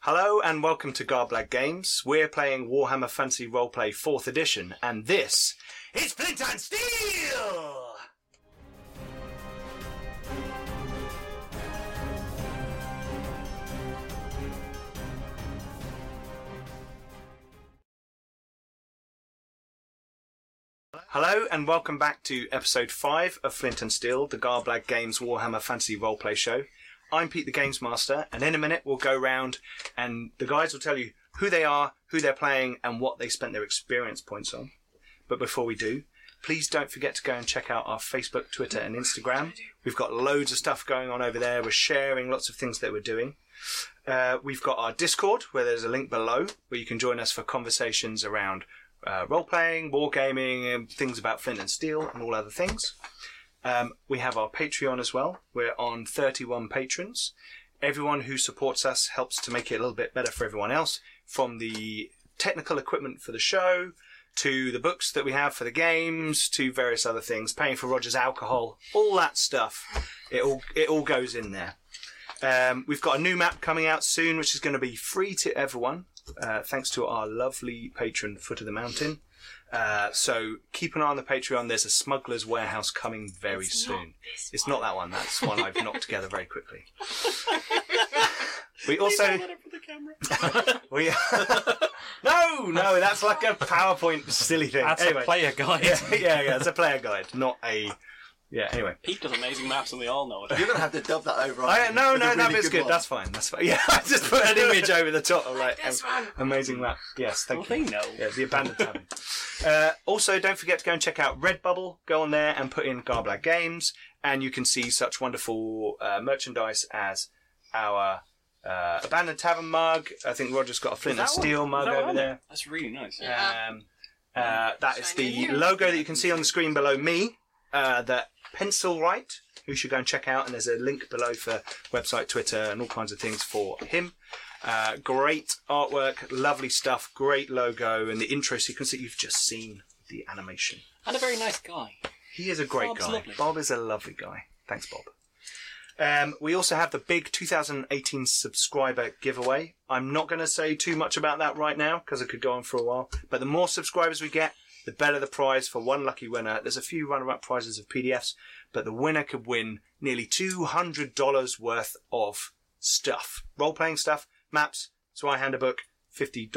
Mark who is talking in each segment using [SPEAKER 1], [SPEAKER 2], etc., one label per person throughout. [SPEAKER 1] Hello and welcome to Garblag Games. We're playing Warhammer Fantasy Roleplay 4th Edition, and this is Flint and Steel! Hello and welcome back to episode 5 of Flint and Steel, the Garblag Games Warhammer Fantasy Roleplay Show. I'm Pete the Games Master, and in a minute we'll go round and the guys will tell you who they are, who they're playing, and what they spent their experience points on. But before we do, please don't forget to go and check out our Facebook, Twitter, and Instagram. We've got loads of stuff going on over there. We're sharing lots of things that we're doing. Uh, we've got our Discord, where there's a link below where you can join us for conversations around uh, role playing, wargaming, and things about Flint and Steel, and all other things. Um, we have our Patreon as well. We're on 31 patrons. Everyone who supports us helps to make it a little bit better for everyone else, from the technical equipment for the show to the books that we have for the games to various other things, paying for Roger's alcohol, all that stuff. It all it all goes in there. Um, we've got a new map coming out soon, which is going to be free to everyone, uh, thanks to our lovely patron Foot of the Mountain. Uh, so keep an eye on the Patreon. There's a Smuggler's Warehouse coming very soon. it's not that one. That's one I've knocked together very quickly. we also we no no that's like a PowerPoint silly thing.
[SPEAKER 2] That's
[SPEAKER 1] anyway,
[SPEAKER 2] a player guide.
[SPEAKER 1] yeah yeah it's a player guide, not a yeah. Anyway.
[SPEAKER 3] Pete does amazing maps, and we all know it.
[SPEAKER 4] You're gonna have to dub that over.
[SPEAKER 1] I, no, no, that bit's good.
[SPEAKER 4] one.
[SPEAKER 1] That's fine. That's fine. Yeah, I just put an image over the top. All right. This one. Amazing map. Yes, thank
[SPEAKER 3] Well,
[SPEAKER 1] you.
[SPEAKER 3] they know.
[SPEAKER 1] Yeah, the abandoned tavern. uh, also, don't forget to go and check out Redbubble. Go on there and put in Garblag Games, and you can see such wonderful uh, merchandise as our uh, abandoned tavern mug. I think Roger's got a flint and
[SPEAKER 3] That one-
[SPEAKER 1] steel mug
[SPEAKER 3] that one
[SPEAKER 1] over
[SPEAKER 3] on
[SPEAKER 1] there.
[SPEAKER 3] That's really nice.
[SPEAKER 1] Um, uh, that is
[SPEAKER 5] Shiny
[SPEAKER 1] the
[SPEAKER 5] new.
[SPEAKER 1] logo that you can see on the screen below me. Uh, the Pencil Right, who you should go and check out, and there's a link below for website, Twitter, and all kinds of things for him. Uh, great artwork, lovely stuff, great logo, and the intro sequence that you've just seen, the animation.
[SPEAKER 3] And a very nice guy.
[SPEAKER 1] He is a great
[SPEAKER 3] Bob's
[SPEAKER 1] guy.
[SPEAKER 3] lovely.
[SPEAKER 1] Bob is a lovely guy. Thanks, Bob. Um, we also have the big 2018 subscriber giveaway. I'm not going to say too much about that right now because it could go on for a while. But the more subscribers we get, the better the prize for one lucky winner. There's a few runner-up prizes of PDFs, but the winner could win nearly $200 worth of stuff, role-playing stuff, maps, Zwei Hander book, $50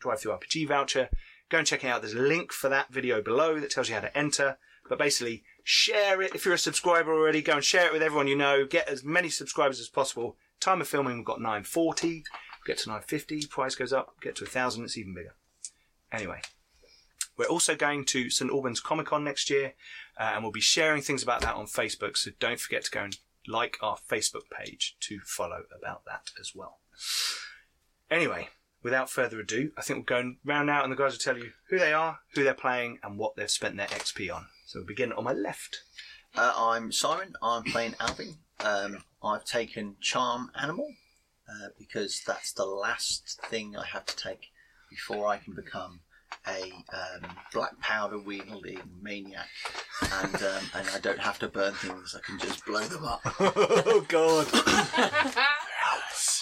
[SPEAKER 1] drive-through RPG voucher. Go and check it out. There's a link for that video below that tells you how to enter. But basically, share it. If you're a subscriber already, go and share it with everyone you know. Get as many subscribers as possible. Time of filming, we've got 940. Get to 950, price goes up. Get to 1,000, it's even bigger. Anyway, we're also going to St Albans Comic Con next year, uh, and we'll be sharing things about that on Facebook. So don't forget to go and like our Facebook page to follow about that as well. Anyway, without further ado, I think we'll go round now, and the guys will tell you who they are, who they're playing, and what they've spent their XP on. So we'll begin on my left.
[SPEAKER 4] Uh, I'm Simon. I'm playing Alvin. Um, I've taken Charm Animal uh, because that's the last thing I have to take before I can become a um, black powder wielding maniac, and um, and I don't have to burn things. I can just blow them up.
[SPEAKER 1] oh God!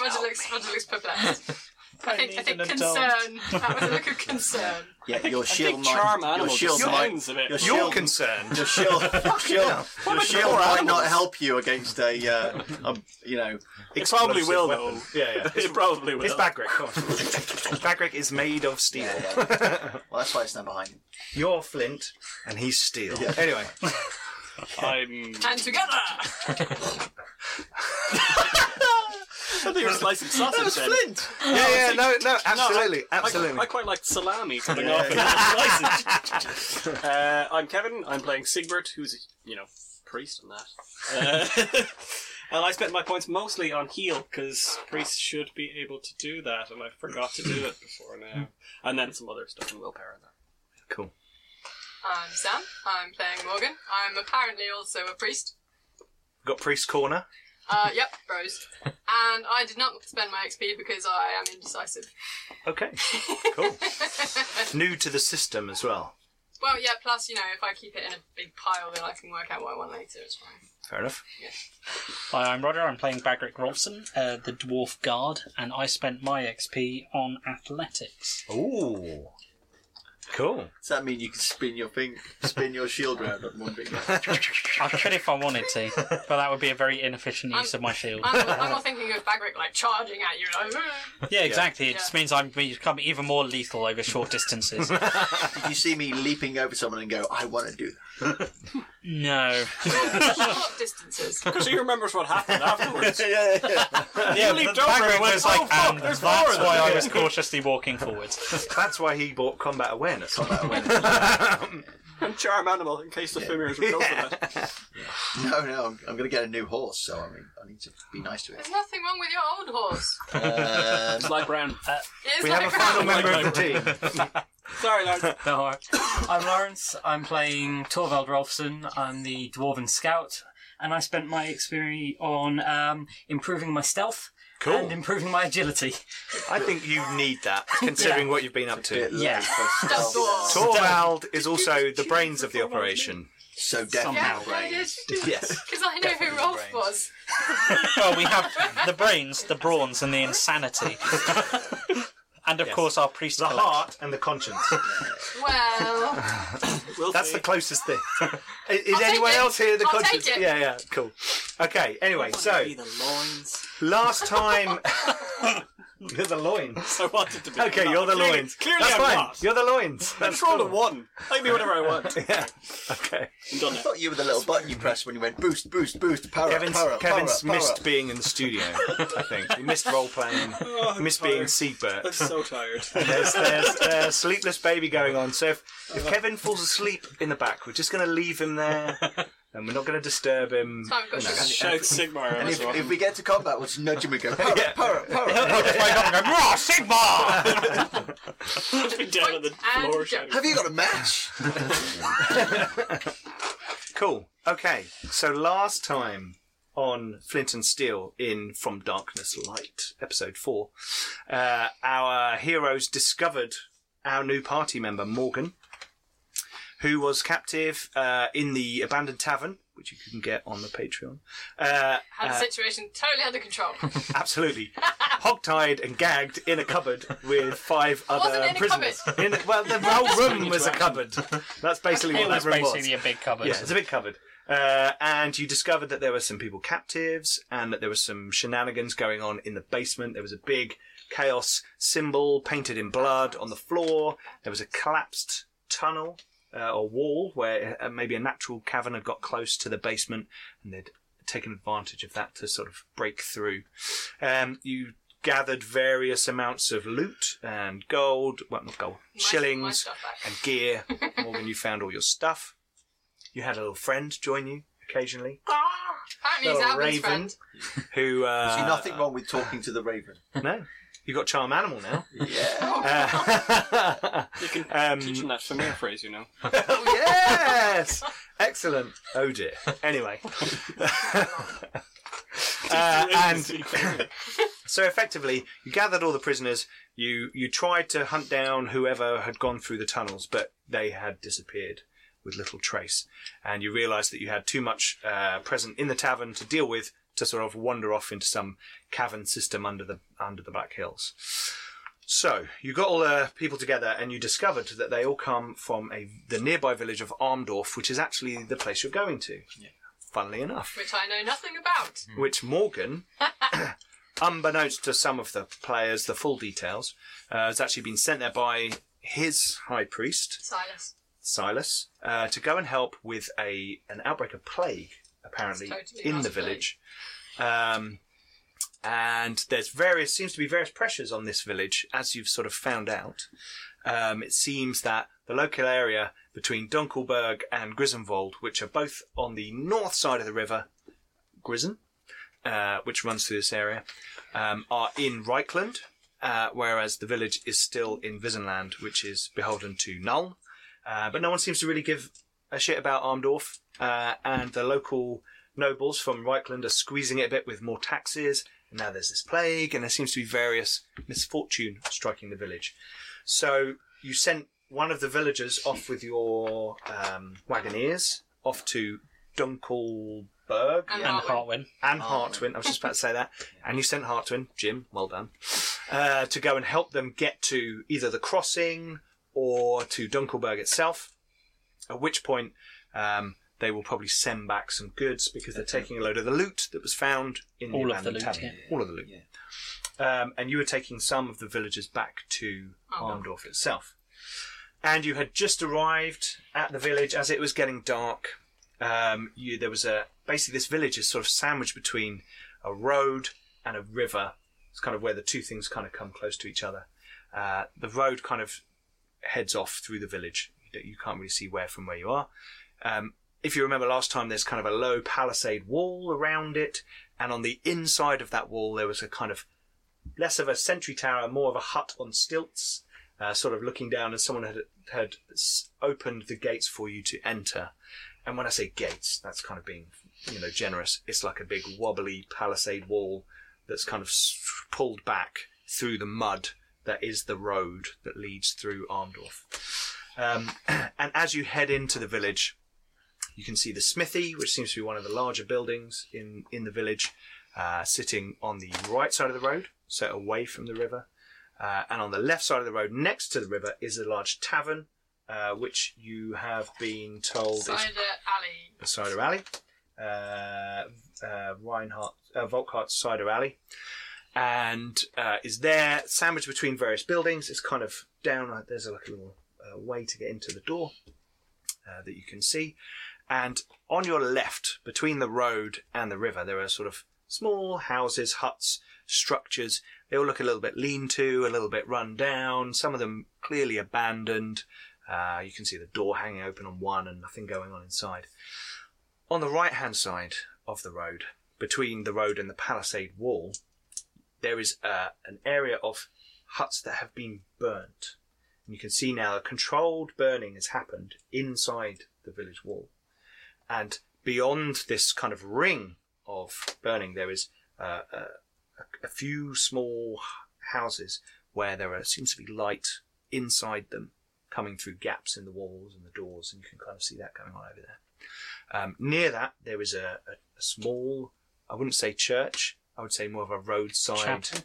[SPEAKER 5] Roger looks, Roger looks perplexed. I think, I think
[SPEAKER 2] need an
[SPEAKER 5] concern. That was a look of concern.
[SPEAKER 4] Yeah, your shield might.
[SPEAKER 3] Charm
[SPEAKER 4] your
[SPEAKER 3] Animal
[SPEAKER 4] shield
[SPEAKER 3] just
[SPEAKER 4] might.
[SPEAKER 3] sounds a bit-
[SPEAKER 4] Your
[SPEAKER 3] You're
[SPEAKER 1] You're
[SPEAKER 4] shield,
[SPEAKER 1] concerned.
[SPEAKER 4] your shield, your shield, your shield might not help you against a, uh, a you know,
[SPEAKER 3] It probably
[SPEAKER 1] Explosive
[SPEAKER 3] will,
[SPEAKER 1] weapon.
[SPEAKER 3] though.
[SPEAKER 1] Yeah, yeah.
[SPEAKER 3] It probably will.
[SPEAKER 1] It's Bagric, come on. Bagric is made of steel.
[SPEAKER 4] Yeah, well that's why I stand behind him.
[SPEAKER 1] You're flint, and he's steel. Anyway,
[SPEAKER 3] I'm.
[SPEAKER 5] And together!
[SPEAKER 3] I think it was slicing sausage. then.
[SPEAKER 4] Flint.
[SPEAKER 1] yeah, yeah, no, no,
[SPEAKER 3] No, I-
[SPEAKER 1] absolutely,
[SPEAKER 3] I,
[SPEAKER 1] absolutely.
[SPEAKER 3] I, quite like salami coming off and sausage. uh, I'm Kevin. I'm playing Sigbert, who's a, you know priest and that. Uh, and I spent my points mostly on heal because priests should be able to do that, and I forgot to do it before now. And then some other stuff in willpower and that.
[SPEAKER 1] Cool.
[SPEAKER 5] I'm Sam. I'm playing Morgan. I'm apparently also a priest.
[SPEAKER 1] Got priest corner.
[SPEAKER 5] Uh, yep, bros. And I did not spend my XP because I am indecisive.
[SPEAKER 1] Okay, cool. New to the system as well.
[SPEAKER 5] Well, yeah. Plus, you know, if I keep it in a big pile, then I can work out what I want later. It's fine.
[SPEAKER 1] Fair enough.
[SPEAKER 2] Hi, I'm Roger. I'm playing Bagric Rolfson, uh, the dwarf guard, and I spent my XP on athletics.
[SPEAKER 1] Ooh. Cool.
[SPEAKER 4] Does that mean you can spin your thing, spin your shield round at one big?
[SPEAKER 2] I could if I wanted to, but that would be a very inefficient use of my shield.
[SPEAKER 5] I'm, not- I'm not thinking of Bagric like charging at you. Like,
[SPEAKER 2] Yeah, exactly. It
[SPEAKER 5] Yeah.
[SPEAKER 2] just means I'm become even more lethal over short distances.
[SPEAKER 4] Did you see me leaping over someone and go, "I want to do that"?
[SPEAKER 2] no.
[SPEAKER 5] short distances.
[SPEAKER 3] Because he remembers what happened afterwards.
[SPEAKER 4] yeah, yeah.
[SPEAKER 2] Yeah,
[SPEAKER 3] leaped
[SPEAKER 2] the
[SPEAKER 3] over
[SPEAKER 2] Bagric
[SPEAKER 3] and went,
[SPEAKER 2] was
[SPEAKER 3] "Oh,
[SPEAKER 2] like,
[SPEAKER 3] fuck,
[SPEAKER 2] and
[SPEAKER 3] there's
[SPEAKER 2] that's
[SPEAKER 3] four of them."
[SPEAKER 2] why I was cautiously walking forwards.
[SPEAKER 1] That's why he bought combat awareness.
[SPEAKER 3] And charm animal in case the Fimirs were killed for that.
[SPEAKER 4] No, no, I'm, I'm going to get a new horse, so I mean, I need to be nice to it.
[SPEAKER 5] There's nothing wrong with your old horse.
[SPEAKER 4] Um,
[SPEAKER 3] It's like Brown.
[SPEAKER 2] Uh,
[SPEAKER 5] It's
[SPEAKER 1] we
[SPEAKER 5] like
[SPEAKER 1] have a final
[SPEAKER 5] round.
[SPEAKER 1] member of the team.
[SPEAKER 3] Sorry, Lawrence.
[SPEAKER 6] No, I- I'm Lawrence. I'm playing Torvald Rolfson. I'm the Dwarven Scout, and I spent my experience on um, improving my stealth
[SPEAKER 1] Cool.
[SPEAKER 6] and improving my agility.
[SPEAKER 1] I think you need that, considering what you've been up
[SPEAKER 4] bit
[SPEAKER 1] to.
[SPEAKER 4] late
[SPEAKER 6] Yeah.
[SPEAKER 4] for stealth.
[SPEAKER 5] Double.
[SPEAKER 1] Torvald is also the brains of the operation.
[SPEAKER 4] so definitely.
[SPEAKER 5] Yeah,
[SPEAKER 6] Somehow.
[SPEAKER 5] I did.
[SPEAKER 4] Yes.
[SPEAKER 5] Because I know who Rolf was.
[SPEAKER 2] Well, we have the brains, the brawns, and the insanity. And of course, our priest.
[SPEAKER 1] The
[SPEAKER 2] collect.
[SPEAKER 1] heart and the conscience.
[SPEAKER 5] Well,
[SPEAKER 3] We'll
[SPEAKER 1] That's
[SPEAKER 3] see.
[SPEAKER 1] the closest thing. is is
[SPEAKER 5] I'll take
[SPEAKER 1] anyone
[SPEAKER 5] it.
[SPEAKER 1] else here the
[SPEAKER 5] I'll
[SPEAKER 1] conscience?
[SPEAKER 5] take it.
[SPEAKER 1] Yeah, yeah, cool. Okay, anyway, so
[SPEAKER 3] Be the loins.
[SPEAKER 1] last time. You're the loins.
[SPEAKER 3] I wanted to be.
[SPEAKER 1] Okay,
[SPEAKER 3] No,
[SPEAKER 1] you're the
[SPEAKER 3] clearly-
[SPEAKER 1] loins.
[SPEAKER 3] Clearly,
[SPEAKER 1] That's
[SPEAKER 3] I'm
[SPEAKER 1] fine.
[SPEAKER 3] not.
[SPEAKER 1] You're the loins.
[SPEAKER 3] I
[SPEAKER 1] That's
[SPEAKER 3] just rolled a
[SPEAKER 1] cool.
[SPEAKER 3] one. I can be whatever I want. I'm
[SPEAKER 1] Yeah. Okay.
[SPEAKER 3] done
[SPEAKER 4] I
[SPEAKER 3] now.
[SPEAKER 4] thought you were the little button you pressed when you went boost, boost, boost, power up,
[SPEAKER 1] Kevin's,
[SPEAKER 4] power up, power
[SPEAKER 1] Kevin's
[SPEAKER 4] up, power
[SPEAKER 1] missed
[SPEAKER 4] up.
[SPEAKER 1] being in the studio, I think. He missed role playing.
[SPEAKER 3] Oh,
[SPEAKER 1] He missed
[SPEAKER 3] I'm
[SPEAKER 1] being
[SPEAKER 3] tired. I'm
[SPEAKER 1] Siegbert.
[SPEAKER 3] so tired.
[SPEAKER 1] There's, there's a sleepless baby going on. So if, if Kevin falls asleep in the back, we're just going to leave him there and we're not going to disturb him.
[SPEAKER 5] I've got
[SPEAKER 1] You know.
[SPEAKER 5] sugar.
[SPEAKER 3] Shout Sigmar.
[SPEAKER 4] And
[SPEAKER 3] every
[SPEAKER 4] if,
[SPEAKER 3] so often.
[SPEAKER 4] if we get to combat, we'll just nudge him and go power up, power up, power up.
[SPEAKER 3] Just be down on the
[SPEAKER 5] And
[SPEAKER 3] floor.
[SPEAKER 5] jump.
[SPEAKER 3] shouting.
[SPEAKER 4] Have you got a match?
[SPEAKER 1] Cool. Okay. So last time on Flint and Steel in From Darkness Light, episode four, uh, our heroes discovered our new party member, Morgan, who was captive uh, in the abandoned tavern, which you can get on the Patreon. Uh,
[SPEAKER 5] Had the situation totally under control.
[SPEAKER 1] absolutely. Hogtied and gagged in a cupboard with five other
[SPEAKER 5] Wasn't in a
[SPEAKER 1] prisoners. In a- well, the whole room was a cupboard. That's basically
[SPEAKER 2] It
[SPEAKER 1] what
[SPEAKER 2] was
[SPEAKER 1] that room was.
[SPEAKER 2] basically a big cupboard.
[SPEAKER 1] Yeah, it's a bit covered. Uh, and you discovered that there were some people captives and that there was some shenanigans going on in the basement. There was a big chaos symbol painted in blood on the floor. There was a collapsed tunnel uh, or wall where uh, maybe a natural cavern had got close to the basement and they'd taken advantage of that to sort of break through. Um, you gathered various amounts of loot and gold, well, not gold,
[SPEAKER 5] My-
[SPEAKER 1] shillings
[SPEAKER 5] my stuff back.
[SPEAKER 1] and gear. Morgan, you found all your stuff. You had a little friend join you occasionally,
[SPEAKER 5] Apparently, he's
[SPEAKER 1] Little
[SPEAKER 5] Alvin's
[SPEAKER 1] raven.
[SPEAKER 5] friend.
[SPEAKER 1] who uh,
[SPEAKER 4] See, nothing wrong with talking to the raven.
[SPEAKER 1] No, you got charm animal now.
[SPEAKER 4] Yeah.
[SPEAKER 1] Uh,
[SPEAKER 3] You can
[SPEAKER 1] Um,
[SPEAKER 3] teach him that familiar phrase, you know.
[SPEAKER 1] oh, yes, excellent. Oh dear. Anyway, uh, and so effectively, you gathered all the prisoners. You you tried to hunt down whoever had gone through the tunnels, but they had disappeared with little trace. And you realised that you had too much uh, present in the tavern to deal with to sort of wander off into some cavern system under the under the Black Hills. So you got all the people together, and you discovered that they all come from a the nearby village of Armdorf, which is actually the place you're going to. Funnily enough,
[SPEAKER 5] Which I know nothing about.
[SPEAKER 1] which Morgan, unbeknownst to some of the players, the full details, uh, has actually been sent there by his high priest,
[SPEAKER 5] Silas.
[SPEAKER 1] Silas, uh, to go and help with a an outbreak of plague, apparently,
[SPEAKER 5] It's totally
[SPEAKER 1] in
[SPEAKER 5] not
[SPEAKER 1] the
[SPEAKER 5] a plague.
[SPEAKER 1] village. Um, and there's various seems to be various pressures on this village, as you've sort of found out. Um, it seems that the local area between Dunkelberg and Grisenwald, which are both on the north side of the river, Grisen, uh, which runs through this area, um, are in Reichland, uh, whereas the village is still in Visenland, which is beholden to Null. Uh, but no one seems to really give a shit about Armdorf, uh, and the local nobles from Reichland are squeezing it a bit with more taxes. And now there's this plague, and there seems to be various misfortune striking the village. So you sent one of the villagers off with your um, wagoneers off to Dunkelberg
[SPEAKER 5] And
[SPEAKER 2] and
[SPEAKER 5] Hartwin.
[SPEAKER 2] Hartwin.
[SPEAKER 1] and
[SPEAKER 4] Hartwin.
[SPEAKER 1] Hartwin. I was just about to say that. And you sent Hartwin, Jim, well done, uh, to go and help them get to either the crossing or to Dunkelberg itself. At which point, um, they will probably send back some goods because they're taking a load of the loot that was found in
[SPEAKER 2] All
[SPEAKER 1] the
[SPEAKER 2] of the
[SPEAKER 1] abandoned
[SPEAKER 2] loot,
[SPEAKER 1] tavern. All of the loot. Um, and you were taking some of the villagers back to Arndorf itself. And you had just arrived at the village as it was getting dark. Um, you, there was a basically this village is sort of sandwiched between a road and a river. It's kind of where the two things kind of come close to each other. Uh, the road kind of heads off through the village. You don't- You can't really see where from where you are. Um, if you remember last time, there's kind of a low palisade wall around it, and on the inside of that wall there was a kind of less of a sentry tower, more of a hut on stilts, uh, sort of looking down, and someone had had s- opened the gates for you to enter. And when I say gates, that's kind of being you know generous. It's like a big wobbly palisade wall that's kind of s- pulled back through the mud that is the road that leads through Arndorf. Um, and as you head into the village, you can see the smithy, which seems to be one of the larger buildings in, in the village, uh, sitting on the right side of the road, so away from the river. Uh, and on the left side of the road, next to the river, is a large tavern, uh, which you have been told is
[SPEAKER 5] Cider Alley.
[SPEAKER 1] a cider alley, uh, uh, Reinhardt, uh, Volkhardt cider alley, and uh, is there sandwiched between various buildings. It's kind of down. uh, There's a like a little uh, way to get into the door uh, that you can see, and on your left, between the road and the river, there are sort of small houses, huts, structures. They all look a little bit lean-to, a little bit run down. Some of them clearly abandoned. Uh, you can see the door hanging open on one and nothing going on inside. On the right hand side of the road, between the road and the palisade wall, there is uh, an area of huts that have been burnt. And you can see now a controlled burning has happened inside the village wall. And beyond this kind of ring of burning, there is uh, a, a few small houses where there are, seems to be light inside them coming through gaps in the walls and the doors. And you can kind of see that going on over there. Um, near that, there is a, a, a small, I wouldn't say church, I would say more of a roadside
[SPEAKER 2] Chapel.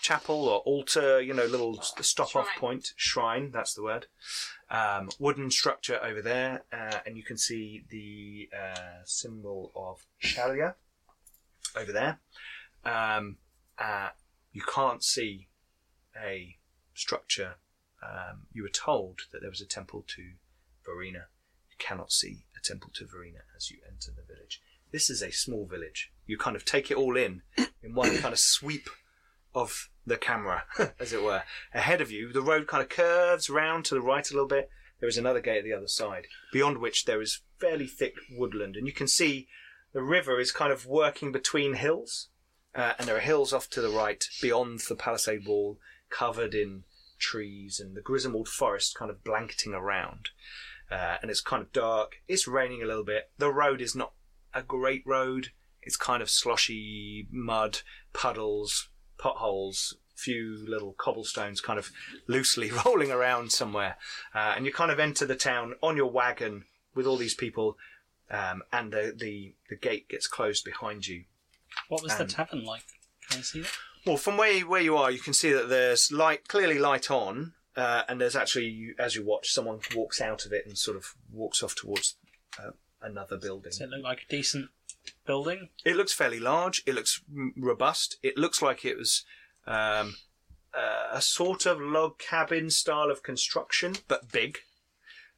[SPEAKER 1] chapel or altar, you know, little s- stop off
[SPEAKER 5] Shrine.
[SPEAKER 1] point, shrine, that's the word. Um, wooden structure over there, uh, and you can see the uh, symbol of Shalia over there. Um, uh, you can't see a structure. Um, you were told that there was a temple to Verena. You cannot see a temple to Verena as you enter the village. This is a small village. You kind of take it all in in one kind of sweep of the camera, as it were. Ahead of you, the road kind of curves round to the right a little bit. There is another gate at the other side, beyond which there is fairly thick woodland, and you can see the river is kind of working between hills, uh, and there are hills off to the right beyond the palisade wall, covered in trees and the Griswold forest kind of blanketing around. Uh, and it's kind of dark. It's raining a little bit. The road is not a great road. It's kind of sloshy mud, puddles, potholes, few little cobblestones kind of loosely rolling around somewhere. Uh, and you kind of enter the town on your wagon with all these people, um, and the, the, the gate gets closed behind you.
[SPEAKER 2] What was
[SPEAKER 1] Um,
[SPEAKER 2] the tavern like? Can I see that?
[SPEAKER 1] Well, from where you, where you are, you can see that there's light, clearly light on, uh, and there's actually, you, as you watch, someone walks out of it and sort of walks off towards uh, another building.
[SPEAKER 2] Does it look like a decent building?
[SPEAKER 1] It looks fairly large. It looks m- robust. It looks like it was um, uh, a sort of log cabin style of construction, but big.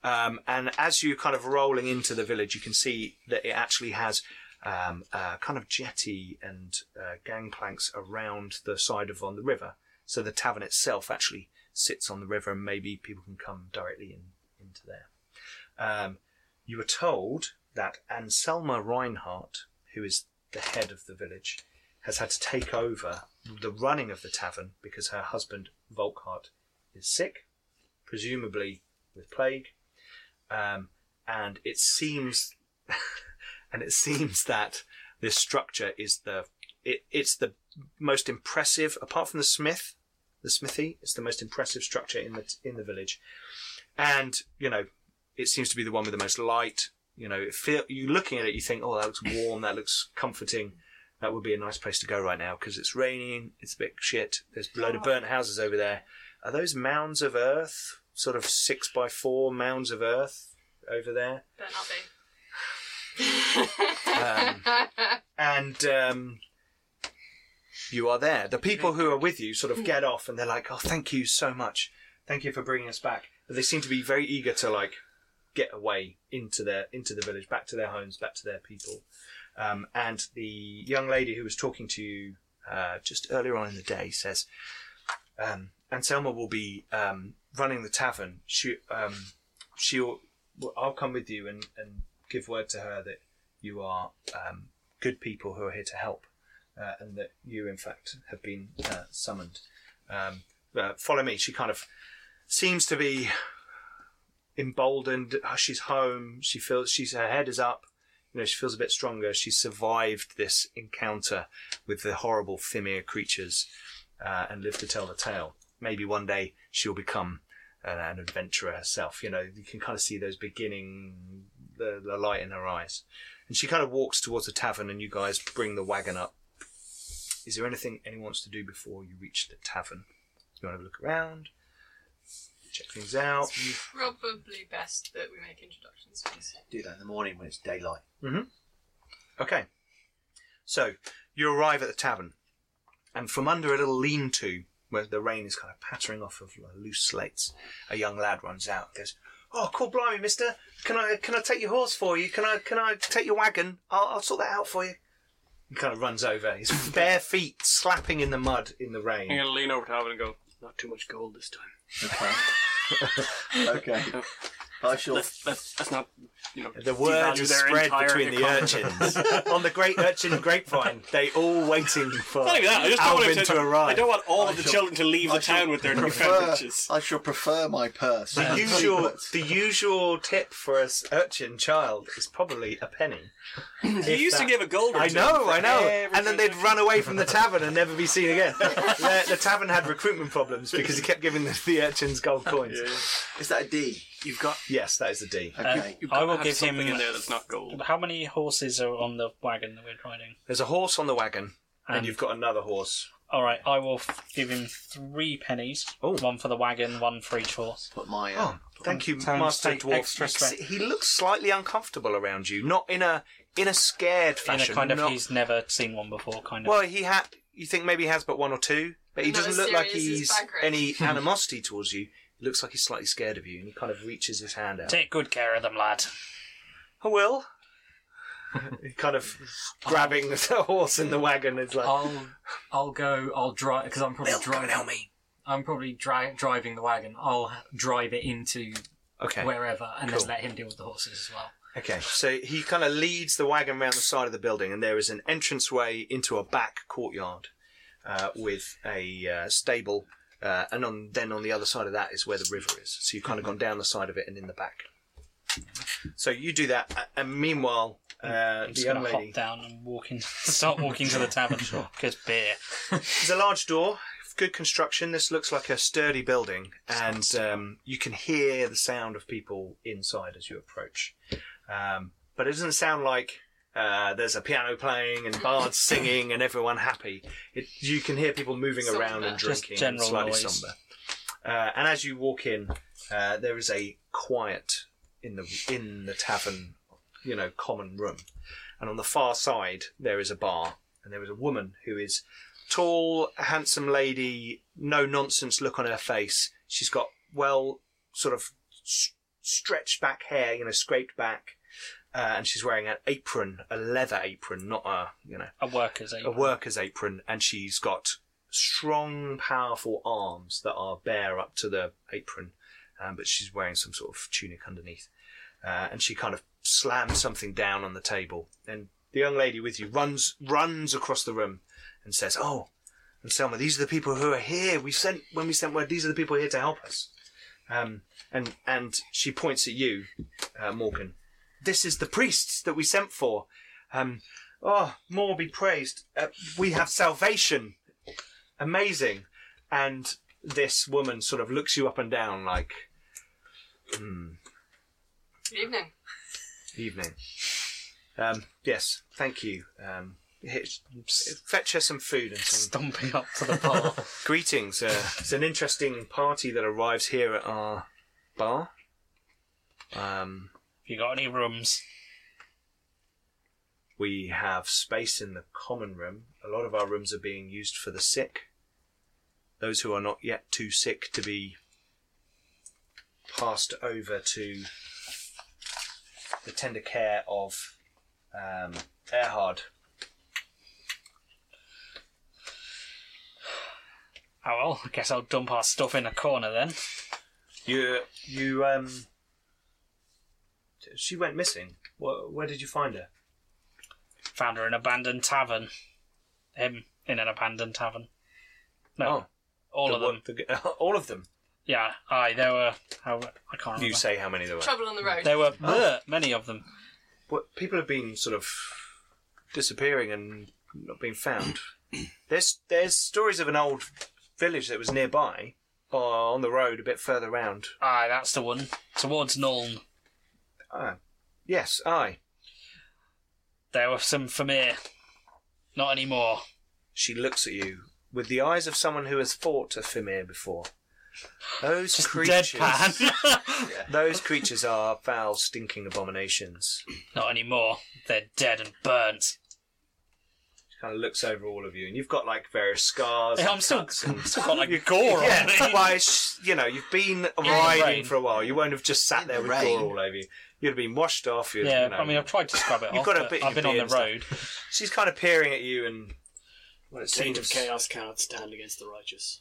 [SPEAKER 1] Um, and as you kind of rolling into the village, you can see that it actually has um, a kind of jetty and uh, gangplanks around the side of on the river. So the tavern itself actually sits on the river, and maybe people can come directly in, into there. Um, you were told that Anselma Reinhardt, who is the head of the village, has had to take over the running of the tavern because her husband, Volkhart, is sick, presumably with plague. Um, and it seems and it seems that this structure is the it, it's the most impressive apart from the smith the smithy it's the most impressive structure in the in the village and you know, it seems to be the one with the most light. You know, it feel you looking at it, you think, oh, that looks warm, that looks comforting. That would be a nice place to go right now because it's raining, it's a bit shit. There's a load of burnt houses over there. Are those mounds of earth, sort of six by four mounds of earth over there?
[SPEAKER 5] Better not be.
[SPEAKER 1] Um, and um, you are there. The people who are with you sort of get off and they're like, oh, thank you so much. Thank you for bringing us back. But they seem to be very eager to like get away into their into the village, back to their homes, back to their people. Um, and the young lady who was talking to you uh, just earlier on in the day says, um, Anselma will be um, running the tavern. She um, she'll well, I'll come with you and, and give word to her that you are um, good people who are here to help, uh, and that you, in fact, have been uh, summoned. Um, uh, follow me. She kind of seems to be emboldened. Oh, she's home. She feels she's her head is up. You know, she feels a bit stronger. She survived this encounter with the horrible Thymir creatures uh, and lived to tell the tale. Maybe one day she'll become an, an adventurer herself. You know, you can kind of see those beginning the, the light in her eyes. And she kind of walks towards the tavern, and you guys bring the wagon up. Is there anything anyone wants to do before you reach the tavern? You want to look around, check things out. You
[SPEAKER 5] Probably best that we make introductions first.
[SPEAKER 4] Do that in the morning when it's daylight.
[SPEAKER 1] Okay. So you arrive at the tavern, and from under a little lean to where the rain is kind of pattering off of loose slates, a young lad runs out and goes, Oh, cool blimey, mister. Can I can I take your horse for you? Can I can I take your wagon? I'll, I'll sort that out for you. He kind of runs over, his bare feet slapping in the mud in the rain.
[SPEAKER 3] I'm gonna lean over to Alvin and go, not too much gold this time.
[SPEAKER 4] Okay. okay. I shall.
[SPEAKER 3] Let's, let's, let's not, you know,
[SPEAKER 1] The word
[SPEAKER 3] devalue
[SPEAKER 1] is
[SPEAKER 3] their
[SPEAKER 1] spread
[SPEAKER 3] entire
[SPEAKER 1] between the
[SPEAKER 3] economy.
[SPEAKER 1] urchins. On the great urchin grapevine, they all waiting for
[SPEAKER 3] Not even that. I just don't
[SPEAKER 1] Alvin
[SPEAKER 3] want
[SPEAKER 1] to arrive.
[SPEAKER 3] I don't want all of the
[SPEAKER 4] shall-
[SPEAKER 3] children to leave
[SPEAKER 4] I
[SPEAKER 3] the
[SPEAKER 4] shall
[SPEAKER 3] town with their new
[SPEAKER 4] prefer-
[SPEAKER 3] beverages.
[SPEAKER 4] I shall prefer my purse.
[SPEAKER 1] The
[SPEAKER 4] Um,
[SPEAKER 1] usual,
[SPEAKER 4] but-
[SPEAKER 1] the usual tip for an urchin child is probably a penny.
[SPEAKER 3] You
[SPEAKER 1] If
[SPEAKER 3] used to
[SPEAKER 1] that-
[SPEAKER 3] give a gold. or
[SPEAKER 1] I
[SPEAKER 3] two
[SPEAKER 1] know,
[SPEAKER 3] for
[SPEAKER 1] I know.
[SPEAKER 3] every
[SPEAKER 1] And then they'd
[SPEAKER 3] transaction.
[SPEAKER 1] run away from the tavern and never be seen again. the, the tavern had recruitment problems because he kept giving the, the urchins gold coins.
[SPEAKER 4] Is that a D?
[SPEAKER 3] You've got.
[SPEAKER 1] Yes, that is the D.
[SPEAKER 4] Okay.
[SPEAKER 3] You've
[SPEAKER 2] I
[SPEAKER 3] got
[SPEAKER 2] will
[SPEAKER 3] to have
[SPEAKER 2] give him-
[SPEAKER 3] something in there that's not gold.
[SPEAKER 2] How many horses are on the wagon that we're riding?
[SPEAKER 1] There's a horse on the wagon, and,
[SPEAKER 2] And-
[SPEAKER 1] you've got another horse.
[SPEAKER 2] All right, I will f- give him three pennies.
[SPEAKER 1] Oh.
[SPEAKER 2] One for the wagon, one for each horse.
[SPEAKER 4] Put my. Uh,
[SPEAKER 1] Oh, thank you,
[SPEAKER 2] Times
[SPEAKER 1] Master
[SPEAKER 2] take
[SPEAKER 1] Dwarf.
[SPEAKER 2] extra strength.
[SPEAKER 1] He looks slightly uncomfortable around you, not in a in a scared
[SPEAKER 2] In a
[SPEAKER 1] fashion.
[SPEAKER 2] kind of
[SPEAKER 1] not-
[SPEAKER 2] he's never seen one before kind of.
[SPEAKER 1] Well, he had. You think maybe he has but one or two, but he
[SPEAKER 5] Not
[SPEAKER 1] doesn't
[SPEAKER 5] as
[SPEAKER 1] look like
[SPEAKER 5] serious as
[SPEAKER 1] he's
[SPEAKER 5] Bagrat.
[SPEAKER 1] any animosity towards you. He looks like he's slightly scared of you, and he kind of reaches his hand out.
[SPEAKER 2] Take good care of them, lad.
[SPEAKER 1] I will. He kind of grabbing the horse in the wagon. It's like,
[SPEAKER 6] I'll I'll go. I'll drive because I'm probably
[SPEAKER 1] Bill, come and
[SPEAKER 6] driving.
[SPEAKER 1] help me.
[SPEAKER 6] I'm probably dri- driving the wagon. I'll h- drive it into
[SPEAKER 1] Okay.
[SPEAKER 6] wherever and
[SPEAKER 1] Cool.
[SPEAKER 6] then let him deal with the horses as well.
[SPEAKER 1] Okay, so he kind of leads the wagon round the side of the building, and there is an entranceway into a back courtyard uh, with a uh, stable, uh, and on, then on the other side of that is where the river is. So you've kind of gone down the side of it and in the back. So you do that, a- and meanwhile, uh,
[SPEAKER 2] I'm
[SPEAKER 1] the
[SPEAKER 2] just
[SPEAKER 1] young
[SPEAKER 2] going to
[SPEAKER 1] lady.
[SPEAKER 2] hop down and walk in, start walking to the tavern because beer.
[SPEAKER 1] There's a large door, good construction. This looks like a sturdy building, and um, you can hear the sound of people inside as you approach. Um, but it doesn't sound like uh, there's a piano playing and bards singing and everyone happy. It, you can hear people moving
[SPEAKER 5] Somber.
[SPEAKER 1] around and
[SPEAKER 2] Just
[SPEAKER 1] drinking, and
[SPEAKER 2] general
[SPEAKER 1] slightly
[SPEAKER 2] noise.
[SPEAKER 1] somber. Uh, and as you walk in, uh, there is a quiet in the in the tavern, you know, common room. And on the far side there is a bar, and there is a woman who is tall, handsome lady, no nonsense look on her face. She's got well, sort of s- stretched back hair, you know, scraped back, uh, and she's wearing an apron, a leather apron, not a you know
[SPEAKER 2] A worker's
[SPEAKER 1] a
[SPEAKER 2] apron.
[SPEAKER 1] worker's apron, and she's got strong, powerful arms that are bare up to the apron, um, but she's wearing some sort of tunic underneath. Uh, and she kind of slams something down on the table, and the young lady with you runs runs across the room and says, "Oh, and Selma, these are the people who are here. We sent when we sent word. These are the people here to help us." Um, and and she points at you, uh, Morgan. This is the priests that we sent for. Um, Oh, more be praised. Uh, we have salvation. Amazing. And this woman sort of looks you up and down like,
[SPEAKER 5] Evening.
[SPEAKER 1] Evening. Um, yes, thank you. Um, hit- fetch her some food and some
[SPEAKER 2] Stomping up to the bar.
[SPEAKER 1] greetings. Uh, it's an interesting party that arrives here at our bar. Um,
[SPEAKER 2] you got any rooms?
[SPEAKER 1] we have space in the common room. A lot of our rooms are being used for the sick, those who are not yet too sick to be passed over to the tender care of um, Erhard.
[SPEAKER 2] Oh well, I guess I'll dump our stuff in a corner then.
[SPEAKER 1] You, you, um, she went missing. Where, where did you find her?
[SPEAKER 2] Found her in an abandoned tavern. Him in an abandoned tavern. No, all of
[SPEAKER 1] Oh, the
[SPEAKER 2] them.
[SPEAKER 1] one- the- all of them.
[SPEAKER 2] Yeah, aye, there were. How, I can't remember.
[SPEAKER 1] You say how many there were.
[SPEAKER 5] Trouble on the road.
[SPEAKER 2] There were were many of them.
[SPEAKER 1] What people have been sort of disappearing and not being found. there's there's stories of an old village that was nearby, or on the road a bit further round.
[SPEAKER 2] Aye, that's the one. Towards Nuln.
[SPEAKER 1] Ah, yes, aye.
[SPEAKER 2] There were some familiar. Not anymore.
[SPEAKER 1] She looks at you with the eyes of someone who has fought a Fimir before. Those
[SPEAKER 2] Just
[SPEAKER 1] creatures,
[SPEAKER 2] deadpan.
[SPEAKER 1] those creatures are foul, stinking abominations.
[SPEAKER 2] Not anymore. They're dead and burnt.
[SPEAKER 1] kind of looks over all of you, and you've got like various scars.
[SPEAKER 2] Yeah,
[SPEAKER 1] and
[SPEAKER 2] I'm still,
[SPEAKER 1] cuts and-
[SPEAKER 2] still got like gore on
[SPEAKER 1] Yeah,
[SPEAKER 2] me.
[SPEAKER 1] why? it's- You know, you've been
[SPEAKER 2] rain.
[SPEAKER 1] riding for a while. You won't have just sat
[SPEAKER 4] In
[SPEAKER 1] there
[SPEAKER 4] the
[SPEAKER 1] with
[SPEAKER 4] rain.
[SPEAKER 1] gore all over you. You'd have been washed off. You'd,
[SPEAKER 2] Yeah,
[SPEAKER 1] you know.
[SPEAKER 2] I mean, I've tried to scrub it
[SPEAKER 1] You've
[SPEAKER 2] off.
[SPEAKER 1] got a
[SPEAKER 2] but
[SPEAKER 1] bit in
[SPEAKER 2] I've been
[SPEAKER 1] your
[SPEAKER 2] on the
[SPEAKER 1] beard and
[SPEAKER 2] road.
[SPEAKER 1] she's kind of peering at you, and well, it
[SPEAKER 3] Saint of
[SPEAKER 1] seems-
[SPEAKER 3] chaos cannot stand against the righteous.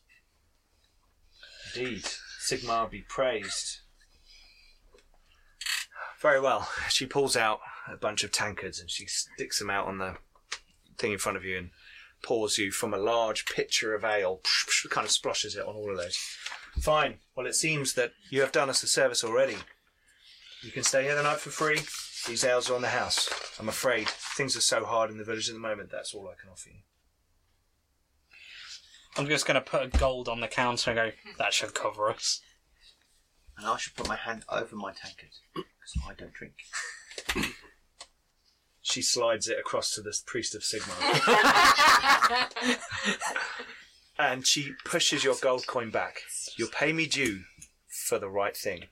[SPEAKER 1] Indeed, Sigmar be praised. Very well. She pulls out a bunch of tankards and she sticks them out on the thing in front of you and pours you from a large pitcher of ale. Kind of splashes it on all of those. Fine. Well, it seems that you have done us a service already. You can stay here the night for free. These ales are on the house. I'm afraid things are so hard in the village at the moment. That's all I can offer you.
[SPEAKER 2] I'm just going to put a gold on the counter and go, that should cover us.
[SPEAKER 4] And I should put my hand over my tankard because I don't drink.
[SPEAKER 1] She slides it across to this priest of Sigmar. and she pushes your gold coin back. You'll pay me due for the right thing.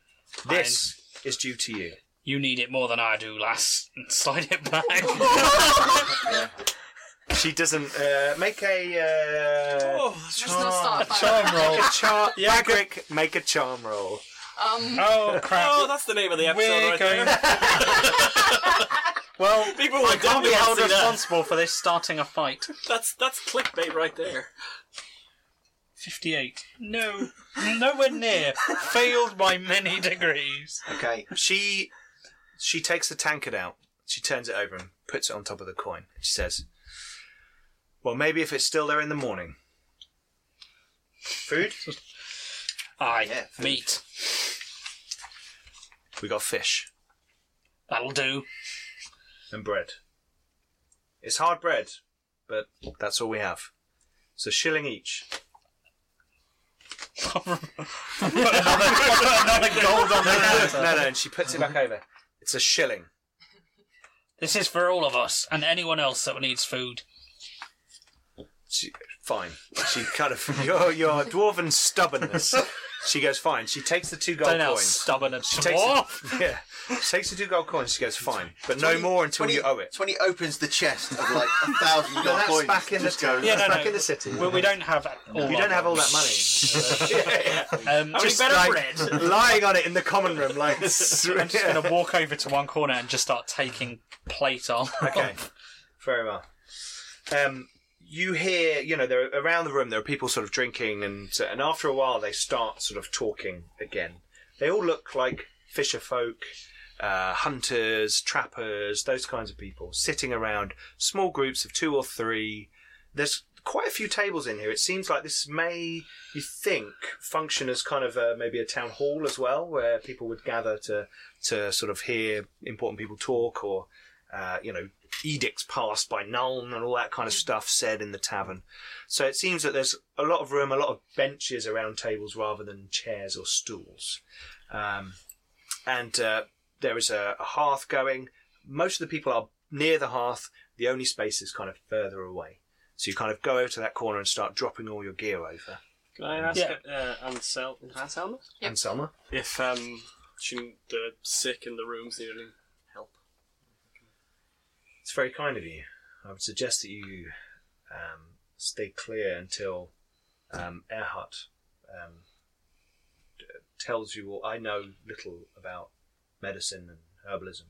[SPEAKER 1] This is due to you.
[SPEAKER 2] You need it more than I do, lass. And slide it back.
[SPEAKER 1] She doesn't uh, make a
[SPEAKER 3] Oh,
[SPEAKER 1] uh,
[SPEAKER 5] Oh, Let's not start a fire.
[SPEAKER 2] Charm roll.
[SPEAKER 1] a char- Bagric, make a charm roll.
[SPEAKER 5] Um,
[SPEAKER 2] Oh, crap.
[SPEAKER 3] Oh, that's the name of the episode
[SPEAKER 2] We're
[SPEAKER 3] right
[SPEAKER 2] going-
[SPEAKER 3] there.
[SPEAKER 2] Well,
[SPEAKER 3] People will
[SPEAKER 2] I can't
[SPEAKER 3] definitely
[SPEAKER 2] be held
[SPEAKER 3] see that.
[SPEAKER 2] responsible for this starting a fight.
[SPEAKER 3] That's that's clickbait right there.
[SPEAKER 2] 58. No, nowhere near. Failed by many degrees.
[SPEAKER 4] Okay,
[SPEAKER 1] She she takes the tankard out. She turns it over and puts it on top of the coin. She says, "Well, maybe if it's still there in the morning." Food?
[SPEAKER 2] Aye,
[SPEAKER 4] Yeah, food.
[SPEAKER 2] meat.
[SPEAKER 1] We got fish.
[SPEAKER 2] That'll do.
[SPEAKER 1] and bread. It's hard bread, but that's all we have. It's a shilling each.
[SPEAKER 2] Another gold on the counter.
[SPEAKER 1] no, no, and she puts it back over. It's a shilling.
[SPEAKER 2] This is for all of us and anyone else that needs food.
[SPEAKER 1] She, fine. She kind of your your dwarven stubbornness. She goes fine. She takes the two gold
[SPEAKER 2] Don't know,
[SPEAKER 1] coins.
[SPEAKER 2] stubborn and
[SPEAKER 1] She takes
[SPEAKER 2] dwarf.
[SPEAKER 1] the, yeah. She takes the two gold coins. She goes fine, but no more until
[SPEAKER 4] when
[SPEAKER 1] you
[SPEAKER 4] he-
[SPEAKER 1] owe it.
[SPEAKER 4] It's when he opens the chest of like a thousand gold
[SPEAKER 1] No, that's
[SPEAKER 4] coins.
[SPEAKER 1] back in the
[SPEAKER 4] just goes,
[SPEAKER 2] Yeah, no,
[SPEAKER 1] back
[SPEAKER 2] no.
[SPEAKER 1] in the city.
[SPEAKER 2] Well, we don't have all
[SPEAKER 1] you don't have all that money. yeah, yeah.
[SPEAKER 2] Um, just
[SPEAKER 3] better
[SPEAKER 2] like,
[SPEAKER 3] bread?
[SPEAKER 1] Lying on it in the common room, like
[SPEAKER 2] I'm just going to walk over to one corner and just start taking plate on.
[SPEAKER 1] Okay, very well. Um, you hear, you know, there around the room. There are people sort of drinking, and and after a while, they start sort of talking again. They all look like fisher folk, uh, hunters, trappers, those kinds of people, sitting around small groups of two or three. There's quite a few tables in here. It seems like this may, you think, function as kind of a, maybe a town hall as well, where people would gather to to sort of hear important people talk or uh, you know, edicts passed by Nuln and all that kind of stuff said in the tavern. So it seems that there's a lot of room, a lot of benches around tables rather than chairs or stools. Um, and uh, there is a, a hearth going. Most of the people are near the hearth. The only space is kind of further away. So you kind of go over to that corner and start dropping all your gear over.
[SPEAKER 3] Can I ask
[SPEAKER 2] Yeah.
[SPEAKER 3] uh, Ansel- Anselma
[SPEAKER 5] Yep.
[SPEAKER 1] And Selma,
[SPEAKER 3] if um, she, the sick in the rooms need any help?
[SPEAKER 1] it's very kind of you. I would suggest that you um, stay clear until um, Earhart um, d- tells you all. I know little about medicine and herbalism.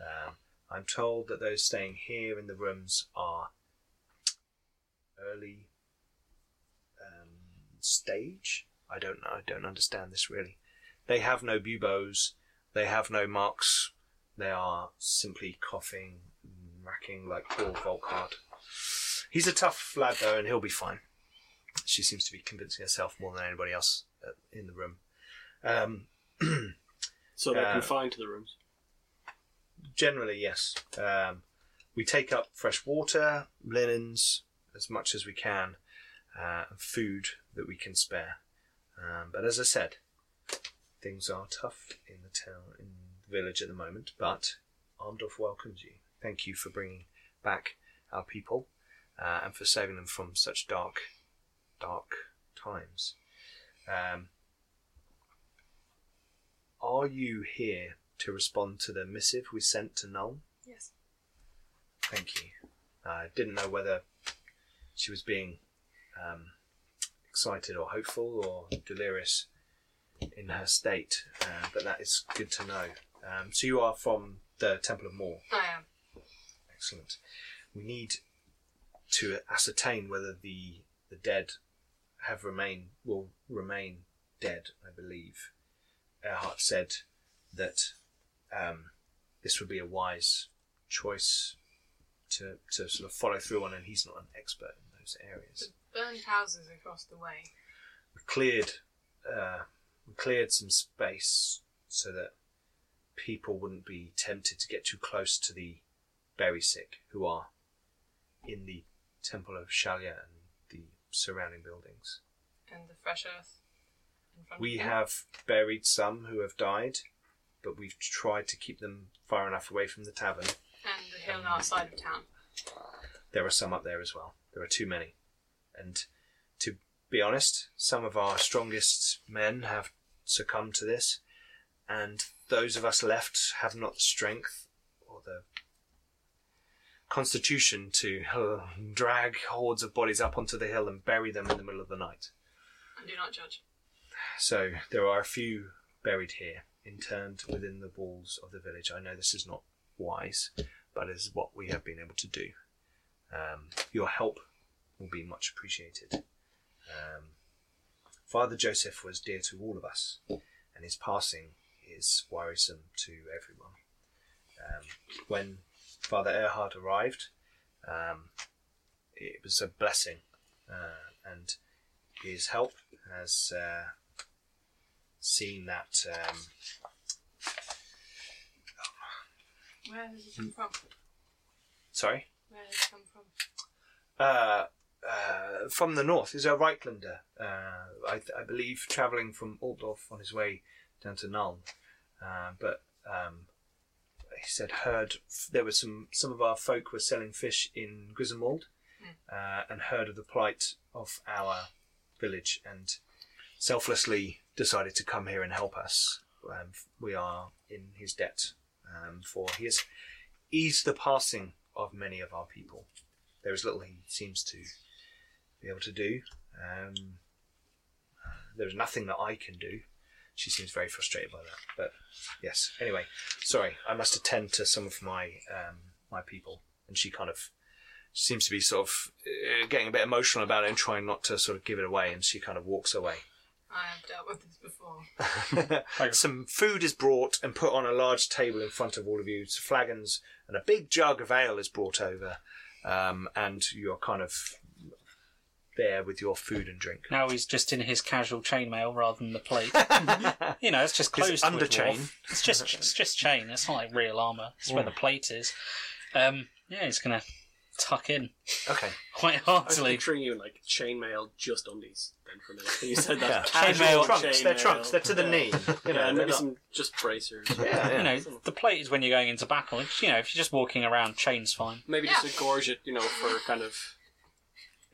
[SPEAKER 1] Um, I'm told that those staying here in the rooms are early um, stage. I don't know. I don't understand this really. They have no buboes. They have no marks. They are simply coughing, racking like poor Volkhard. He's a tough lad though, and he'll be fine. She seems to be convincing herself more than anybody else uh, in the room. Um,
[SPEAKER 3] So they're
[SPEAKER 1] Uh,
[SPEAKER 3] confined to the rooms.
[SPEAKER 1] generally, yes. Um, we take up fresh water, linens, as much as we can, uh, and food that we can spare. Um, but as I said, things are tough in the town, in the village at the moment, but Armdorf welcomes you. Thank you for bringing back our people uh, and for saving them from such dark, dark times. Um, are you here to respond to the missive we sent to Null?
[SPEAKER 5] Yes.
[SPEAKER 1] Thank you. Uh, I didn't know whether she was being um, excited or hopeful or delirious in her state, uh, but that is good to know. Um, so you are from the Temple of Moor.
[SPEAKER 5] I am.
[SPEAKER 1] Excellent. We need to ascertain whether the the dead have remain will remain dead. I believe Earhart said that um, this would be a wise choice to to sort of follow through on, and he's not an expert in those areas.
[SPEAKER 5] Burned houses across the way.
[SPEAKER 1] We cleared uh, we cleared some space so that people wouldn't be tempted to get too close to the very sick who are in the temple of Shalia and the surrounding buildings.
[SPEAKER 5] And the fresh earth in front
[SPEAKER 1] We
[SPEAKER 5] of them.
[SPEAKER 1] have buried some who have died, but we've tried to keep them far enough away from the tavern.
[SPEAKER 5] And the hill outside of town.
[SPEAKER 1] There are some up there as well. There are too many. And to be honest, some of our strongest men have succumbed to this, and those of us left have not the strength or the constitution to uh, drag hordes of bodies up onto the hill and bury them in the middle of the night.
[SPEAKER 5] I do not judge.
[SPEAKER 1] So there are a few buried here, interned within the walls of the village. I know this is not wise, but is what we have been able to do. Um, your help will be much appreciated. Um, Father Joseph was dear to all of us, and his passing is worrisome to everyone. Um, when Father Erhard arrived, um, it was a blessing, uh, and his help has. Uh, seen that um,
[SPEAKER 5] Where has he come from?
[SPEAKER 1] sorry
[SPEAKER 5] Where has he come from?
[SPEAKER 1] uh, uh, from the north is a Reichslander uh, I, I believe travelling from Altdorf on his way down to Null uh, but um, he said heard there were some some of our folk were selling fish in Griswold uh, and heard of the plight of our village and selflessly decided to come here and help us um, we are in his debt um, for he has eased the passing of many of our people there is little he seems to be able to do. Um, there is nothing that I can do. She seems very frustrated by that. But yes, anyway, sorry, I must attend to some of my um, my people, and she kind of seems to be sort of uh, getting a bit emotional about it and trying not to sort of give it away, and she kind of walks away.
[SPEAKER 5] I have dealt with this before.
[SPEAKER 1] Some food is brought and put on a large table in front of all of you. So flagons and a big jug of ale is brought over, um, and you're kind of there with your food and drink.
[SPEAKER 2] Now he's just in his casual chainmail rather than the plate. you know, it's just closed. to a
[SPEAKER 1] under
[SPEAKER 2] dwarf.
[SPEAKER 1] chain.
[SPEAKER 2] It's just it's just chain. It's not like real armor. It's where the plate is. Um, yeah, he's gonna tuck in
[SPEAKER 1] Okay.
[SPEAKER 2] quite
[SPEAKER 3] I was
[SPEAKER 2] heartily.
[SPEAKER 3] picturing you in like chainmail, just undies. Then for a minute, when you said
[SPEAKER 1] Yeah.
[SPEAKER 3] that.
[SPEAKER 1] They're
[SPEAKER 3] Casual
[SPEAKER 1] trunks. They're
[SPEAKER 3] chainmail.
[SPEAKER 1] trunks. They're to the
[SPEAKER 3] Yeah.
[SPEAKER 1] knee. You know,
[SPEAKER 3] yeah, and
[SPEAKER 1] they're
[SPEAKER 3] maybe
[SPEAKER 1] not-
[SPEAKER 3] some just bracers.
[SPEAKER 1] Yeah, yeah.
[SPEAKER 2] You know, the plate is when you're going into battle. It's, you know, if you're just walking around, chain's fine.
[SPEAKER 3] Maybe
[SPEAKER 5] Yeah.
[SPEAKER 3] just a gorge it, you know, for kind of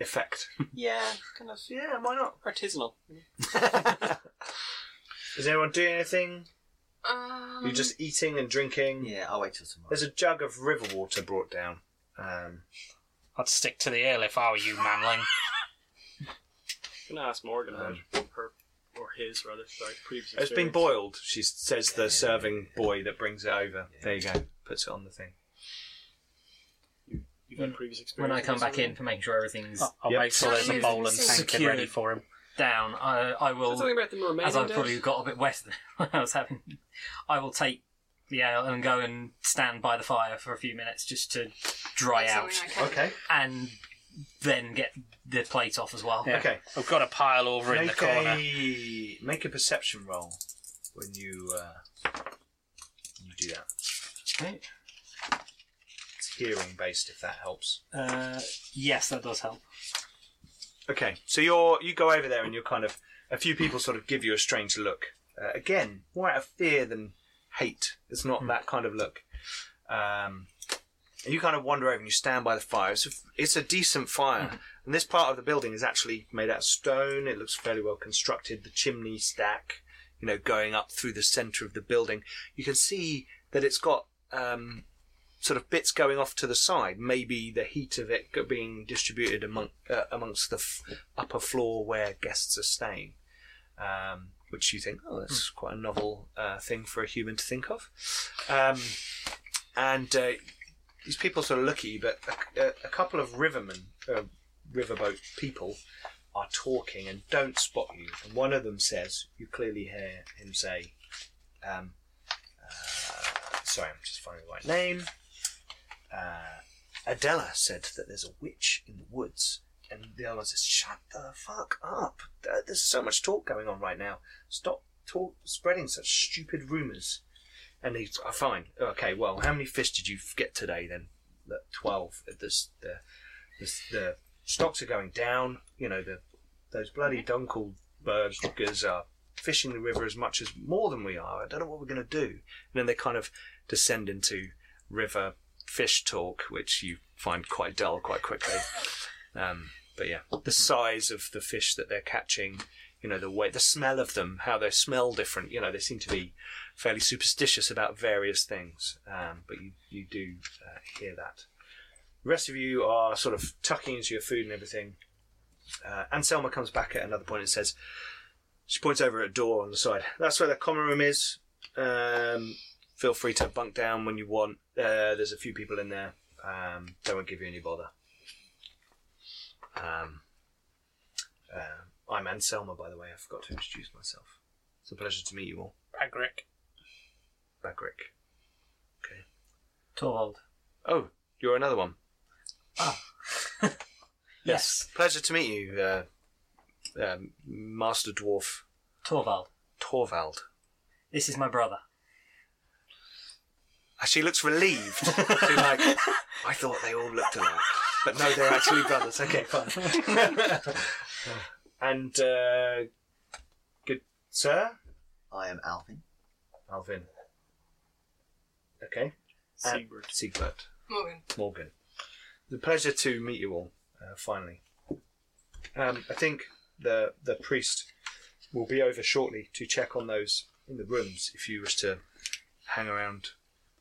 [SPEAKER 1] effect.
[SPEAKER 3] yeah, kind of
[SPEAKER 1] Yeah, why not?
[SPEAKER 3] artisanal.
[SPEAKER 1] Is anyone doing anything?
[SPEAKER 5] Um,
[SPEAKER 1] You're just eating and drinking.
[SPEAKER 4] Yeah, I'll wait till tomorrow.
[SPEAKER 1] There's a jug of river water brought down. Um,
[SPEAKER 2] I'd stick to the ale if I were you, Manling.
[SPEAKER 3] I'm gonna ask Morgan about
[SPEAKER 1] Um,
[SPEAKER 3] her or his rather. Sorry, previous.
[SPEAKER 1] it's been
[SPEAKER 3] experience.
[SPEAKER 1] boiled. She says the
[SPEAKER 4] Yeah.
[SPEAKER 1] serving boy that brings it over. There you go. Puts it on the thing.
[SPEAKER 3] You've had previous experience.
[SPEAKER 6] When I come
[SPEAKER 3] with
[SPEAKER 6] back
[SPEAKER 3] this
[SPEAKER 6] in for making sure everything's
[SPEAKER 3] Ah.
[SPEAKER 2] I'll
[SPEAKER 1] Yep.
[SPEAKER 2] make sure there's a bowl and
[SPEAKER 5] Secure.
[SPEAKER 2] tank ready for him.
[SPEAKER 6] down, I,
[SPEAKER 3] already?
[SPEAKER 6] I
[SPEAKER 3] Is there
[SPEAKER 6] will,
[SPEAKER 3] Something about them remaining.
[SPEAKER 6] as I've
[SPEAKER 3] dead?
[SPEAKER 6] probably got a bit wet when I was having, I will take the ale and go and stand by the fire for a few minutes just to dry
[SPEAKER 5] that's
[SPEAKER 6] out
[SPEAKER 5] something I can-
[SPEAKER 1] Okay.
[SPEAKER 6] and then get the plate off as well.
[SPEAKER 2] Yeah.
[SPEAKER 1] Okay.
[SPEAKER 2] I've got a pile over in the
[SPEAKER 1] Make
[SPEAKER 2] corner.
[SPEAKER 1] a make a perception roll when you uh, you do that.
[SPEAKER 6] Okay.
[SPEAKER 1] It's hearing based, if that helps.
[SPEAKER 6] Uh, yes, that does help.
[SPEAKER 1] Okay, so you're you go over there and you're kind of a few people sort of give you a strange look. Uh, again, more out of fear than hate. It's not that kind of look. Um, and you kind of wander over and you stand by the fire. It's a, it's a decent fire, and this part of the building is actually made out of stone. It looks fairly well constructed. The chimney stack, you know, going up through the centre of the building. You can see that it's got um, sort of bits going off to the side, maybe the heat of it go- being distributed among, uh, amongst the f- upper floor where guests are staying, um, which you think, oh, that's quite a novel uh, thing for a human to think of. Um, and uh, these people sort of look at you, but a, a- a couple of rivermen, uh, riverboat people, are talking and don't spot you. And one of them says, you clearly hear him say, um, uh, sorry, I'm just finding the right name. Uh, Adela said that there's a witch in the woods. And the other one says, shut the fuck up. There- There's so much talk going on right now. Stop talk, spreading such stupid rumours. And he's, oh, fine. Okay, well, how many fish did you get today then? Look, 12. This, the, this, the stocks are going down. You know, the those bloody Dunkelbergers are fishing the river as much as more than we are. I don't know what we're going to do. And then they kind of descend into river fish talk, which you find quite dull quite quickly. Um, but yeah, the size of the fish that they're catching, you know, the way, the smell of them, how they smell different. You know, they seem to be fairly superstitious about various things. Um, but you you do uh, hear that. The rest of you are sort of tucking into your food and everything. Uh, Anselma comes back at another point and says, she points over at a door on the side. That's where the common room is. Um, feel free to bunk down when you want. Uh, there's a few people in there. Um, they won't give you any bother. Um, uh, I'm Anselma, by the way. I forgot to introduce myself. It's a pleasure to meet you all.
[SPEAKER 2] Agric.
[SPEAKER 1] Bagrick.
[SPEAKER 6] Torvald.
[SPEAKER 1] Oh, you're another one.
[SPEAKER 6] Yes.
[SPEAKER 1] Pleasure to meet you, uh, um, Master Dwarf
[SPEAKER 6] Torvald.
[SPEAKER 1] Torvald.
[SPEAKER 6] This is my brother.
[SPEAKER 1] Uh, She looks relieved. She's like, I thought they all looked alike, but no, they're actually brothers. Okay, fine. and uh, good sir,
[SPEAKER 4] I am Alvin.
[SPEAKER 1] Alvin. Okay,
[SPEAKER 3] Seabird.
[SPEAKER 1] Siegbert
[SPEAKER 5] Morgan.
[SPEAKER 1] Morgan. It's a pleasure to meet you all. Uh, finally, um, I think the the priest will be over shortly to check on those in the rooms. If you wish to hang around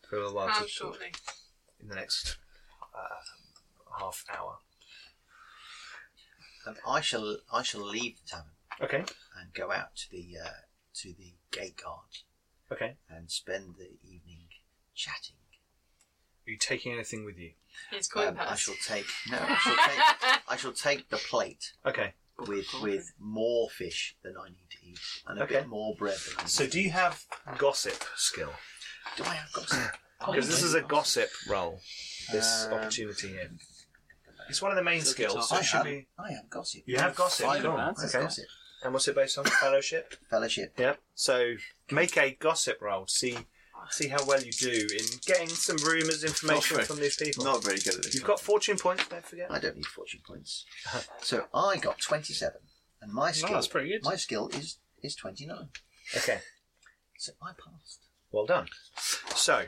[SPEAKER 1] for a little while,
[SPEAKER 5] How
[SPEAKER 1] to-
[SPEAKER 5] shortly?
[SPEAKER 1] in the next uh, half hour.
[SPEAKER 4] Um, I shall I shall leave the tavern
[SPEAKER 1] Okay.
[SPEAKER 4] and go out to the uh, to the gate guard
[SPEAKER 1] Okay. Are
[SPEAKER 4] and spend the evening chatting.
[SPEAKER 1] you taking anything with you?
[SPEAKER 5] He's coin
[SPEAKER 4] Um, I
[SPEAKER 5] purse.
[SPEAKER 4] shall take no. I shall take I shall take the plate
[SPEAKER 1] Okay.
[SPEAKER 4] with with more fish than I need to eat and a
[SPEAKER 1] Okay.
[SPEAKER 4] bit more bread. Than I need
[SPEAKER 1] So
[SPEAKER 4] to
[SPEAKER 1] do you have gossip skill?
[SPEAKER 4] eat. do I have gossip? Oh,
[SPEAKER 1] Because this is a gossip role. This
[SPEAKER 4] Um,
[SPEAKER 1] opportunity here. It's one of the main skills. So
[SPEAKER 4] I
[SPEAKER 1] it should
[SPEAKER 4] have,
[SPEAKER 1] be.
[SPEAKER 4] I have gossip.
[SPEAKER 1] You have gossip.
[SPEAKER 4] I have
[SPEAKER 1] cool.
[SPEAKER 4] advances
[SPEAKER 1] Okay.
[SPEAKER 4] gossip.
[SPEAKER 1] And what's it based on? Fellowship.
[SPEAKER 4] Fellowship.
[SPEAKER 1] Yep. So make a gossip roll. to See see how well you do in getting some rumours, information
[SPEAKER 4] Not very-
[SPEAKER 1] from these people.
[SPEAKER 4] Not very good at this.
[SPEAKER 1] You've Uh-huh.
[SPEAKER 4] one.
[SPEAKER 1] got fortune points, don't forget.
[SPEAKER 4] I don't need fortune points. so I got twenty-seven, and my skill.
[SPEAKER 2] that's pretty good.
[SPEAKER 4] My skill is is twenty-nine.
[SPEAKER 1] Okay.
[SPEAKER 4] So I passed.
[SPEAKER 1] Well done. So,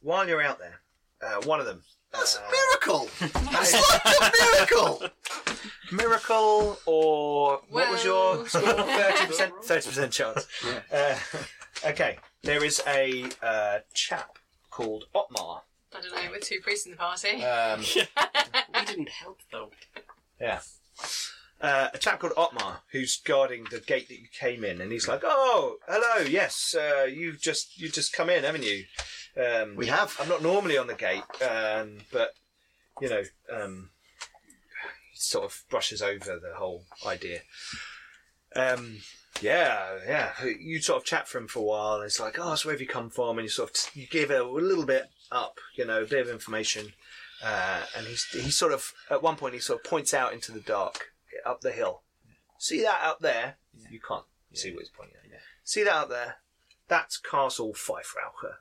[SPEAKER 1] while you're out there, uh, one of them.
[SPEAKER 4] That's
[SPEAKER 1] uh,
[SPEAKER 4] a miracle. That's like a miracle.
[SPEAKER 1] Miracle or what was your
[SPEAKER 5] Well.
[SPEAKER 1] score? Thirty percent. Thirty percent chance. Uh, okay. There is a uh, chap called Otmar.
[SPEAKER 5] I don't know, with two priests in the party.
[SPEAKER 1] Um,
[SPEAKER 3] We didn't help though.
[SPEAKER 1] Yeah. Uh, a chap called Otmar who's guarding the gate that you came in, and he's like, "Oh, hello, yes, uh, you've just you just come in, haven't you? Um,
[SPEAKER 4] We have.
[SPEAKER 1] I'm not normally on the gate, um, but you know, um, he sort of brushes over the whole idea. Um, yeah, yeah. You sort of chat for him for a while, and it's like, "Oh, so where have you come from?" And you sort of you give a little bit up, you know, a bit of information. Uh, and he's, he sort of, at one point, he sort of points out into the dark, up the hill. See that up there? You can't see what he's pointing at. See that up there? That's Castle Fiefraucher.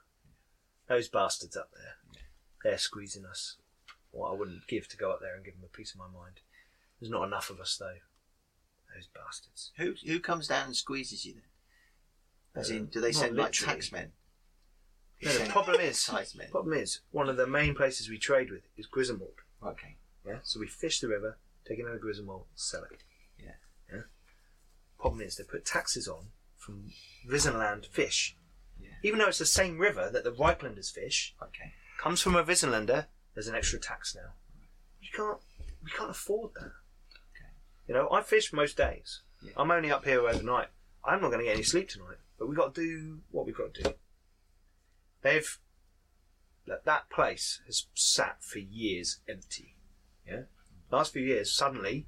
[SPEAKER 1] Those bastards up there. They're squeezing us. What I wouldn't give to go up there and give them a piece of my mind. There's not enough of us, though. Those bastards.
[SPEAKER 4] Who who comes down and squeezes you then? As in, do they
[SPEAKER 1] Uh, Not
[SPEAKER 4] send like
[SPEAKER 1] literally.
[SPEAKER 4] taxmen?
[SPEAKER 1] No, the problem is,
[SPEAKER 4] Taxmen.
[SPEAKER 1] problem is, one of the main places we trade with is Griswold.
[SPEAKER 4] Okay.
[SPEAKER 1] Yeah. So we fish the river, take another grizzle, sell it.
[SPEAKER 4] Yeah.
[SPEAKER 1] Yeah. Problem is, they put taxes on from Visenland fish.
[SPEAKER 4] Yeah.
[SPEAKER 1] Even though it's the same river that the Reichlanders fish,
[SPEAKER 4] Okay.
[SPEAKER 1] comes from a Visenlander, there's an extra tax now. You can't, we can't afford that.
[SPEAKER 4] Okay.
[SPEAKER 1] You know, I fish most days.
[SPEAKER 4] Yeah.
[SPEAKER 1] I'm only up here overnight. I'm not going to get any sleep tonight. But we've got to do what we've got to do. They've that that place has sat for years empty. Yeah, last few years suddenly,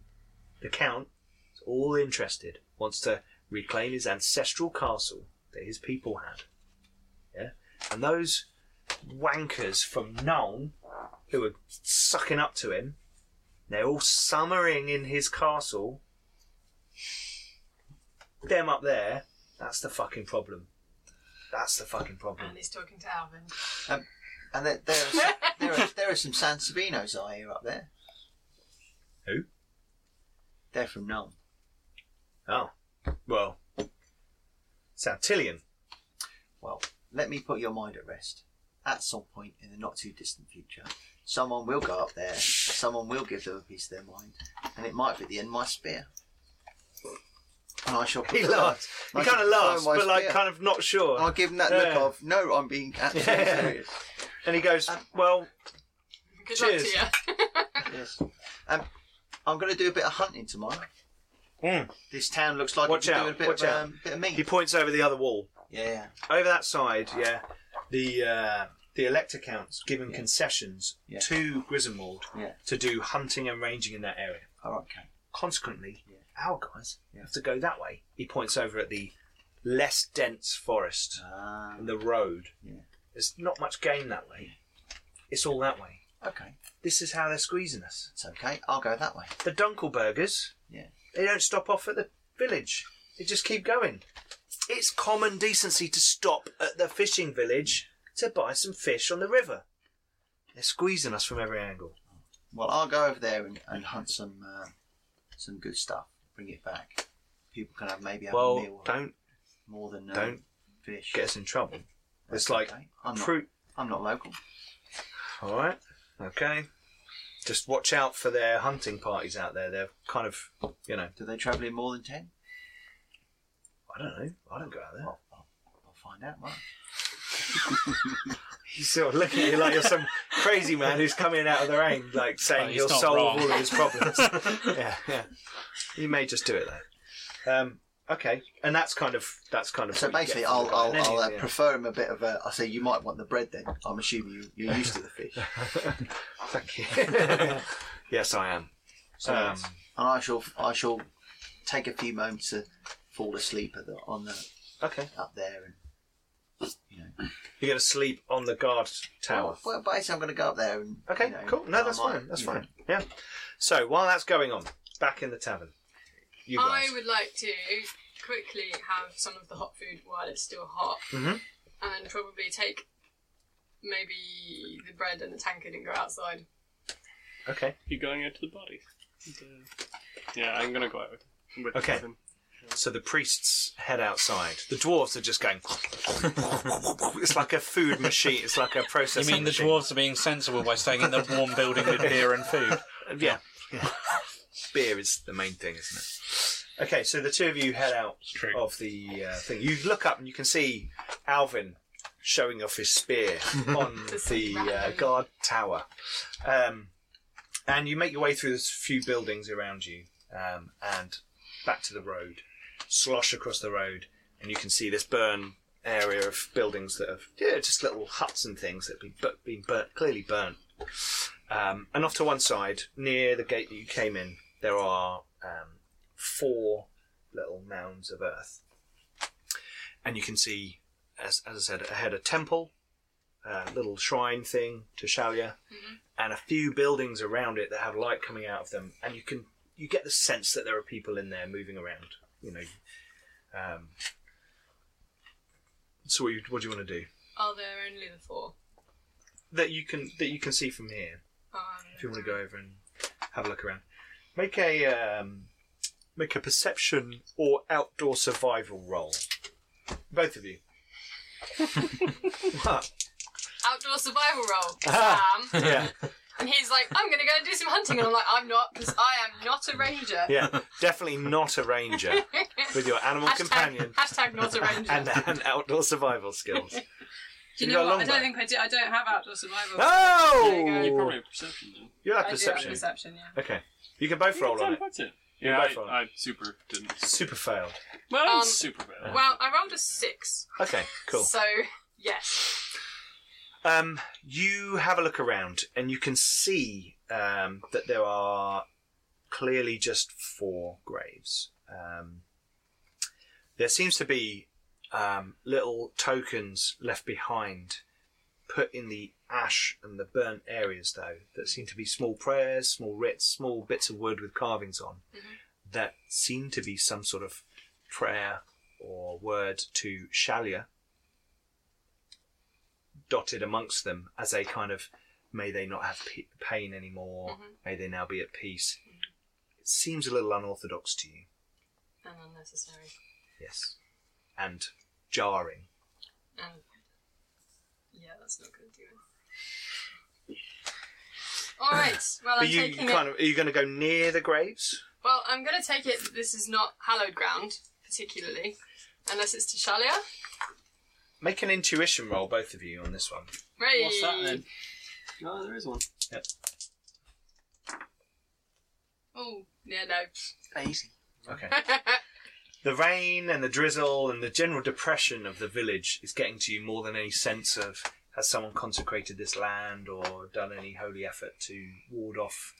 [SPEAKER 1] the count is all interested. Wants to reclaim his ancestral castle that his people had. Yeah, and those wankers from Nuln who are sucking up to him, they're all summering in his castle them up there, that's the fucking problem. That's the fucking problem.
[SPEAKER 5] And he's talking to Alvin.
[SPEAKER 4] And there, there, are some, there, are, there are some Sansevinos I hear up there.
[SPEAKER 1] Who?
[SPEAKER 4] They're from Nuln.
[SPEAKER 1] Oh, well, Santillian.
[SPEAKER 4] Well, let me put your mind at rest. At some point in the not too distant future, someone will go up there, someone will give them a piece of their mind, and it might be the end of my spear. And I shall
[SPEAKER 1] He
[SPEAKER 4] prefer-
[SPEAKER 1] laughs. He
[SPEAKER 4] I shall
[SPEAKER 1] kind of
[SPEAKER 4] prefer
[SPEAKER 1] laughs,
[SPEAKER 4] my
[SPEAKER 1] but like
[SPEAKER 4] spear.
[SPEAKER 1] kind of not sure.
[SPEAKER 4] I'll give him that
[SPEAKER 1] Yeah.
[SPEAKER 4] look of, no, I'm being absolutely
[SPEAKER 1] Yeah.
[SPEAKER 4] serious.
[SPEAKER 1] And he goes,
[SPEAKER 4] Um,
[SPEAKER 1] "Well,
[SPEAKER 5] Good
[SPEAKER 1] Cheers.
[SPEAKER 5] luck to you.
[SPEAKER 4] Yes. Um, I'm going to do a bit of hunting tomorrow.
[SPEAKER 1] Mm.
[SPEAKER 4] This town looks like
[SPEAKER 1] Watch
[SPEAKER 4] it's
[SPEAKER 1] out,
[SPEAKER 4] doing a bit
[SPEAKER 1] watch
[SPEAKER 4] of,
[SPEAKER 1] out.
[SPEAKER 4] Um, bit of meat.
[SPEAKER 1] he points over the other wall,
[SPEAKER 4] Yeah.
[SPEAKER 1] over that side. Yeah, the uh, the elector count's given
[SPEAKER 4] Yeah.
[SPEAKER 1] concessions
[SPEAKER 4] Yeah.
[SPEAKER 1] to Griswold
[SPEAKER 4] Yeah.
[SPEAKER 1] to do hunting and ranging in that area.
[SPEAKER 4] All right. Okay.
[SPEAKER 1] Consequently,
[SPEAKER 4] Yeah.
[SPEAKER 1] our guys
[SPEAKER 4] Yeah.
[SPEAKER 1] have to go that way." He points over at the less dense forest. and
[SPEAKER 4] Um,
[SPEAKER 1] the road.
[SPEAKER 4] Yeah.
[SPEAKER 1] There's not much game that way. It's all that way.
[SPEAKER 4] okay.
[SPEAKER 1] This is how they're squeezing us.
[SPEAKER 4] It's okay. I'll go that way.
[SPEAKER 1] The Dunkelbergers,
[SPEAKER 4] Yeah.
[SPEAKER 1] they don't stop off at the village. They just keep going. It's common decency to stop at the fishing village to buy some fish on the river. They're squeezing us from every angle.
[SPEAKER 4] Well, I'll go over there and, and hunt some uh, some good stuff. Bring it back. People can have maybe have a
[SPEAKER 1] well,
[SPEAKER 4] meal.
[SPEAKER 1] don't
[SPEAKER 4] more than um,
[SPEAKER 1] don't
[SPEAKER 4] fish.
[SPEAKER 1] get us in trouble.
[SPEAKER 4] That's
[SPEAKER 1] it's like
[SPEAKER 4] okay. I'm not,
[SPEAKER 1] fruit.
[SPEAKER 4] I'm not local.
[SPEAKER 1] All right. Okay. Just watch out for their hunting parties out there. They're kind of, you know,
[SPEAKER 4] Do they travel in more than ten?
[SPEAKER 1] I don't know. I don't go out there.
[SPEAKER 4] I'll, I'll, I'll find out. Right.
[SPEAKER 1] He's sort of looking at you like you're some crazy man who's coming out of the rain, like
[SPEAKER 2] Oh,
[SPEAKER 1] saying
[SPEAKER 2] he's
[SPEAKER 1] he'll
[SPEAKER 2] not
[SPEAKER 1] solve
[SPEAKER 2] wrong.
[SPEAKER 1] all of his problems. yeah, yeah. You may just do it though. Um, okay, and that's kind of that's kind of.
[SPEAKER 4] So
[SPEAKER 1] what you
[SPEAKER 4] basically,
[SPEAKER 1] get from
[SPEAKER 4] I'll
[SPEAKER 1] the guy.
[SPEAKER 4] I'll,
[SPEAKER 1] And
[SPEAKER 4] I'll uh,
[SPEAKER 1] anyway,
[SPEAKER 4] prefer him a bit of a. I say you might want the bread then. I'm assuming you, you're used to the fish.
[SPEAKER 1] Thank you. yes, I am.
[SPEAKER 4] So,
[SPEAKER 1] Um,
[SPEAKER 4] and I shall I shall take a few moments to fall asleep at the, on the
[SPEAKER 1] Okay,
[SPEAKER 4] up there and you know.
[SPEAKER 1] you're going to sleep on the guard tower.
[SPEAKER 4] Well, "Oh, well, basically, I'm going to go up there and
[SPEAKER 1] Okay,
[SPEAKER 4] you know,
[SPEAKER 1] cool. No, that's
[SPEAKER 4] I might-
[SPEAKER 1] fine. That's
[SPEAKER 4] you
[SPEAKER 1] fine.
[SPEAKER 4] know.
[SPEAKER 1] Yeah. So while that's going on, back in the tavern, you guys.
[SPEAKER 5] I would like to quickly have some of the hot food while it's still hot.
[SPEAKER 1] Mhm.
[SPEAKER 5] and then probably take maybe the bread and the tankard and go outside.
[SPEAKER 1] Okay.
[SPEAKER 3] You're going out to the body. Yeah, I'm gonna go out with him. With
[SPEAKER 1] Okay.
[SPEAKER 3] him.
[SPEAKER 1] So the priests head outside. The dwarves are just going. it's like a food machine. It's like a
[SPEAKER 2] You
[SPEAKER 1] processing.
[SPEAKER 2] mean the
[SPEAKER 1] machine.
[SPEAKER 2] dwarves are being sensible by staying in the warm building with beer and food?
[SPEAKER 1] Yeah. Beer is the main thing, isn't it? Okay, so the two of you head out
[SPEAKER 2] true.
[SPEAKER 1] of the uh, thing. You look up and you can see Alvin showing off his spear on the uh, guard tower. Um, and you make your way through this few buildings around you um, and back to the road, slosh across the road, and you can see this burn area of buildings that have yeah, just little huts and things that have been, bu- been burnt, clearly burnt. Um, and off to one side, near the gate that you came in, there are um, four little mounds of earth. And you can see, as, as I said, ahead a temple, a little shrine thing to Shalia, and a few buildings around it that have light coming out of them. And you can you get the sense that there are people in there moving around. You know. Um, so what, you, what do you want to do?
[SPEAKER 5] Are there only the four?
[SPEAKER 1] That you can that you can see from here.
[SPEAKER 5] Um,
[SPEAKER 1] If you want to go over and have a look around, make a um, make a perception or outdoor survival roll. Both of you. what?
[SPEAKER 5] Outdoor survival roll.
[SPEAKER 1] Ah.
[SPEAKER 5] Sam.
[SPEAKER 1] Yeah,
[SPEAKER 5] And he's like, I'm going to go and do some hunting. And I'm like, I'm not, because I am not a ranger.
[SPEAKER 1] yeah. Definitely not a ranger with your animal
[SPEAKER 5] hashtag,
[SPEAKER 1] companion
[SPEAKER 5] hashtag not a ranger.
[SPEAKER 1] and, and outdoor survival skills.
[SPEAKER 5] do
[SPEAKER 1] you
[SPEAKER 5] you
[SPEAKER 1] go
[SPEAKER 5] know what?
[SPEAKER 1] along
[SPEAKER 5] I don't
[SPEAKER 1] there.
[SPEAKER 5] think I do. I don't have outdoor survival.
[SPEAKER 1] Oh,
[SPEAKER 5] There
[SPEAKER 3] You probably have perception then.
[SPEAKER 1] you
[SPEAKER 5] I
[SPEAKER 1] have
[SPEAKER 5] do have
[SPEAKER 1] perception.
[SPEAKER 5] perception, yeah.
[SPEAKER 1] Okay, you can both roll on it.
[SPEAKER 3] That's it.
[SPEAKER 1] You
[SPEAKER 3] Yeah,
[SPEAKER 1] both roll.
[SPEAKER 3] I, I super didn't.
[SPEAKER 1] Super failed.
[SPEAKER 3] Well, I
[SPEAKER 5] Um,
[SPEAKER 3] didn't super bad.
[SPEAKER 5] Well, I rolled a six.
[SPEAKER 1] Okay, cool.
[SPEAKER 5] So, yes.
[SPEAKER 1] Um, you have a look around and you can see um, that there are clearly just four graves. Um, there seems to be um, little tokens left behind, put in the ash and the burnt areas, though, that seem to be small prayers, small writs, small bits of wood with carvings on, that seem to be some sort of prayer or word to Shalia dotted amongst them as a kind of may they not have p- pain anymore
[SPEAKER 5] Mm-hmm.
[SPEAKER 1] may they now be at peace it seems a little unorthodox to you
[SPEAKER 5] And unnecessary.
[SPEAKER 1] yes and jarring
[SPEAKER 5] And yeah, that's not good, do it. All right. Well, I'm
[SPEAKER 1] but you, you
[SPEAKER 5] taking
[SPEAKER 1] kind
[SPEAKER 5] it.
[SPEAKER 1] of are you going to go near the graves
[SPEAKER 5] Well, I'm going to take it. that This is not hallowed ground, particularly, unless it's to Shalia.
[SPEAKER 1] make an intuition roll both of you on this one
[SPEAKER 5] Right.
[SPEAKER 3] What's that then? Oh, there is one.
[SPEAKER 5] Oh, yeah, no.
[SPEAKER 4] Easy.
[SPEAKER 1] okay the rain and the drizzle and the general depression of the village is getting to you more than any sense of has someone consecrated this land or done any holy effort to ward off,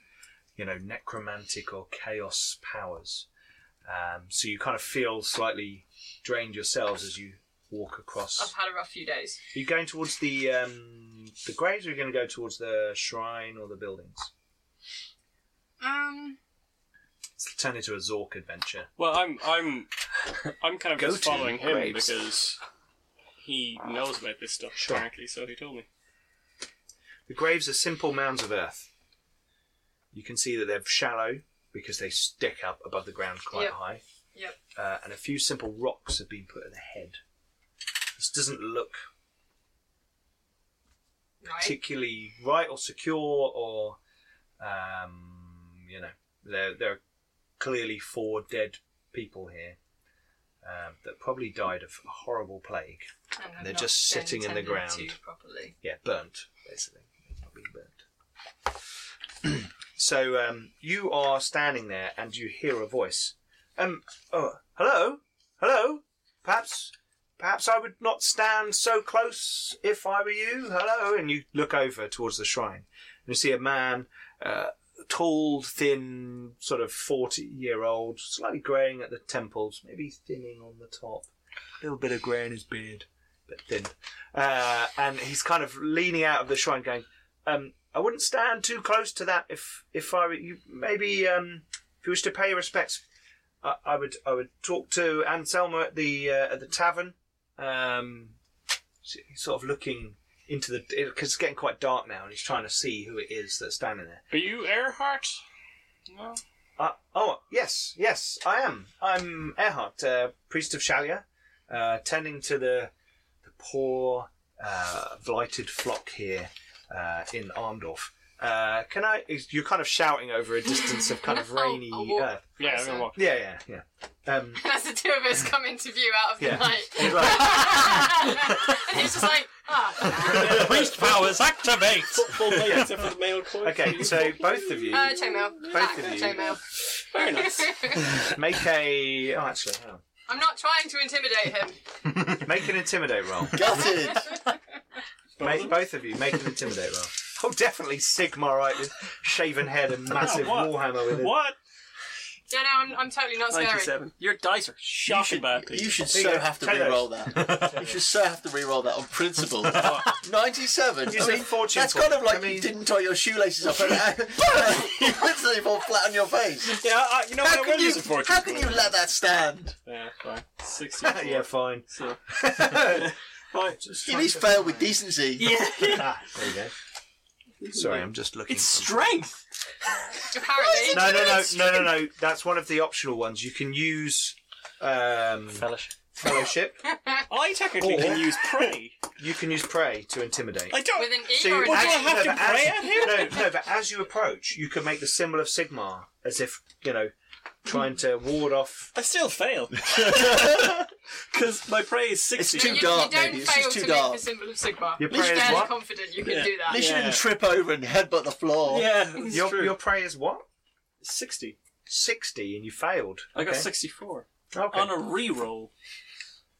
[SPEAKER 1] you know, necromantic or chaos powers. Um, so you kind of feel slightly drained yourselves as you walk
[SPEAKER 5] I've
[SPEAKER 1] across.
[SPEAKER 5] had a rough few days.
[SPEAKER 1] Are you going towards the um, the graves, or are you going to go towards the shrine or the buildings?
[SPEAKER 5] Um.
[SPEAKER 1] It's turned into a Zork adventure.
[SPEAKER 3] Well, I'm I'm I'm kind of
[SPEAKER 1] Go
[SPEAKER 3] just
[SPEAKER 1] to
[SPEAKER 3] following him
[SPEAKER 1] graves.
[SPEAKER 3] because he knows about this stuff
[SPEAKER 1] Sure.
[SPEAKER 3] apparently, so he told me.
[SPEAKER 1] The graves are simple mounds of earth. You can see that they're shallow because they stick up above the ground quite
[SPEAKER 5] Yep.
[SPEAKER 1] high,
[SPEAKER 5] Yep.
[SPEAKER 1] uh, and a few simple rocks have been put in the head. This doesn't look
[SPEAKER 5] Right.
[SPEAKER 1] particularly right or secure, or um, you know, there there are clearly four dead people here um, that probably died of a horrible plague.
[SPEAKER 5] And have
[SPEAKER 1] They're
[SPEAKER 5] not
[SPEAKER 1] just
[SPEAKER 5] been
[SPEAKER 1] sitting in the
[SPEAKER 5] tended
[SPEAKER 1] ground.
[SPEAKER 5] to properly.
[SPEAKER 1] yeah, burnt basically. It's not being burnt. so um, you are standing there and you hear a voice. Um, oh, hello, hello. Perhaps, perhaps I would not stand so close if I were you. Hello, and you look over towards the shrine and you see a man, uh, tall, thin, sort of forty-year-old, slightly greying at the temples, maybe thinning on the top, a little bit of grey in his beard, but thin uh, and he's kind of leaning out of the shrine, going, um, "I wouldn't stand too close to that. If if I were you, maybe um, if you wish to pay your respects, I, I would I would talk to Anselmo at the uh, at the tavern. Um, So He's sort of looking into the because it's getting quite dark now, and he's trying to see who it is that's standing there.
[SPEAKER 3] Are you Earhart? No.
[SPEAKER 1] Uh, oh yes, yes, I am. I'm Erhard, uh, priest of Shalia, uh, tending to the the poor uh, blighted flock here uh, in Armdorf. Uh, can I? is- You're kind of shouting over a distance of kind of
[SPEAKER 5] I'll-
[SPEAKER 1] rainy
[SPEAKER 5] I'll walk.
[SPEAKER 1] earth.
[SPEAKER 3] Yeah, I'm
[SPEAKER 5] Awesome.
[SPEAKER 3] gonna walk.
[SPEAKER 1] Yeah, yeah, yeah. Um,
[SPEAKER 5] As the two of us come into view out of the
[SPEAKER 1] Yeah.
[SPEAKER 5] night.
[SPEAKER 1] he's like,
[SPEAKER 5] and he's just like, ah.
[SPEAKER 2] Priest powers activate!
[SPEAKER 3] Full plate except for the male coin.
[SPEAKER 1] okay, so both of you
[SPEAKER 5] Uh, chainmail. Back,
[SPEAKER 1] of you.
[SPEAKER 5] Chainmail.
[SPEAKER 3] Very nice.
[SPEAKER 1] make a. Oh, actually, hang on.
[SPEAKER 5] I'm not trying to intimidate him.
[SPEAKER 1] make an intimidate roll.
[SPEAKER 4] Gutted!
[SPEAKER 1] Make both of you make an intimidate roll. Oh, definitely Sigma, right? With shaven head and massive
[SPEAKER 3] what?
[SPEAKER 1] warhammer with it.
[SPEAKER 3] What?
[SPEAKER 5] Yeah, no, I'm, I'm totally not scary.
[SPEAKER 3] Ninety-seven. Your dice are
[SPEAKER 4] You
[SPEAKER 3] shocking
[SPEAKER 4] should,
[SPEAKER 3] bad.
[SPEAKER 4] you should
[SPEAKER 1] There you
[SPEAKER 4] so
[SPEAKER 1] go.
[SPEAKER 4] have to
[SPEAKER 1] Take
[SPEAKER 4] re-roll that. you should so have to re-roll that on principle. Ninety-seven.
[SPEAKER 1] Use a fortune
[SPEAKER 4] that's
[SPEAKER 1] point.
[SPEAKER 4] kind of like
[SPEAKER 1] I mean-
[SPEAKER 4] you didn't tie your shoelaces up and you literally fall flat on your face.
[SPEAKER 3] Yeah, I, you know
[SPEAKER 4] How
[SPEAKER 3] what? I
[SPEAKER 4] can
[SPEAKER 3] will
[SPEAKER 4] you?
[SPEAKER 3] use it for
[SPEAKER 4] How can you let that stand?
[SPEAKER 3] Yeah, fine. Sixty-four.
[SPEAKER 1] yeah, fine. Ah,
[SPEAKER 3] So,
[SPEAKER 1] there
[SPEAKER 3] fine. Just
[SPEAKER 4] You at least fail with decency.
[SPEAKER 3] yeah.
[SPEAKER 1] you go. Sorry, I'm just looking.
[SPEAKER 3] It's strength.
[SPEAKER 5] Apparently.
[SPEAKER 1] no, no, no, no, no, no. That's one of the optional ones. You can use um,
[SPEAKER 2] Fellowship.
[SPEAKER 1] fellowship.
[SPEAKER 3] I technically
[SPEAKER 1] Or-
[SPEAKER 3] can use prey.
[SPEAKER 1] You can use prey to intimidate.
[SPEAKER 3] I don't.
[SPEAKER 5] With an E
[SPEAKER 1] So
[SPEAKER 5] or
[SPEAKER 1] you-
[SPEAKER 5] an
[SPEAKER 3] Well,
[SPEAKER 5] A?
[SPEAKER 3] do I
[SPEAKER 1] actually-
[SPEAKER 3] have
[SPEAKER 1] no,
[SPEAKER 3] to
[SPEAKER 1] but as-
[SPEAKER 3] pray at him?
[SPEAKER 1] No, no. But as you approach, you can make the symbol of Sigma, as if you know, trying to ward off.
[SPEAKER 3] I still fail. Because my prey is 60.
[SPEAKER 4] It's too
[SPEAKER 5] you, you
[SPEAKER 4] dark,
[SPEAKER 5] don't
[SPEAKER 4] maybe. It's
[SPEAKER 5] fail
[SPEAKER 4] just too
[SPEAKER 5] to
[SPEAKER 4] dark.
[SPEAKER 5] make the symbol of Sigma.
[SPEAKER 1] Your
[SPEAKER 5] You're
[SPEAKER 1] prayer is
[SPEAKER 5] fairly
[SPEAKER 1] what?
[SPEAKER 5] confident you can
[SPEAKER 3] Yeah.
[SPEAKER 5] do
[SPEAKER 4] At
[SPEAKER 5] that.
[SPEAKER 4] least you
[SPEAKER 3] Yeah.
[SPEAKER 4] didn't trip over and headbutt the floor.
[SPEAKER 3] Yeah, it's
[SPEAKER 1] Your
[SPEAKER 3] true.
[SPEAKER 1] your prey is what?
[SPEAKER 3] 60.
[SPEAKER 1] Sixty, and you failed.
[SPEAKER 3] I got
[SPEAKER 1] Okay.
[SPEAKER 3] 64.
[SPEAKER 1] Okay.
[SPEAKER 3] On a re-roll.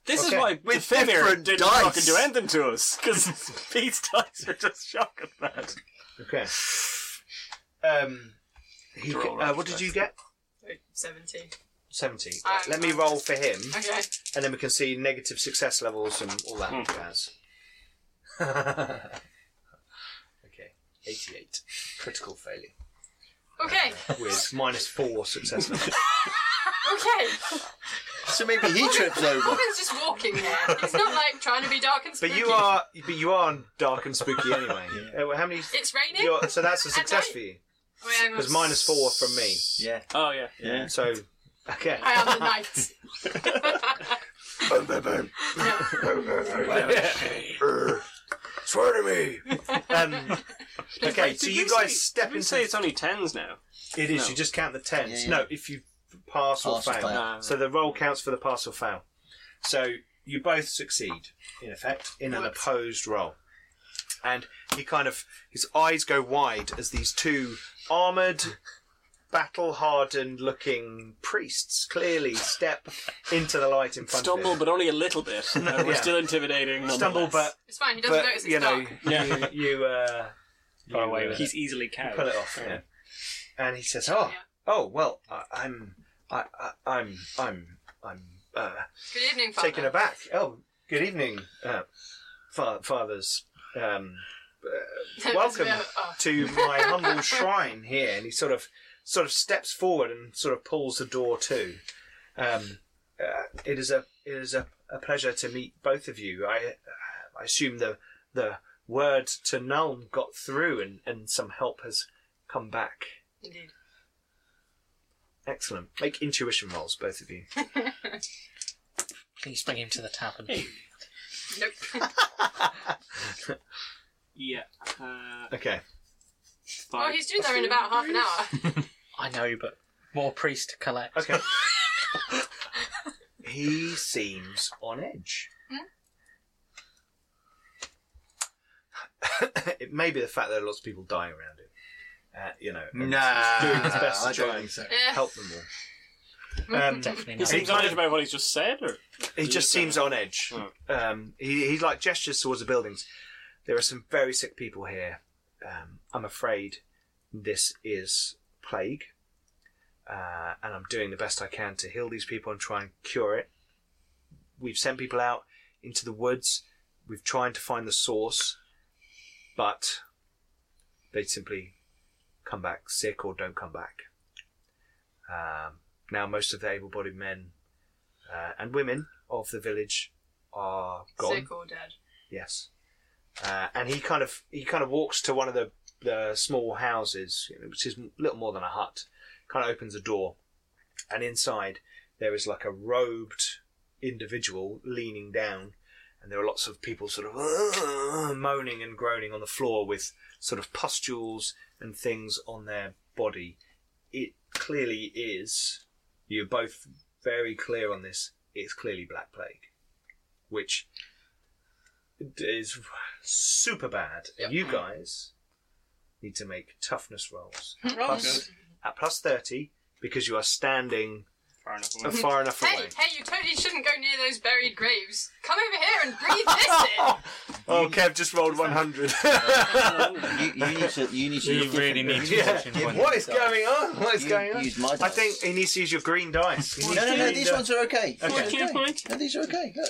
[SPEAKER 3] This
[SPEAKER 1] Okay.
[SPEAKER 3] is why
[SPEAKER 4] With
[SPEAKER 3] the Fenrir
[SPEAKER 4] different
[SPEAKER 3] didn't
[SPEAKER 4] dice.
[SPEAKER 3] fucking do anything to us. Because Pete's dice are just shocking that.
[SPEAKER 1] Okay. Um, he,
[SPEAKER 3] Roll
[SPEAKER 1] uh,
[SPEAKER 3] round
[SPEAKER 1] what did
[SPEAKER 3] first.
[SPEAKER 1] you get?
[SPEAKER 5] 17.
[SPEAKER 1] 70.
[SPEAKER 5] Um,
[SPEAKER 1] Right, let me roll for him,
[SPEAKER 5] Okay.
[SPEAKER 1] and then we can see negative success levels and all
[SPEAKER 7] Hmm.
[SPEAKER 1] that jazz. okay, 88. Critical failure.
[SPEAKER 5] Okay.
[SPEAKER 1] With minus 4 success levels.
[SPEAKER 5] Okay.
[SPEAKER 4] So maybe he trips over.
[SPEAKER 5] Robin's just walking here. He's not like trying to be dark and spooky.
[SPEAKER 1] But you are but you are dark and spooky anyway. Uh, well, how many?
[SPEAKER 5] It's raining. Oh,
[SPEAKER 1] You're, so that's a
[SPEAKER 5] At
[SPEAKER 1] success
[SPEAKER 5] night?
[SPEAKER 1] for you.
[SPEAKER 5] Wait, hang on.
[SPEAKER 1] Because minus 4 from me.
[SPEAKER 4] Yeah.
[SPEAKER 3] Oh, yeah.
[SPEAKER 4] Yeah.
[SPEAKER 1] So, okay.
[SPEAKER 5] I am the knight.
[SPEAKER 7] Boom, boom, boom. Boom, boom, boom. Err. Swear to me.
[SPEAKER 1] Um, okay,
[SPEAKER 3] Wait,
[SPEAKER 1] so
[SPEAKER 3] did
[SPEAKER 1] you
[SPEAKER 3] we
[SPEAKER 1] guys
[SPEAKER 3] say-
[SPEAKER 1] step
[SPEAKER 3] did we
[SPEAKER 1] into
[SPEAKER 3] say it's only 10s now.
[SPEAKER 1] It is.
[SPEAKER 3] No.
[SPEAKER 1] You just count the tens.
[SPEAKER 4] Yeah, yeah.
[SPEAKER 1] No, if you pass, or
[SPEAKER 4] Pass or
[SPEAKER 1] fail.
[SPEAKER 4] fail.
[SPEAKER 3] No.
[SPEAKER 1] So the roll counts for the pass or fail. So you both succeed, in effect, in an
[SPEAKER 5] Right.
[SPEAKER 1] opposed roll. And he kind of his eyes go wide as these two armored, battle hardened looking priests clearly step into the light in front
[SPEAKER 3] Stumble,
[SPEAKER 1] of him.
[SPEAKER 3] but only a little bit. and we're
[SPEAKER 1] yeah.
[SPEAKER 3] still intimidating.
[SPEAKER 1] stumble, but
[SPEAKER 5] It's fine. He doesn't
[SPEAKER 1] but
[SPEAKER 5] notice it's
[SPEAKER 1] you know
[SPEAKER 5] dark.
[SPEAKER 3] Yeah.
[SPEAKER 1] you you, uh, you
[SPEAKER 2] Got away
[SPEAKER 1] uh,
[SPEAKER 2] with
[SPEAKER 3] He's easily cowed.
[SPEAKER 1] pull it off. Yeah. And he says, "Oh,
[SPEAKER 5] Yeah.
[SPEAKER 1] oh well, I, I'm, I, I, I'm, I'm, I'm uh,
[SPEAKER 5] Good evening, Father.
[SPEAKER 1] taken aback. Oh, good evening, uh, fa- fathers. Um,
[SPEAKER 5] That's
[SPEAKER 1] welcome
[SPEAKER 5] a bit of- oh.
[SPEAKER 1] to my humble shrine here." And he sort of, sort of steps forward and sort of pulls the door to. Um, uh, it is a, it is a, a pleasure to meet both of you. I, uh, I assume the the word to Nuln got through and, and some help has come back.
[SPEAKER 5] Indeed.
[SPEAKER 1] Excellent. Make intuition rolls, both of you.
[SPEAKER 2] Please bring him to the tavern.
[SPEAKER 5] Nope.
[SPEAKER 3] Yeah. Uh,
[SPEAKER 1] Okay.
[SPEAKER 5] well,
[SPEAKER 3] five.
[SPEAKER 5] he's due there in about half an hour.
[SPEAKER 2] I know, but more priest to collect.
[SPEAKER 1] Okay. he seems on edge.
[SPEAKER 4] Hmm?
[SPEAKER 1] it may be the fact that lots of people dying around him. Uh, you know, and he's doing his best
[SPEAKER 4] I
[SPEAKER 1] to
[SPEAKER 4] don't
[SPEAKER 1] try and
[SPEAKER 4] think so.
[SPEAKER 5] Yeah.
[SPEAKER 1] help them all. Um,
[SPEAKER 2] Definitely
[SPEAKER 3] He
[SPEAKER 2] not.
[SPEAKER 3] seems honest about what he's just said, or?
[SPEAKER 1] he just seems on edge. Um, he, he like gestures towards the buildings. There are some very sick people here. Um, I'm afraid this is plague, uh, and I'm doing the best I can to heal these people and try and cure it. We've sent people out into the woods. We've tried to find the source, but they simply come back sick or don't come back. Um, now, most of the able-bodied men uh, and women of the village are gone.
[SPEAKER 5] Sick or dead.
[SPEAKER 1] Yes. Uh, and he kind of he kind of walks to one of the, the small houses, you know, which is little more than a hut. Kind of opens a door, and inside there is like a robed individual leaning down, and there are lots of people sort of moaning and groaning on the floor with sort of pustules and things on their body. It clearly is. You're both very clear on this. It's clearly black plague, which is super bad. And you guys need to make toughness rolls at plus, at plus 30 because you are standing
[SPEAKER 3] Far enough
[SPEAKER 1] uh,
[SPEAKER 3] away.
[SPEAKER 4] Mhm.
[SPEAKER 1] far enough
[SPEAKER 5] Hey,
[SPEAKER 1] away.
[SPEAKER 5] hey, you totally shouldn't go near those buried graves. Come over here and breathe this in.
[SPEAKER 1] Oh, Kev just rolled 100.
[SPEAKER 4] You, you need to. You need to.
[SPEAKER 2] You
[SPEAKER 4] use
[SPEAKER 2] really
[SPEAKER 4] different-
[SPEAKER 2] need to
[SPEAKER 1] yeah.
[SPEAKER 2] watch him when-
[SPEAKER 1] What is going on? What is
[SPEAKER 4] You
[SPEAKER 1] going on?
[SPEAKER 4] use my
[SPEAKER 1] I
[SPEAKER 4] dice.
[SPEAKER 1] think he needs to use your green dice. He
[SPEAKER 4] No,
[SPEAKER 1] needs
[SPEAKER 4] no,
[SPEAKER 1] to
[SPEAKER 4] no.
[SPEAKER 1] use
[SPEAKER 4] These
[SPEAKER 1] the-
[SPEAKER 4] ones are okay. These
[SPEAKER 1] Okay.
[SPEAKER 4] ones are
[SPEAKER 3] Can't find-
[SPEAKER 4] No, these are okay. Look,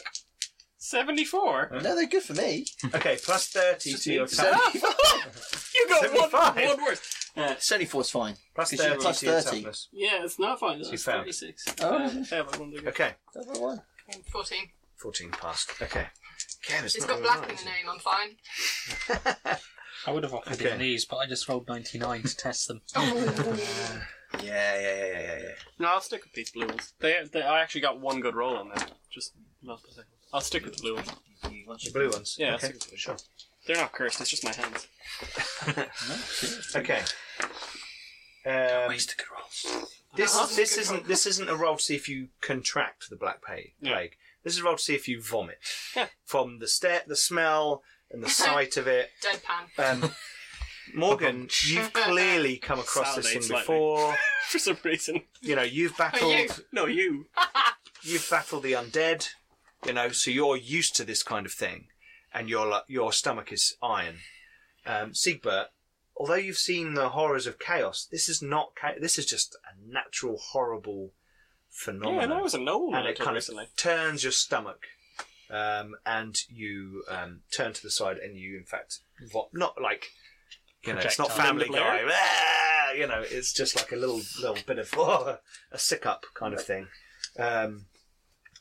[SPEAKER 3] Seventy-four.
[SPEAKER 4] no, they're good for me.
[SPEAKER 1] Okay, plus 30 to your
[SPEAKER 4] So-
[SPEAKER 1] toughness.
[SPEAKER 3] You got one,
[SPEAKER 1] 75.
[SPEAKER 3] one worse. Uh,
[SPEAKER 4] 74 is fine.
[SPEAKER 1] Plus
[SPEAKER 4] 'Cause you're
[SPEAKER 1] 30
[SPEAKER 4] plus
[SPEAKER 1] to your
[SPEAKER 4] 30.
[SPEAKER 1] toughness.
[SPEAKER 3] yeah, it's not fine. It's
[SPEAKER 1] found.
[SPEAKER 3] thirty-six.
[SPEAKER 4] Oh.
[SPEAKER 3] Uh, yeah, but one bigger.
[SPEAKER 1] Okay,
[SPEAKER 4] Another one.
[SPEAKER 5] 14.
[SPEAKER 1] 14 past. Okay. Kev, it's
[SPEAKER 5] It's
[SPEAKER 1] not
[SPEAKER 5] got
[SPEAKER 1] your
[SPEAKER 5] black
[SPEAKER 1] line,
[SPEAKER 5] in
[SPEAKER 1] is
[SPEAKER 5] the
[SPEAKER 1] it?
[SPEAKER 5] name, I'm fine.
[SPEAKER 2] I would have offered
[SPEAKER 1] Okay.
[SPEAKER 2] him these, but I just rolled 99 to test them.
[SPEAKER 4] Yeah, yeah, yeah, yeah, yeah, yeah.
[SPEAKER 3] No, I'll stick with these blue ones. They, they, I actually got one good roll on them. Just love the second. I'll stick with the blue ones.
[SPEAKER 1] The blue ones.
[SPEAKER 3] Yeah,
[SPEAKER 1] Okay.
[SPEAKER 3] that's-
[SPEAKER 1] Sure.
[SPEAKER 3] They're not cursed. It's just my hands.
[SPEAKER 1] Okay. Um, this this isn't this isn't a roll to see if you contract the black pa- plague.
[SPEAKER 3] Yeah.
[SPEAKER 1] This is a roll to see if you vomit
[SPEAKER 3] Yeah.
[SPEAKER 1] from the stare, the smell, and the sight of it.
[SPEAKER 5] Deadpan.
[SPEAKER 1] Um, Morgan, you've clearly come across this thing
[SPEAKER 3] Salivate slightly.
[SPEAKER 1] before.
[SPEAKER 3] For some reason.
[SPEAKER 1] You know, you've battled
[SPEAKER 5] you?
[SPEAKER 3] No, you.
[SPEAKER 1] you've battled the undead, you know, so you're used to this kind of thing, and your like, your stomach is iron. Um, Siegbert, although you've seen the horrors of chaos, this is not cha- this is just a natural horrible
[SPEAKER 3] Yeah,
[SPEAKER 1] phenomenon,
[SPEAKER 3] that was a no
[SPEAKER 1] and it
[SPEAKER 3] until
[SPEAKER 1] kind
[SPEAKER 3] recently.
[SPEAKER 1] of turns your stomach, um, and you um, turn to the side, and you in fact vo- not like. You know, it's not
[SPEAKER 2] Projectile.
[SPEAKER 1] Family Guy.
[SPEAKER 3] Blair.
[SPEAKER 1] Ah, you know, it's just like a little, little bit of oh, a sick up kind of thing. Um,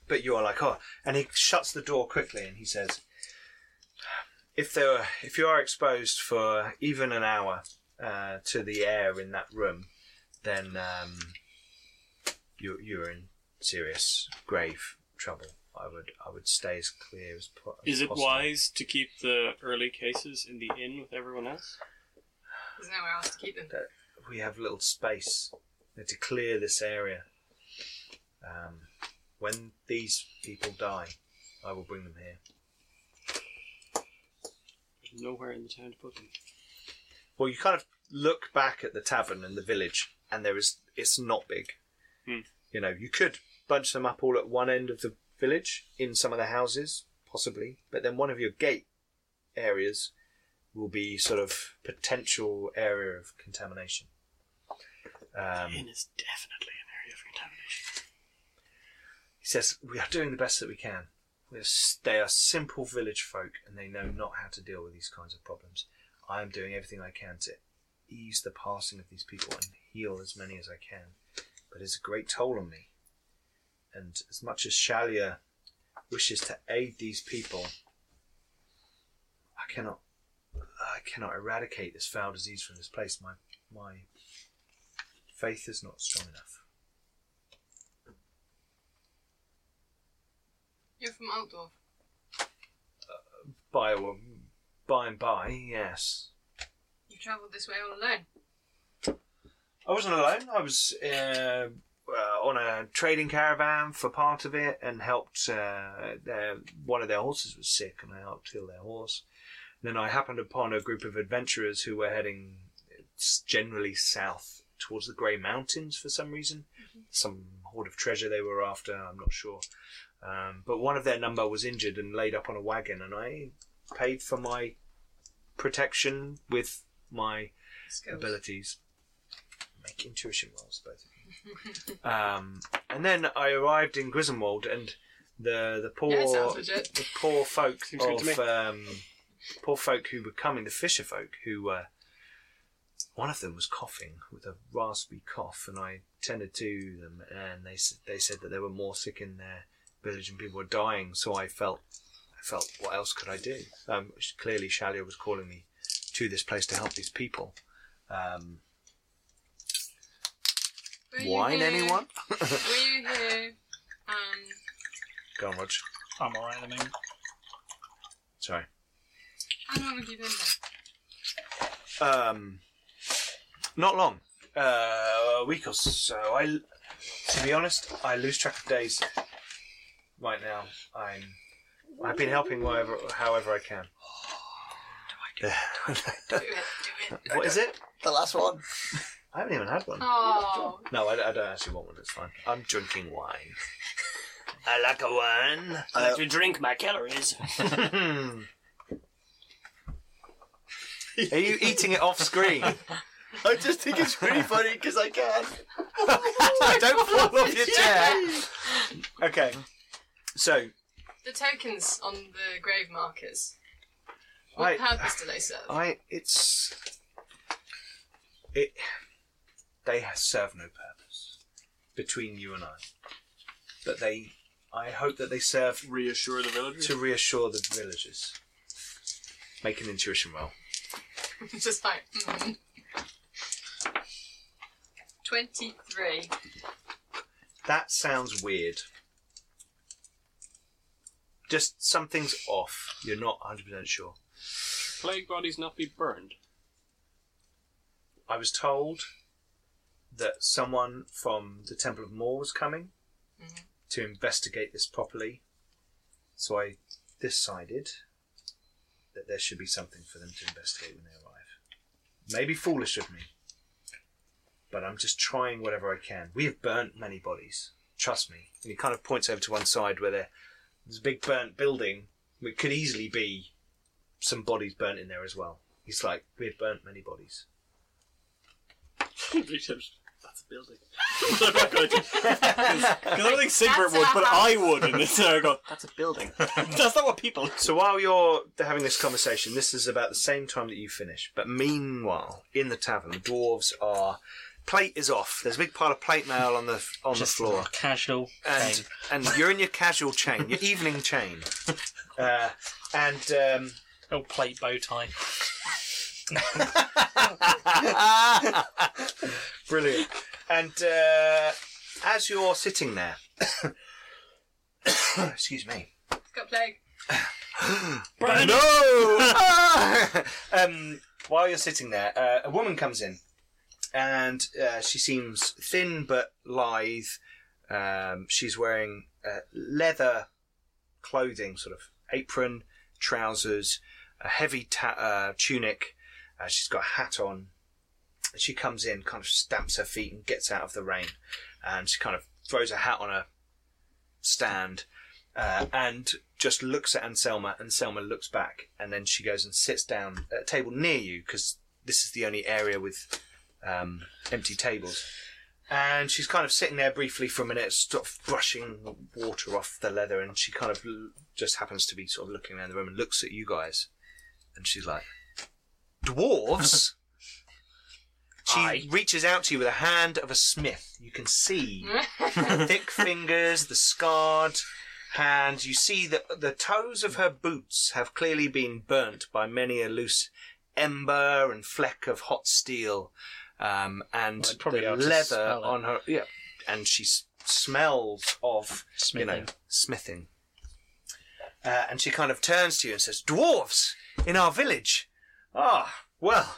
[SPEAKER 1] but you are like, oh, and he shuts the door quickly and he says, if there, are- if you are exposed for even an hour uh, to the air in that room, then um, you you are in serious grave trouble. I would I would stay as clear as, po- as
[SPEAKER 3] Is it
[SPEAKER 1] possible.
[SPEAKER 3] wise to keep the early cases in the inn with everyone else?
[SPEAKER 5] There's nowhere else to keep them.
[SPEAKER 1] we have little space We need to clear this area. Um, when these people die, I will bring them here.
[SPEAKER 3] There's nowhere in the town to put them.
[SPEAKER 1] Well, you kind of look back at the tavern and the village, and there is it's not big.
[SPEAKER 3] Hmm.
[SPEAKER 1] You know, you could bunch them up all at one end of the village in some of the houses, possibly, but then one of your gate areas will be sort of potential area of contamination. Um,
[SPEAKER 3] Inn is definitely an area of contamination.
[SPEAKER 1] He says, We are doing the best that we can. We are, s- they are simple village folk and they know not how to deal with these kinds of problems. I am doing everything I can to ease the passing of these people and heal as many as I can. But it's a great toll on me. And as much as Shalia wishes to aid these people, I cannot I cannot eradicate this foul disease from this place. My my faith is not strong enough.
[SPEAKER 5] You're from Altdorf.
[SPEAKER 1] by well, by and by, yes.
[SPEAKER 5] You travelled this way all alone.
[SPEAKER 1] I wasn't alone. I was uh, uh, on a trading caravan for part of it and helped. Uh, their, one of their horses was sick, and I helped heal their horse. Then I happened upon a group of adventurers who were heading uh, s- generally south towards the Grey Mountains for some reason. Some hoard of treasure they were after. I'm not sure. Um, but one of their number was injured and laid up on a wagon, and I paid for my protection with my
[SPEAKER 5] Skills.
[SPEAKER 1] abilities. Make intuition rolls, both of you. um, and then I arrived in Griswold, and the the poor
[SPEAKER 5] Yeah, it sounds legit.
[SPEAKER 1] the poor folk
[SPEAKER 3] Seems good to
[SPEAKER 1] of um, poor folk who were coming, the fisher folk who uh, one of them was coughing with a raspy cough, and I tended to them, and they s- they said that there were more sick in their village and people were dying, so I felt I felt, what else could I do? Um, clearly, Shalia was calling me to this place to help these people. Um,
[SPEAKER 5] Were you
[SPEAKER 1] wine,
[SPEAKER 5] here-
[SPEAKER 1] anyone?
[SPEAKER 5] Were you here? Um,
[SPEAKER 1] Go on, Roger.
[SPEAKER 2] I'm alright at the moment.
[SPEAKER 1] Sorry.
[SPEAKER 5] how long have you been there?
[SPEAKER 1] Um, not long. Uh, a week or so. I, to be honest, I lose track of days. Right now, I'm. I've been helping wherever, however I can.
[SPEAKER 5] Do it, do it.
[SPEAKER 1] what is it?
[SPEAKER 4] The last one.
[SPEAKER 1] I haven't even had one.
[SPEAKER 5] Oh,
[SPEAKER 1] No, I, I don't actually want one. It's fine. I'm drinking wine. I like a wine.
[SPEAKER 3] I like to drink my calories.
[SPEAKER 1] Are you eating it off screen?
[SPEAKER 4] I just think it's really funny because I can.
[SPEAKER 1] Don't fall off your chair. Okay. So,
[SPEAKER 5] the tokens on the grave markers.
[SPEAKER 1] I,
[SPEAKER 5] What purpose do they serve?
[SPEAKER 1] I, it's, it, they ha- serve no purpose between you and I. But they, I hope that they serve
[SPEAKER 3] Reassure the villagers.
[SPEAKER 1] to reassure the villagers. Make an intuition roll.
[SPEAKER 5] Just like. mm. Twenty-three.
[SPEAKER 1] That sounds weird. Just something's off. You're not 100% sure.
[SPEAKER 3] Plague bodies not be burned.
[SPEAKER 1] I was told that someone from the Temple of Moor was coming to investigate this properly. So I decided that there should be something for them to investigate when they arrive. Maybe foolish of me, but I'm just trying whatever I can. We have burnt many bodies, trust me. And he kind of points over to one side where there, there's a big burnt building. It could easily be some bodies burnt in there as well. He's like, we have burnt many bodies.
[SPEAKER 3] That's a building. Because I don't think Sigbert
[SPEAKER 5] That's
[SPEAKER 3] would,
[SPEAKER 5] our
[SPEAKER 3] but I would in this. And I go,
[SPEAKER 4] That's a building.
[SPEAKER 3] that's not what people.
[SPEAKER 1] So while you're having this conversation, this is about the same time that you finish. But meanwhile, in the tavern, the dwarves are plate is off. There's a big pile of plate mail on the on
[SPEAKER 2] Just
[SPEAKER 1] the floor,
[SPEAKER 2] Casual.
[SPEAKER 1] and
[SPEAKER 2] thing.
[SPEAKER 1] and you're in your casual chain, your evening chain, uh, and um,
[SPEAKER 2] Little Oh, plate bow tie.
[SPEAKER 1] brilliant. And uh, as you're sitting there, excuse me.
[SPEAKER 5] Got plague.
[SPEAKER 1] No. um, while you're sitting there, uh, a woman comes in, and uh, she seems thin but lithe. Um, she's wearing uh, leather clothing, sort of apron, trousers, a heavy ta- uh, tunic. Uh, she's got a hat on. She comes in, kind of stamps her feet, and gets out of the rain. And she kind of throws her hat on a stand uh, and just looks at Anselma. Anselma looks back, and then she goes and sits down at a table near you because this is the only area with um, empty tables. And she's kind of sitting there briefly for a minute, sort of brushing the water off the leather, and she kind of l- just happens to be sort of looking around the room and looks at you guys, and she's like, "Dwarves." She
[SPEAKER 2] Aye.
[SPEAKER 1] reaches out to you with a hand of a smith. You can see thick fingers, the scarred hand. You see that the toes of her boots have clearly been burnt by many a loose ember and fleck of hot steel, um, and
[SPEAKER 2] I'd probably be
[SPEAKER 1] the
[SPEAKER 2] able to
[SPEAKER 1] leather
[SPEAKER 2] smell it.
[SPEAKER 1] on her. Yeah, and she s- smells of you know
[SPEAKER 2] Smithing.
[SPEAKER 1] smithing. Uh, and she kind of turns to you and says, "Dwarves in our village. Ah, well,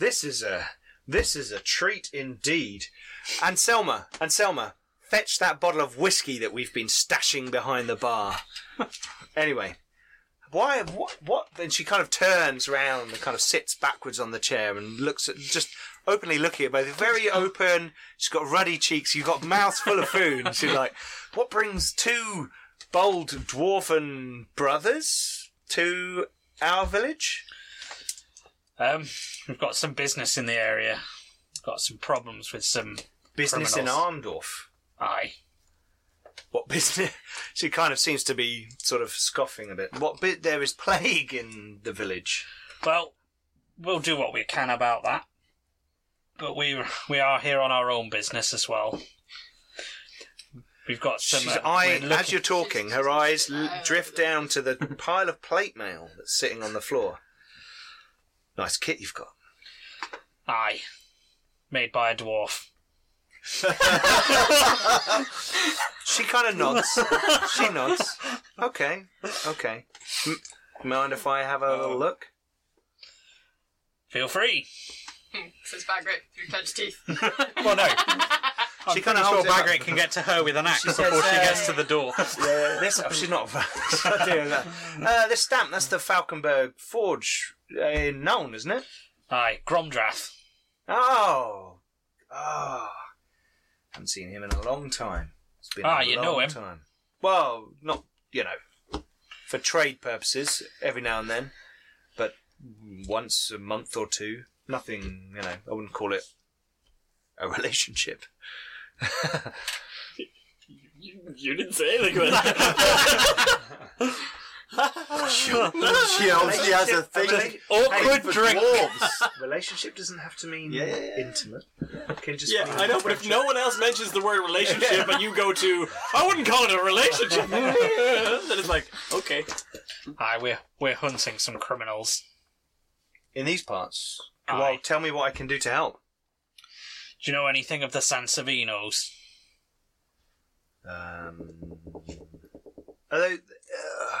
[SPEAKER 1] this is a this is a treat indeed." Anselma, Anselma, fetch that bottle of whiskey that we've been stashing behind the bar. anyway, why? What? What? Then she kind of turns round and kind of sits backwards on the chair and looks at just openly looking at both. Very open. She's got ruddy cheeks. You've got mouths full of food. And she's like, "What brings two bold dwarfen brothers to our village?"
[SPEAKER 2] Um, we've got some business in the area. Got some problems with some
[SPEAKER 1] Business
[SPEAKER 2] criminals.
[SPEAKER 1] in Armdorf.
[SPEAKER 2] Aye.
[SPEAKER 1] what business she kind of seems to be sort of scoffing a bit what bit there is plague in the village
[SPEAKER 2] Well, we'll do what we can about that. But we we are here on our own business as well. We've got some.
[SPEAKER 1] She's
[SPEAKER 2] uh,
[SPEAKER 1] eye,
[SPEAKER 2] we're looking-
[SPEAKER 1] as you're talking, her eyes l- drift down to the pile of plate mail that's sitting on the floor. Nice kit you've got.
[SPEAKER 2] Aye. Made by a dwarf.
[SPEAKER 1] She kind of nods. she nods. Okay, okay. M- mind if I have a
[SPEAKER 2] Oh.
[SPEAKER 1] little look?
[SPEAKER 2] Feel free.
[SPEAKER 5] Says Bagrit through clenched teeth.
[SPEAKER 2] Well, no.
[SPEAKER 1] she
[SPEAKER 2] I'm
[SPEAKER 1] kind of
[SPEAKER 2] sure
[SPEAKER 1] holds it up.
[SPEAKER 2] Bagrat can get to her with an axe
[SPEAKER 1] She
[SPEAKER 2] before
[SPEAKER 1] says,
[SPEAKER 2] she
[SPEAKER 1] uh,
[SPEAKER 2] gets to the door.
[SPEAKER 1] Uh, this oh, she's not, she's not doing that. Uh, this stamp that's the Falkenberg Forge uh, in Nuln, isn't it?
[SPEAKER 2] Aye, Gromdrath.
[SPEAKER 1] Oh, oh, haven't seen him in a long time. It's been
[SPEAKER 2] Ah,
[SPEAKER 1] a
[SPEAKER 2] you
[SPEAKER 1] long
[SPEAKER 2] know him.
[SPEAKER 1] time. Well, not you know, for trade purposes, every now and then, but once a month or two. Nothing, you know. I wouldn't call it a relationship.
[SPEAKER 3] You, you didn't say anything about that.
[SPEAKER 4] she obviously has a thing.
[SPEAKER 2] Awkward
[SPEAKER 4] for
[SPEAKER 2] drink.
[SPEAKER 4] dwarves.
[SPEAKER 1] relationship doesn't have to mean
[SPEAKER 4] Yeah, yeah, yeah.
[SPEAKER 1] intimate. It can just
[SPEAKER 3] Yeah,
[SPEAKER 1] mean
[SPEAKER 3] I know, but if no one else mentions the word relationship and you go to, I wouldn't call it a relationship, then it's like, okay.
[SPEAKER 2] Aye, we're, we're hunting some criminals.
[SPEAKER 1] in these parts.
[SPEAKER 2] Aye.
[SPEAKER 1] Well, tell me what I can do to help.
[SPEAKER 2] Do you know anything of the Sansevinos?
[SPEAKER 1] Um, are they, uh,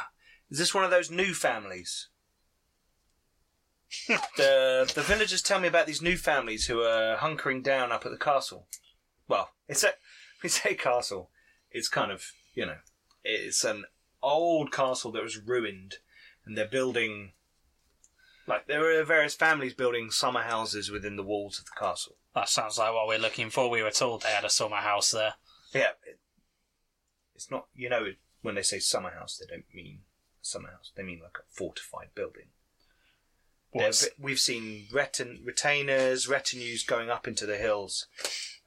[SPEAKER 1] is this one of those new families? the the villagers tell me about these new families who are hunkering down up at the castle. Well, it's a we say castle. It's kind of you know, it's an old castle that was ruined, and they're building. Like there are various families building summer houses within the walls of the castle.
[SPEAKER 2] That sounds like what we're looking for. We were told they had a summer house there.
[SPEAKER 1] Yeah, it, it's not. You know, when they say summer house, they don't mean summer house. They mean like a fortified building. They're
[SPEAKER 2] What's,
[SPEAKER 1] ve- We've seen retin- retainers, retinues going up into the hills.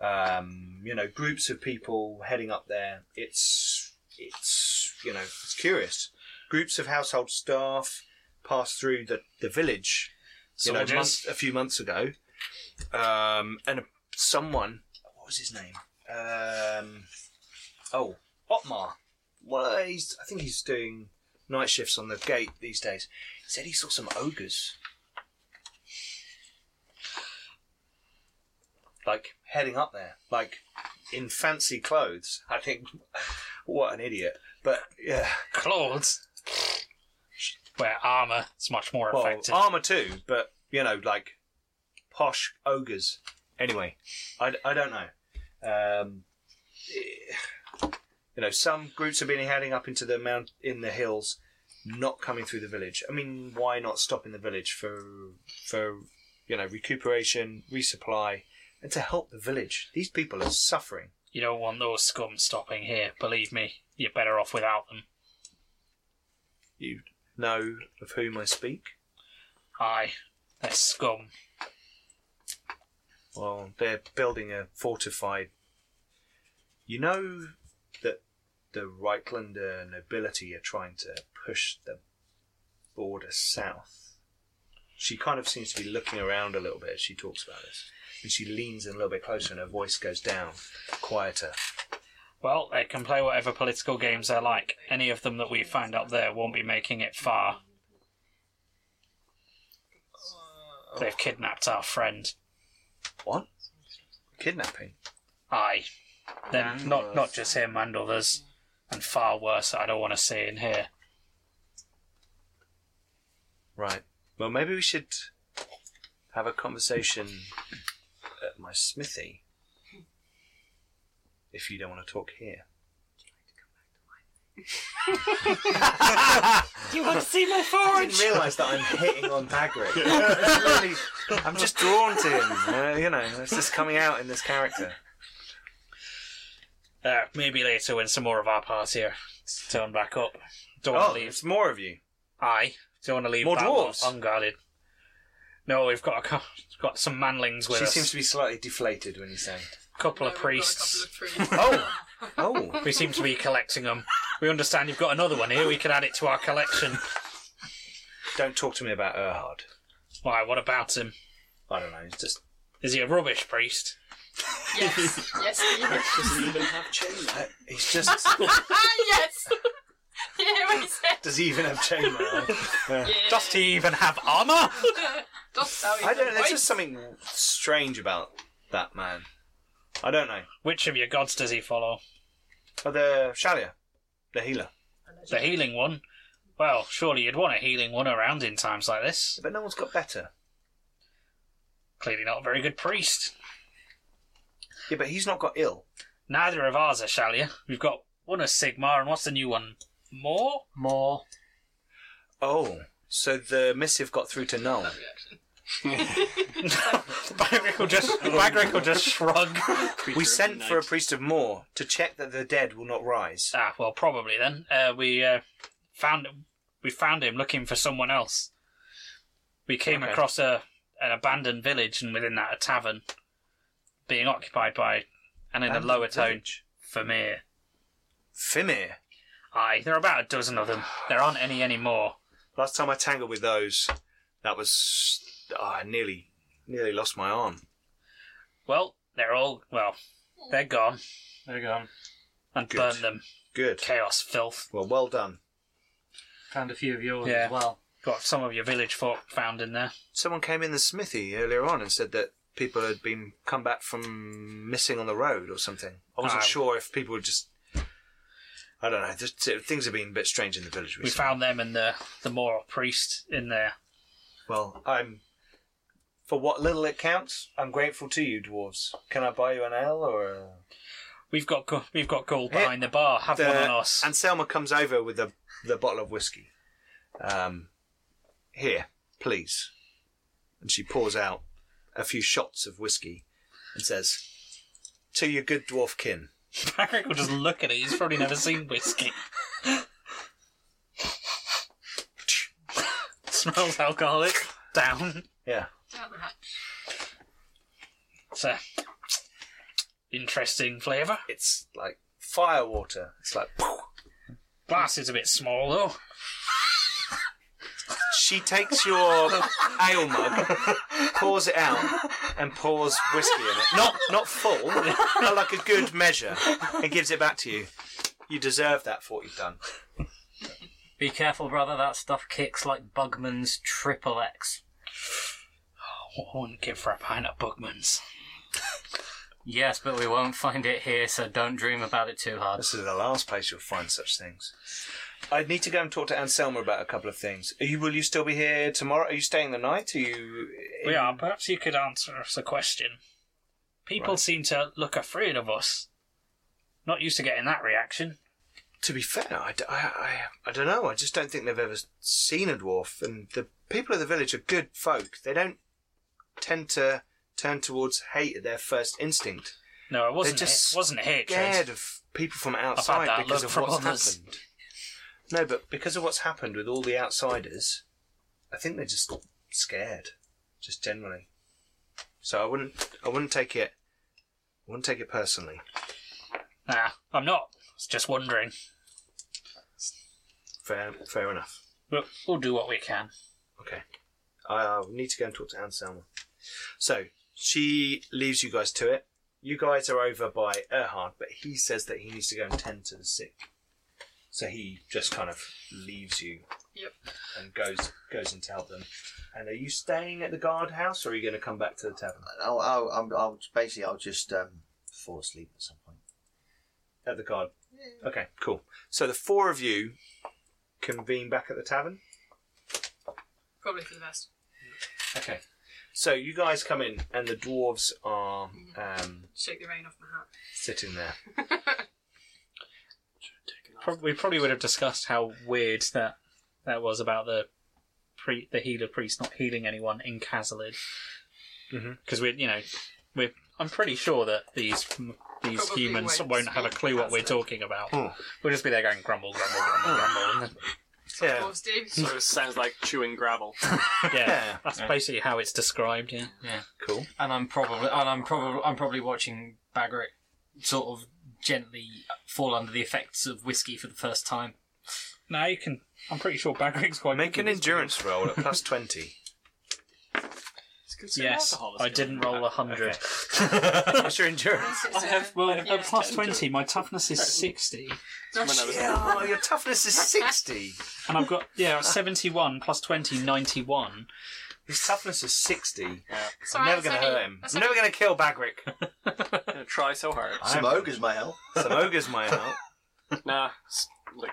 [SPEAKER 1] Um, you know, groups of people heading up there. It's it's you know it's curious. Groups of household staff passed through the the village. You know, a,
[SPEAKER 2] Soldiers?
[SPEAKER 1] month, a few months ago, um, and a, someone what was his name? Um, oh, Otmar. Well, uh, he's, I think he's doing night shifts on the gate these days. He said he saw some ogres. Like, heading up there. Like, in fancy clothes. I think, what an idiot. But, yeah.
[SPEAKER 2] clothes? Where armour is much more
[SPEAKER 1] Well,
[SPEAKER 2] effective.
[SPEAKER 1] armor too, but, you know, like, posh ogres. Anyway, I, I don't know. Um, eh, you know, some groups have been heading up into the mount in the hills, not coming through the village. I mean, why not stop in the village for for you know recuperation, resupply, and to help the village? These people are suffering.
[SPEAKER 2] You don't want those scum stopping here. Believe me, you're better off without them.
[SPEAKER 1] You know of whom I speak.
[SPEAKER 2] Aye, they're scum.
[SPEAKER 1] Well, they're building a fortified. You know that the Reichslander nobility are trying to push the border south. She kind of seems to be looking around a little bit as she talks about this. And she leans in a little bit closer and her voice goes down, quieter.
[SPEAKER 2] Well, they can play whatever political games they like. Any of them that we find up there won't be making it far. They've kidnapped our friend.
[SPEAKER 1] What? Kidnapping?
[SPEAKER 2] Aye. Then not not just him and others. And far worse that I don't want to say in here.
[SPEAKER 1] Right. Well, maybe we should have a conversation at my smithy if you don't want to talk here.
[SPEAKER 3] You want to see my forge?
[SPEAKER 1] I didn't realise that I'm hitting on Hagrid. Really, I'm just drawn to him. Uh, you know, it's just coming out in this character.
[SPEAKER 2] Uh, maybe later when some more of our party are turned back up. Don't want
[SPEAKER 1] Oh,
[SPEAKER 2] to leave.
[SPEAKER 1] it's more of you.
[SPEAKER 2] Aye. Don't want to leave
[SPEAKER 1] More
[SPEAKER 2] that
[SPEAKER 1] dwarves?
[SPEAKER 2] lot unguarded. No, we've got a, cou- got some manlings with
[SPEAKER 1] She
[SPEAKER 2] us.
[SPEAKER 1] seems to be slightly deflated when you say.
[SPEAKER 2] couple
[SPEAKER 5] No, we've
[SPEAKER 2] of
[SPEAKER 5] got a
[SPEAKER 2] priests.
[SPEAKER 5] couple of priests.
[SPEAKER 1] Oh, oh.
[SPEAKER 2] We seem to be collecting them. We understand you've got another one here. We can add it to our collection.
[SPEAKER 1] Don't talk to me about Erhard.
[SPEAKER 2] Why? What about him?
[SPEAKER 1] I don't know. It's just
[SPEAKER 2] Is he a rubbish priest?
[SPEAKER 5] Yes. yes, he is.
[SPEAKER 3] Doesn't even have chains.
[SPEAKER 1] uh, He's just.
[SPEAKER 5] yes! You hear what he said?
[SPEAKER 1] Does he even have chainmail?
[SPEAKER 5] Yeah.
[SPEAKER 2] Does he even have armour?
[SPEAKER 5] Doth thou
[SPEAKER 1] I
[SPEAKER 5] even
[SPEAKER 1] don't. There's
[SPEAKER 5] wait?
[SPEAKER 1] just something strange about that man. I don't know.
[SPEAKER 2] Which of your gods does he follow?
[SPEAKER 1] Oh, the Shalia, the healer.
[SPEAKER 2] The healing one? Well, surely you'd want a healing one around in times like this.
[SPEAKER 1] But no one's got better.
[SPEAKER 2] Clearly not a very good priest.
[SPEAKER 1] Yeah, but he's not got ill.
[SPEAKER 2] Neither of ours are Shalia. We've got one of Sigma, and what's the new one? More?
[SPEAKER 6] More.
[SPEAKER 1] Oh, so the missive got through to Null.
[SPEAKER 2] Bagrick will just, Bagrick will just shrug.
[SPEAKER 1] We sent for a
[SPEAKER 3] priest.
[SPEAKER 1] priest of Moor to check that the dead will not rise.
[SPEAKER 2] Ah, well, probably then. Uh, we uh, found we found him looking for someone else. We came
[SPEAKER 1] Okay.
[SPEAKER 2] across a an abandoned village, and within that, a tavern being occupied by, and in a
[SPEAKER 1] Abandoned
[SPEAKER 2] lower tone,
[SPEAKER 1] village?
[SPEAKER 2] Vermeer.
[SPEAKER 1] Fimir.
[SPEAKER 2] Aye, there are about a dozen of them. There aren't any anymore.
[SPEAKER 1] Last time I tangled with those, that was. oh, I nearly, nearly lost my arm.
[SPEAKER 2] Well, they're all well, they're gone
[SPEAKER 6] There you go.
[SPEAKER 2] and
[SPEAKER 1] Good.
[SPEAKER 2] burn them.
[SPEAKER 1] Good.
[SPEAKER 2] Chaos, filth.
[SPEAKER 1] Well, well done.
[SPEAKER 6] Found a few of yours
[SPEAKER 2] Yeah.
[SPEAKER 6] as well.
[SPEAKER 2] Got some of your village folk found in there.
[SPEAKER 1] Someone came in the smithy earlier on and said that people had been come back from missing on the road or something. I wasn't
[SPEAKER 2] Ah.
[SPEAKER 1] sure if people were just. I don't know. Just, uh, things have been a bit strange in the village.
[SPEAKER 2] We
[SPEAKER 1] recently.
[SPEAKER 2] found them and the the Moro priest in there.
[SPEAKER 1] Well, I'm. For what little it counts, I'm grateful to you, dwarves. Can I buy you an ale or a.
[SPEAKER 2] We've got go- we've got gold
[SPEAKER 1] Hey,
[SPEAKER 2] behind the bar. Have one on us.
[SPEAKER 1] Anselma comes over with the the bottle of whiskey. Um, here, please. And she pours out a few shots of whiskey and says, "To your good dwarf kin."
[SPEAKER 2] Patrick will just look at it. He's probably never seen whiskey. Smells alcoholic. Down.
[SPEAKER 1] Yeah.
[SPEAKER 5] Down the hatch.
[SPEAKER 2] It's a interesting flavour.
[SPEAKER 1] It's like fire water. It's like.
[SPEAKER 2] Glass is a bit small though.
[SPEAKER 1] She takes your ale mug, pours it out, and pours whiskey in it. Not not full, but like a good measure, and gives it back to you. You deserve that for what you've done.
[SPEAKER 6] Be careful, brother. That stuff kicks like Bugman's triple X.
[SPEAKER 2] What I wouldn't give for a pint of Bugman's.
[SPEAKER 6] Yes, but we won't find it here, so don't dream about it too hard.
[SPEAKER 1] This is the last place you'll find such things. I need to go and talk to Anselma about a couple of things. Are you? Will you still be here tomorrow? Are you staying the night? Are you?
[SPEAKER 2] We are. Perhaps you could answer us a question. People seem to look afraid of us. Not used to getting that reaction.
[SPEAKER 1] To be fair, I, d- I- I- I don't know. I just don't think they've ever seen a dwarf. And the people of the village are good folk. They don't tend to turn towards hate at their first instinct.
[SPEAKER 2] No, it wasn't.
[SPEAKER 1] They're just
[SPEAKER 2] it wasn't hatred.
[SPEAKER 1] Scared of people from
[SPEAKER 2] had
[SPEAKER 1] outside
[SPEAKER 2] that
[SPEAKER 1] because
[SPEAKER 2] look
[SPEAKER 1] of
[SPEAKER 2] from
[SPEAKER 1] what's
[SPEAKER 2] others.
[SPEAKER 1] happened. No, but because of what's happened with all the outsiders, I think they're just scared, just generally. So I wouldn't, I wouldn't take it, I wouldn't take it personally.
[SPEAKER 2] Nah, I'm not. I was just wondering.
[SPEAKER 1] Fair, fair enough.
[SPEAKER 2] We'll, we'll do what we can.
[SPEAKER 1] Okay, I uh, need to go and talk to Anselma. So she leaves you guys to it. You guys are over by Erhard, but he says that he needs to go and tend to the sick. So he just kind of leaves you
[SPEAKER 5] Yep.
[SPEAKER 1] and goes goes in to help them. And are you staying at the guardhouse, or are you going to come back to the tavern?
[SPEAKER 4] I'll, I'll, I'll, I'll basically I'll just um, fall asleep at some point.
[SPEAKER 1] At the guard. Okay, cool. So the four of you convene back at the tavern.
[SPEAKER 5] Probably for the best.
[SPEAKER 1] Okay. So you guys come in, and the dwarves are um,
[SPEAKER 5] Shake the rain off my hat.
[SPEAKER 1] sitting there.
[SPEAKER 2] Prob- we probably would have discussed how weird that that was about the pre- the healer priest not healing anyone in Casalid.
[SPEAKER 1] Mhm.
[SPEAKER 2] Because we're you know we're I'm pretty sure that these these
[SPEAKER 5] Probably
[SPEAKER 2] humans
[SPEAKER 5] won't
[SPEAKER 2] won't have a
[SPEAKER 5] speak
[SPEAKER 2] clue what we're
[SPEAKER 5] Casalid.
[SPEAKER 2] talking about.
[SPEAKER 1] Oh.
[SPEAKER 2] We'll just be there going grumble grumble grumble grumble. And
[SPEAKER 1] Yeah.
[SPEAKER 5] Dwarves do.
[SPEAKER 3] Sort of sounds like chewing gravel.
[SPEAKER 2] then, yeah,
[SPEAKER 1] Yeah.
[SPEAKER 2] that's basically how it's described. Yeah.
[SPEAKER 1] Cool.
[SPEAKER 6] And I'm probably, and I'm probably, I'm probably watching Bagric sort of gently fall under the effects of whiskey for the first time.
[SPEAKER 2] Now you can. I'm pretty sure Bagrick's quite.
[SPEAKER 1] Make
[SPEAKER 2] good
[SPEAKER 1] an
[SPEAKER 2] at this.
[SPEAKER 1] endurance roll at plus twenty.
[SPEAKER 3] It's consume
[SPEAKER 2] Yes,
[SPEAKER 3] alcohol. is
[SPEAKER 2] I
[SPEAKER 3] good.
[SPEAKER 2] didn't roll a hundred.
[SPEAKER 1] What's your endurance?
[SPEAKER 5] It's
[SPEAKER 2] I have well,
[SPEAKER 5] Yeah.
[SPEAKER 2] I'm plus twenty. My toughness is sixty,
[SPEAKER 3] When I was-
[SPEAKER 1] Oh, your toughness is 60.
[SPEAKER 2] and I've got yeah seventy-one plus 20, 91.
[SPEAKER 1] His toughness is 60.
[SPEAKER 5] It's
[SPEAKER 1] I'm
[SPEAKER 5] alright,
[SPEAKER 1] never
[SPEAKER 5] it's
[SPEAKER 1] going to
[SPEAKER 5] only-
[SPEAKER 1] hurt him.
[SPEAKER 5] that's
[SPEAKER 1] I'm never going to kill Bagric.
[SPEAKER 3] gonna try so hard.
[SPEAKER 4] Some ogres may help.
[SPEAKER 1] Some ogres might help.
[SPEAKER 3] Nah, s- like,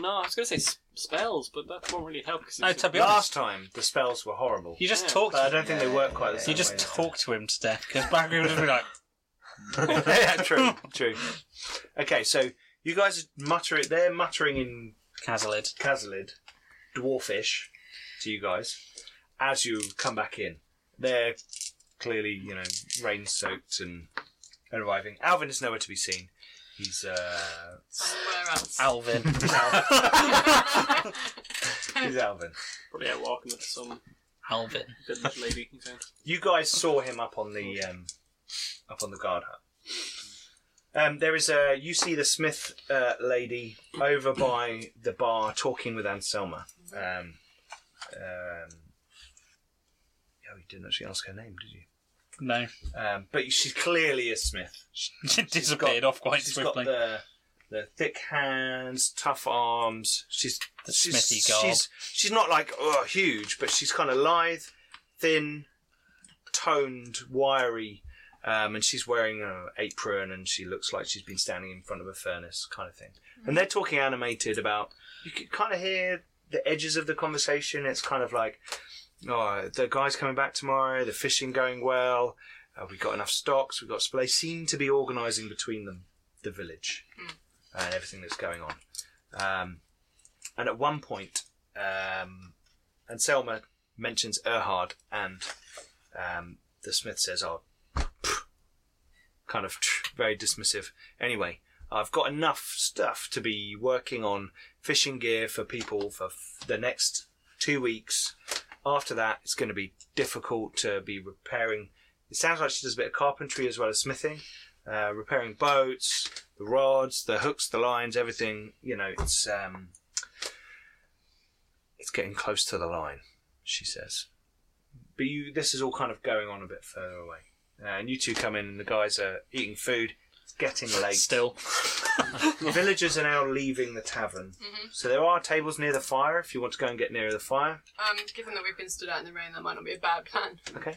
[SPEAKER 3] no, I was gonna say s- spells, but that won't really help. Cause
[SPEAKER 2] No,
[SPEAKER 3] it's-
[SPEAKER 2] to be honest,
[SPEAKER 1] Last time, the spells were horrible.
[SPEAKER 2] you just
[SPEAKER 3] Yeah.
[SPEAKER 2] talk.
[SPEAKER 1] But I don't think they work quite the same
[SPEAKER 2] You just
[SPEAKER 1] way.
[SPEAKER 2] talk to him to death because Barry would just be like,
[SPEAKER 1] yeah, true, true. Okay, so you guys mutter it. They're muttering in
[SPEAKER 2] Casalid.
[SPEAKER 1] Kazalid, dwarfish, to you guys as you come back in. They're clearly, you know, rain soaked and arriving. Alvin is nowhere to be seen. He's uh,
[SPEAKER 5] Somewhere else.
[SPEAKER 2] Alvin.
[SPEAKER 1] he's Alvin.
[SPEAKER 3] probably out walking with some
[SPEAKER 2] Alvin.
[SPEAKER 3] village lady. You found.
[SPEAKER 1] You guys saw him up on the um, up on the guard hut. Um, there is a you see the Smith uh, lady over by the bar talking with Anselma. Um, um, oh, you didn't actually ask her name, did you?
[SPEAKER 2] No,
[SPEAKER 1] Um, but she clearly is Smith.
[SPEAKER 2] she disappeared off quite
[SPEAKER 1] She's
[SPEAKER 2] swiftly.
[SPEAKER 1] got the the thick hands, tough arms. She's
[SPEAKER 2] The
[SPEAKER 1] she's,
[SPEAKER 2] Smithy garb.
[SPEAKER 1] She's she's not like oh, huge, but she's kind of lithe, thin, toned, wiry, um, and she's wearing an apron, and she looks like she's been standing in front of a furnace, kind of thing.
[SPEAKER 2] Hmm.
[SPEAKER 1] And they're talking animated about. You can kind of hear the edges of the conversation. It's kind of like, oh, the guy's coming back tomorrow. The fishing going well. Uh, we got enough stocks. We got. They seem to be organising between them the village and everything that's going on. Um, and at one point, um, Anselma mentions Erhard, and um, the smith says, "Oh, pff," kind of tch, very dismissive." Anyway, I've got enough stuff to be working on fishing gear for people for f- the next two weeks. After that, it's going to be difficult to be repairing. It sounds like she does a bit of carpentry as well as smithing, uh, repairing boats, the rods, the hooks, the lines, everything. You know, it's um, it's getting close to the line, she says. But you, this is all kind of going on a bit further away. Uh, and you two come in, and the guys are eating food. It's getting late.
[SPEAKER 2] Still,
[SPEAKER 1] Villagers are now leaving the tavern. So there are tables near the fire if you want to go and get nearer the fire.
[SPEAKER 5] Um, given that we've been stood out in the rain, that might not be a bad plan.
[SPEAKER 1] Okay.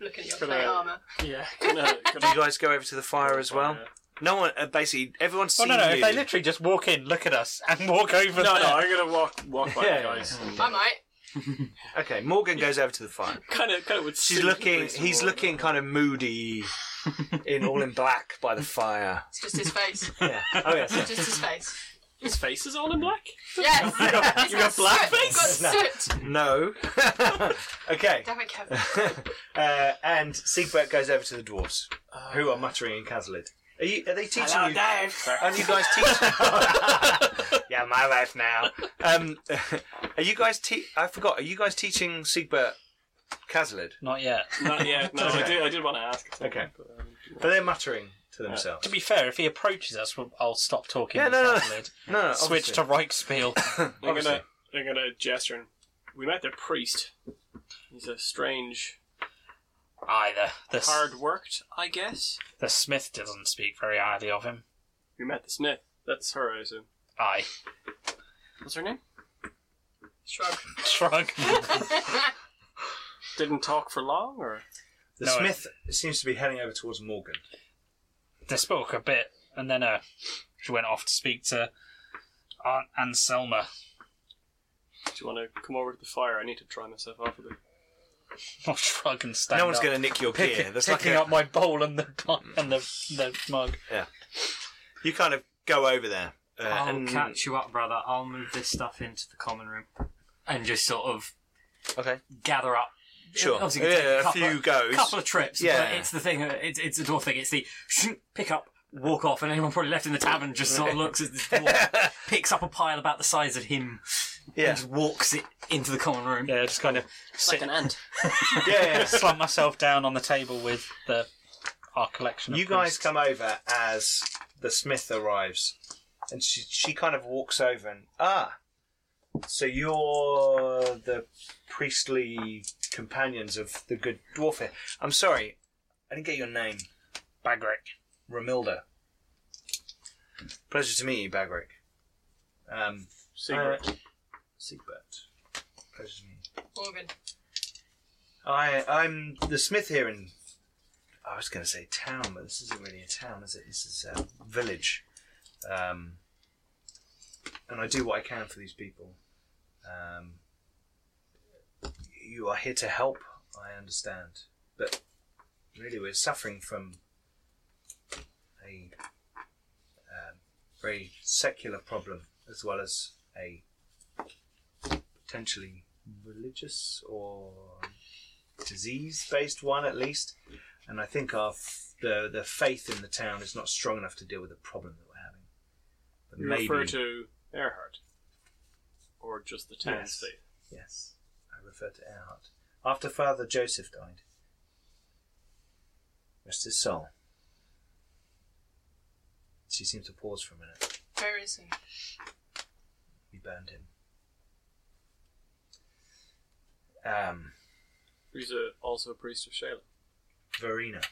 [SPEAKER 5] Looking at your
[SPEAKER 3] Could
[SPEAKER 5] plate
[SPEAKER 3] I-
[SPEAKER 5] armour.
[SPEAKER 3] Yeah, gonna,
[SPEAKER 1] Do you
[SPEAKER 3] gonna
[SPEAKER 1] guys go over to the fire as well? No one, uh, basically, everyone's
[SPEAKER 2] oh
[SPEAKER 1] seen
[SPEAKER 2] no, no!
[SPEAKER 1] you.
[SPEAKER 2] If they literally just walk in, look at us, and walk over.
[SPEAKER 3] no,
[SPEAKER 2] there.
[SPEAKER 3] no, I'm gonna walk walk by
[SPEAKER 1] Yeah.
[SPEAKER 3] the guys.
[SPEAKER 5] I might.
[SPEAKER 1] okay, Morgan goes over to the fire.
[SPEAKER 3] Kind of, kind of would.
[SPEAKER 1] She's
[SPEAKER 3] suit
[SPEAKER 1] looking.
[SPEAKER 3] Bruce
[SPEAKER 1] He's
[SPEAKER 3] Moore.
[SPEAKER 1] looking kind of moody, in all in black by the fire.
[SPEAKER 5] It's just his face.
[SPEAKER 1] Yeah. Oh yes.
[SPEAKER 5] Just his face.
[SPEAKER 3] His face is all in black.
[SPEAKER 5] Yes! you got,
[SPEAKER 1] blackface?
[SPEAKER 5] Got
[SPEAKER 1] No.
[SPEAKER 5] soot!
[SPEAKER 1] No. okay.
[SPEAKER 5] Damn it, Kevin.
[SPEAKER 1] uh, and Siegbert goes over to the dwarves, who are muttering in Casalid. Are, you, are they teaching you? Are you guys teaching? yeah, my wife now. Um, are you guys? Te- I forgot. Are you guys teaching Siegbert Casalid?
[SPEAKER 2] Not yet.
[SPEAKER 3] Not yet. No, I
[SPEAKER 1] Okay.
[SPEAKER 3] do. I did want to ask. at some
[SPEAKER 1] Okay.
[SPEAKER 3] point, but, um,
[SPEAKER 1] But they're muttering to themselves.
[SPEAKER 2] To be fair, if he approaches us, we'll- I'll stop talking.
[SPEAKER 1] Yeah,
[SPEAKER 2] with
[SPEAKER 1] no, no, no.
[SPEAKER 2] Casalid.
[SPEAKER 1] Uh, No, no,
[SPEAKER 2] Switch to Reichspiel.
[SPEAKER 3] I'm
[SPEAKER 1] Obviously.
[SPEAKER 3] gonna, I'm gonna gesture. And, we met the priest. He's a strange,
[SPEAKER 2] Either the s-
[SPEAKER 3] hard worked, I guess.
[SPEAKER 2] the Smith doesn't speak very highly of him.
[SPEAKER 3] We met the Smith. That's her, I assume.
[SPEAKER 2] I
[SPEAKER 3] What's her name?
[SPEAKER 5] Shrug.
[SPEAKER 2] shrug.
[SPEAKER 3] Didn't talk for long, or
[SPEAKER 1] The
[SPEAKER 2] No,
[SPEAKER 1] smith seems to be heading over towards Morgan.
[SPEAKER 2] they spoke a bit, and then uh, she went off to speak to Aunt Anselma.
[SPEAKER 3] do you want to come over to the fire? I need to dry myself off a bit.
[SPEAKER 2] I'll shrug and stand
[SPEAKER 1] no one's
[SPEAKER 2] up.
[SPEAKER 1] going to nick your
[SPEAKER 2] Pick-
[SPEAKER 1] gear. That's like
[SPEAKER 2] picking
[SPEAKER 1] a-
[SPEAKER 2] up my bowl and the and the, the mug.
[SPEAKER 1] You kind of go over there. Uh,
[SPEAKER 6] I'll
[SPEAKER 1] and
[SPEAKER 6] catch you up, brother. I'll move this stuff into the common room and just sort of
[SPEAKER 1] Okay.
[SPEAKER 6] gather up.
[SPEAKER 1] Sure.
[SPEAKER 6] Obviously, it can take
[SPEAKER 1] Yeah, a
[SPEAKER 6] couple
[SPEAKER 1] few
[SPEAKER 6] of-
[SPEAKER 1] goes.
[SPEAKER 6] couple of trips.
[SPEAKER 1] Yeah.
[SPEAKER 6] but it's the thing. uh, It's it's a dwarf thing. It's the shoo, pick up, walk off, and anyone probably left in the tavern just sort of looks at this dwarf, picks up a pile about the size of him,
[SPEAKER 1] Yeah.
[SPEAKER 6] and just walks it into the common room.
[SPEAKER 2] Yeah, just kind of sit,
[SPEAKER 3] ant.
[SPEAKER 1] yeah, yeah.
[SPEAKER 2] slump myself down on the table with the our collection. Of
[SPEAKER 1] You guys
[SPEAKER 2] priests.
[SPEAKER 1] come over as the smith arrives, and she she kind of walks over and ah, So you're the priestly companions of the good dwarf here. I'm sorry, I didn't get your name. Bagric. Ramilda. Pleasure to meet you, Bagric. Um,
[SPEAKER 3] Cigarette.
[SPEAKER 1] Siegbert. Pleasure to meet you.
[SPEAKER 5] Morgan.
[SPEAKER 1] I, I'm the smith here in. I was going to say town, but this isn't really a town, is it? This is a village. Um, and I do what I can for these people. Um, you are here to help, I understand. But really, we're suffering from a um, very secular problem as well as a potentially religious or disease-based one at least. And I think our f- the the faith in the town is not strong enough to deal with the problem that we're having. But
[SPEAKER 3] You refer to Earhart, or just the
[SPEAKER 1] Yes.
[SPEAKER 3] town's faith.
[SPEAKER 1] Yes, I refer to Earhart. After Father Joseph died, rest his soul. She seemed to pause for a minute.
[SPEAKER 5] Where is he?
[SPEAKER 1] We burned him. Um,
[SPEAKER 3] He's a, also a priest of Shalem.
[SPEAKER 1] Verena.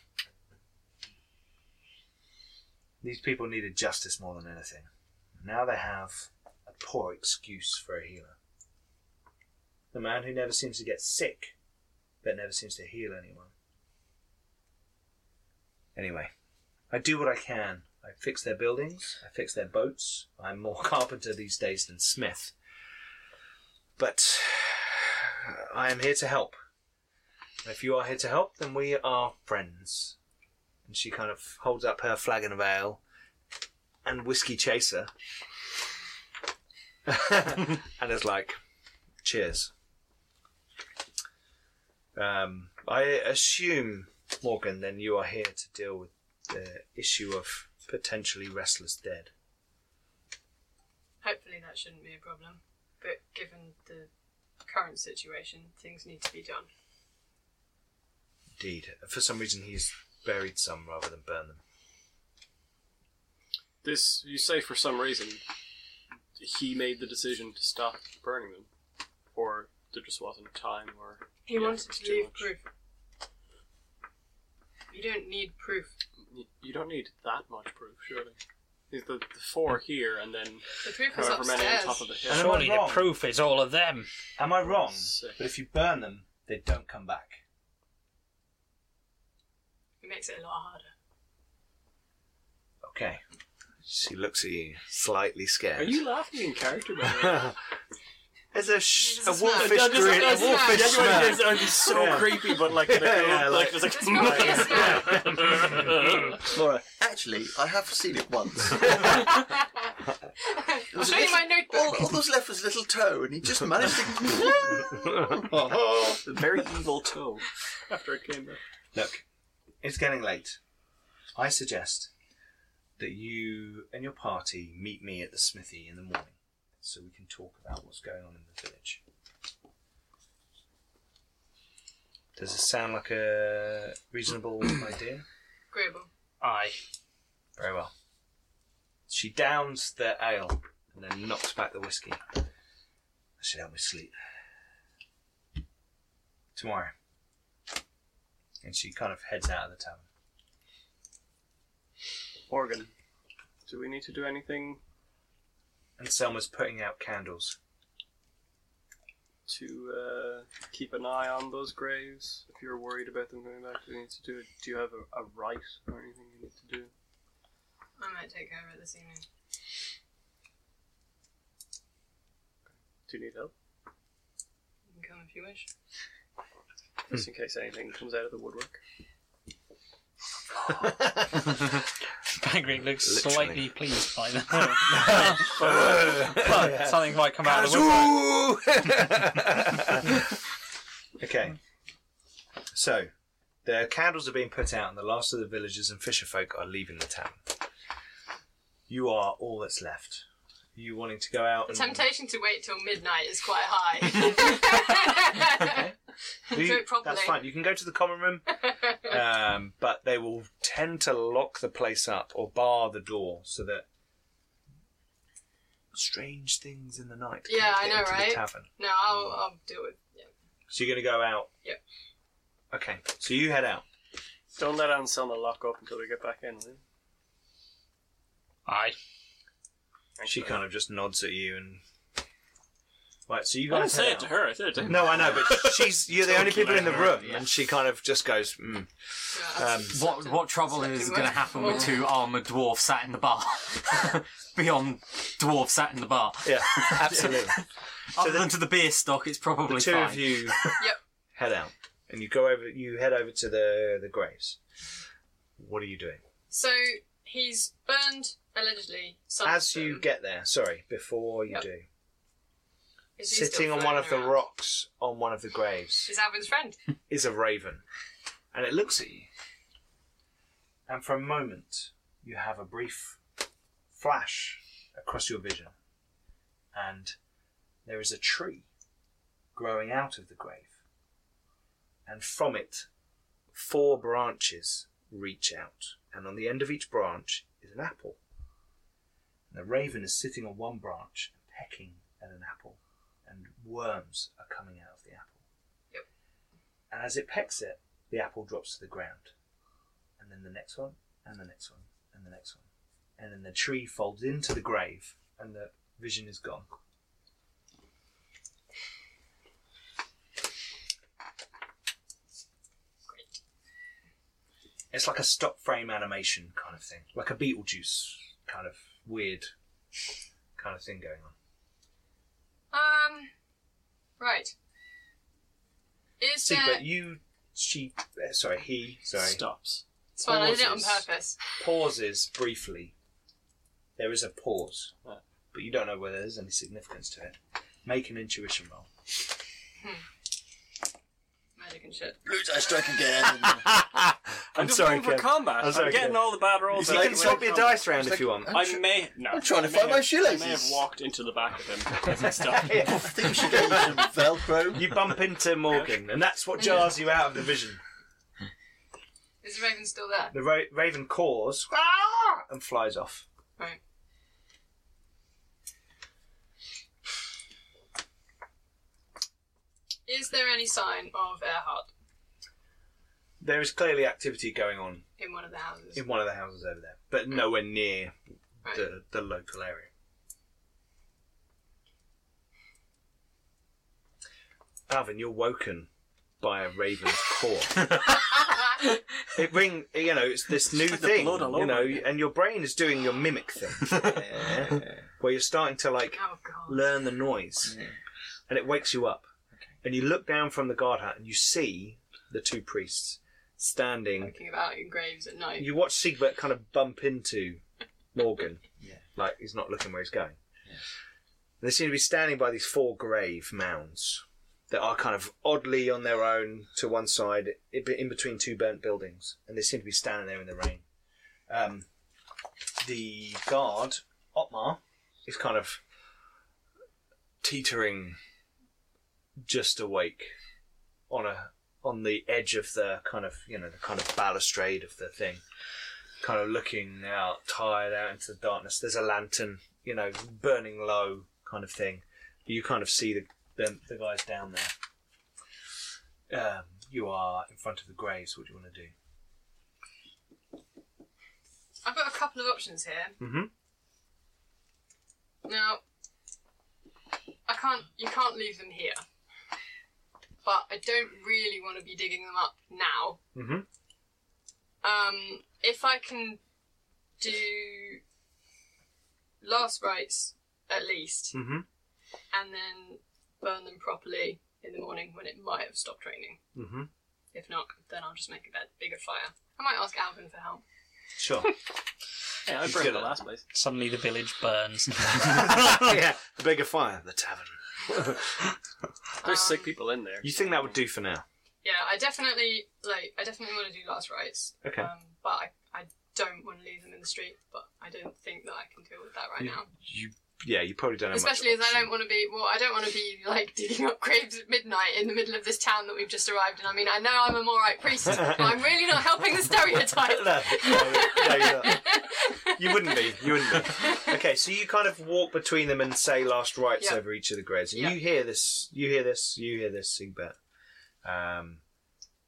[SPEAKER 1] These people needed justice more than anything. Now they have a poor excuse for a healer. The man who never seems to get sick, but never seems to heal anyone. Anyway, I do what I can. I fix their buildings, I fix their boats. I'm more carpenter these days than smith. But I am here to help. If you are here to help, then we are friends. And she kind of holds up her flagon of ale and whiskey chaser. and is like, cheers. Um, I assume, Morgan, then you are here to deal with the issue of potentially restless dead.
[SPEAKER 5] Hopefully that shouldn't be a problem. But given the current situation, things need to be done.
[SPEAKER 1] Indeed. For some reason, he's buried some rather than burned them.
[SPEAKER 3] This, you say for some reason, he made the decision to stop burning them, or there just wasn't time, or
[SPEAKER 5] He
[SPEAKER 3] Yeah,
[SPEAKER 5] wanted
[SPEAKER 3] it's
[SPEAKER 5] to
[SPEAKER 3] too
[SPEAKER 5] leave
[SPEAKER 3] much.
[SPEAKER 5] proof. You don't need proof.
[SPEAKER 3] you, you don't need that much proof, surely. There's the, the four here, and then
[SPEAKER 5] The proof is
[SPEAKER 3] however many on
[SPEAKER 5] upstairs.
[SPEAKER 3] top of the hill.
[SPEAKER 1] And
[SPEAKER 2] Surely
[SPEAKER 1] am I
[SPEAKER 2] the
[SPEAKER 1] wrong?
[SPEAKER 2] proof is all of them.
[SPEAKER 1] Am I wrong?
[SPEAKER 3] Sick.
[SPEAKER 1] But if you burn them, they don't come back.
[SPEAKER 5] It makes it a lot harder.
[SPEAKER 1] Okay. She looks at you, slightly
[SPEAKER 3] Are
[SPEAKER 1] scared.
[SPEAKER 3] you laughing in character? by the way?
[SPEAKER 1] There's a, sh-
[SPEAKER 5] There's
[SPEAKER 1] a
[SPEAKER 5] a smirk.
[SPEAKER 1] wolfish
[SPEAKER 5] No, there's
[SPEAKER 1] grin.
[SPEAKER 5] there's
[SPEAKER 1] A wolfish
[SPEAKER 5] smirk.
[SPEAKER 3] Yeah,
[SPEAKER 1] smirk.
[SPEAKER 3] it's only so
[SPEAKER 1] Yeah.
[SPEAKER 3] creepy, but like, in a
[SPEAKER 1] Yeah,
[SPEAKER 3] cool-
[SPEAKER 1] yeah,
[SPEAKER 3] like,
[SPEAKER 1] like-
[SPEAKER 3] there's like,
[SPEAKER 5] It's not
[SPEAKER 1] yeah.
[SPEAKER 5] just that.
[SPEAKER 1] Laura,
[SPEAKER 4] Actually, I have seen it once.
[SPEAKER 5] I'll show you my
[SPEAKER 4] all,
[SPEAKER 5] notebook.
[SPEAKER 4] all that was left was a little toe, and he just managed to.
[SPEAKER 3] the very evil toe after it came back.
[SPEAKER 1] Look, it's getting late. I suggest that you and your party meet me at the smithy in the morning so we can talk about what's going on in the village. Does this sound like a reasonable idea?
[SPEAKER 5] Agreeable.
[SPEAKER 2] Aye.
[SPEAKER 1] Very well. She downs the ale and then knocks back the whiskey. That should help me sleep. Tomorrow. And she kind of heads out of the tavern.
[SPEAKER 3] Morgan, do we need to do anything
[SPEAKER 1] And Selma's putting out candles.
[SPEAKER 3] to uh, keep an eye on those graves? If you're worried about them going back, do you need to do it? Do you have a, a right or anything you need to do?
[SPEAKER 5] I might take care of it this evening.
[SPEAKER 3] Do you need help?
[SPEAKER 5] You can come if you wish.
[SPEAKER 3] Just in case anything comes out of the woodwork.
[SPEAKER 2] Bagric looks
[SPEAKER 1] Literally.
[SPEAKER 2] slightly pleased by that. But something might come out of the woodwork.
[SPEAKER 1] okay. So, the candles are being put out, and the last of the villagers and fisher folk are leaving the town. You are all that's left. You wanting to go out?
[SPEAKER 5] The
[SPEAKER 1] and-
[SPEAKER 5] temptation to wait till midnight is quite high.
[SPEAKER 1] Do you-
[SPEAKER 5] it properly.
[SPEAKER 1] That's fine. You can go to the common room, um, but they will tend to lock the place up or bar the door so that strange things in the night. kind
[SPEAKER 5] Yeah,
[SPEAKER 1] of
[SPEAKER 5] I
[SPEAKER 1] get
[SPEAKER 5] know,
[SPEAKER 1] into the
[SPEAKER 5] right?
[SPEAKER 1] tavern.
[SPEAKER 5] No, I'll, I'll deal with. Yeah.
[SPEAKER 1] So you're going to go out.
[SPEAKER 5] Yep.
[SPEAKER 1] Okay, so you head out.
[SPEAKER 3] Don't let Anselma lock up until we get back in. will you?
[SPEAKER 2] Aye.
[SPEAKER 1] She kind of just nods at you and. Right, so you
[SPEAKER 3] I didn't
[SPEAKER 1] guys.
[SPEAKER 3] say
[SPEAKER 1] head
[SPEAKER 3] it to
[SPEAKER 1] out.
[SPEAKER 3] her. I said it to him.
[SPEAKER 1] No, I know, but she's you're the only people in the
[SPEAKER 2] Talking
[SPEAKER 1] room,
[SPEAKER 2] over, yeah.
[SPEAKER 1] and she kind of just goes, mm.
[SPEAKER 5] Yeah.
[SPEAKER 3] Uh,
[SPEAKER 1] um,
[SPEAKER 6] What what trouble is going to happen with two armored dwarves sat in the bar? Beyond dwarves sat in the bar.
[SPEAKER 1] yeah, absolutely.
[SPEAKER 6] Other
[SPEAKER 1] the-
[SPEAKER 6] than to the beer stock, it's probably
[SPEAKER 1] the two
[SPEAKER 6] fine.
[SPEAKER 1] of you
[SPEAKER 5] Yep.
[SPEAKER 1] head out, and you go over. You head over to the the graves. What are you doing?
[SPEAKER 5] so he's burned allegedly. Some
[SPEAKER 1] As you get there, sorry, before you
[SPEAKER 5] Yep.
[SPEAKER 1] do, sitting on one of the rocks on one of the graves
[SPEAKER 5] Is Alvin's friend?
[SPEAKER 1] is a raven, and it looks at you. And for a moment, you have a brief flash across your vision, and there is a tree growing out of the grave, and from it, four branches reach out, and on the end of each branch is an apple. And the raven is sitting on one branch and pecking at an apple, and worms are coming out of the apple.
[SPEAKER 5] Yep.
[SPEAKER 1] And as it pecks it, the apple drops to the ground, and then the next one, and the next one, and the next one, and then the tree folds into the grave, and the vision is gone. It's like a stop frame animation kind of thing, like a Beetlejuice kind of weird kind of thing going on.
[SPEAKER 5] Um, right. Is
[SPEAKER 1] See,
[SPEAKER 5] there?
[SPEAKER 1] but you, she, eh, sorry, he, sorry,
[SPEAKER 3] Stops.
[SPEAKER 5] It's fine. I did it on
[SPEAKER 1] pauses.
[SPEAKER 5] purpose.
[SPEAKER 1] pauses briefly. There is a pause,
[SPEAKER 3] Right.
[SPEAKER 1] but you don't know whether there's any significance to it. Make an intuition roll.
[SPEAKER 5] Magic and shit.
[SPEAKER 4] Pluto strike again.
[SPEAKER 1] I'm
[SPEAKER 3] just
[SPEAKER 1] sorry,
[SPEAKER 3] looking for
[SPEAKER 1] Kev.
[SPEAKER 3] combat.
[SPEAKER 1] I'm
[SPEAKER 3] I'm,
[SPEAKER 1] sorry,
[SPEAKER 3] getting
[SPEAKER 1] Kev.
[SPEAKER 3] all the bad rolls.
[SPEAKER 1] You
[SPEAKER 3] I
[SPEAKER 1] can
[SPEAKER 3] get
[SPEAKER 1] swap
[SPEAKER 3] when
[SPEAKER 1] your
[SPEAKER 3] I come.
[SPEAKER 1] dice round if you want.
[SPEAKER 3] I may. No.
[SPEAKER 4] I'm trying to
[SPEAKER 3] I may
[SPEAKER 4] find my
[SPEAKER 3] have-
[SPEAKER 4] shoelaces.
[SPEAKER 3] I may have walked into the back of him. and stuff.
[SPEAKER 4] I think we should get you some Velcro.
[SPEAKER 1] You bump into Morgan, and that's what jars you out of the vision.
[SPEAKER 5] Is the raven still there?
[SPEAKER 1] The ra- raven caws "Ah!" and flies off.
[SPEAKER 5] Right. Is there any sign of Earhart
[SPEAKER 1] There is clearly activity going on
[SPEAKER 5] in one of the houses?
[SPEAKER 1] in one of the houses over there, but nowhere near
[SPEAKER 5] right.
[SPEAKER 1] the, the local area. Alvin, you're woken by a raven's paw. it ring, you know, it's this new
[SPEAKER 3] like the
[SPEAKER 1] thing,
[SPEAKER 3] blood all
[SPEAKER 1] you
[SPEAKER 3] over
[SPEAKER 1] know,
[SPEAKER 3] again.
[SPEAKER 1] and your brain is doing your mimic thing,
[SPEAKER 4] Yeah.
[SPEAKER 1] where you're starting to like
[SPEAKER 5] Oh god.
[SPEAKER 1] learn the noise, and it wakes you up. And you look down from the guard hut, and you see the two priests standing
[SPEAKER 5] Talking about in graves at night.
[SPEAKER 1] you watch Siegbert kind of bump into Morgan.
[SPEAKER 4] Yeah.
[SPEAKER 1] Like he's not looking where he's going. They seem to be standing by these four grave mounds that are kind of oddly on their own to one side, i- in between two burnt buildings, and they seem to be standing there in the rain. Um, the guard, Otmar, is kind of teetering just awake on a on the edge of the kind of you know the kind of balustrade of the thing kind of looking out tired out into the darkness there's a lantern you know burning low kind of thing you kind of see the the, the guys down there um, you are in front of the graves what do you want to do
[SPEAKER 5] I've got a couple of options here.
[SPEAKER 1] Mhm.
[SPEAKER 5] Now, I can't. You can't leave them here. But I don't really want to be digging them up now.
[SPEAKER 1] Mhm.
[SPEAKER 5] Um, if I can do last rites at least,
[SPEAKER 1] mm-hmm
[SPEAKER 5] and then burn them properly in the morning when it might have stopped raining.
[SPEAKER 1] mm-hmm
[SPEAKER 5] If not, then I'll just make a bit bigger fire. I might ask Alvin for help.
[SPEAKER 1] sure
[SPEAKER 3] Yeah, I
[SPEAKER 1] She's
[SPEAKER 3] burned
[SPEAKER 1] good
[SPEAKER 3] the
[SPEAKER 1] at
[SPEAKER 3] last place.
[SPEAKER 2] Suddenly the village burns.
[SPEAKER 1] yeah the bigger fire the tavern
[SPEAKER 3] There's
[SPEAKER 5] Um,
[SPEAKER 3] sick people in there.
[SPEAKER 1] you think that would do for now
[SPEAKER 5] Yeah, I definitely like. I definitely want to do last rites.
[SPEAKER 1] Okay.
[SPEAKER 5] Um, but I, I don't want to leave them in the street. But I don't think that I can deal with that right now.
[SPEAKER 4] You
[SPEAKER 1] yeah, you probably don't have
[SPEAKER 5] Especially
[SPEAKER 1] much
[SPEAKER 5] as I don't want to be, well, I don't want to be like digging up graves at midnight in the middle of this town that we've just arrived in. I mean, I know I'm a alright priest, but I'm really not helping the stereotype.
[SPEAKER 1] no, no, you're not. You wouldn't be. You wouldn't be. Okay, so you kind of walk between them and say last rites
[SPEAKER 5] Yeah.
[SPEAKER 1] over each of the graves, and
[SPEAKER 5] Yeah.
[SPEAKER 1] you hear this. You hear this. You hear this, Siegbert. Um,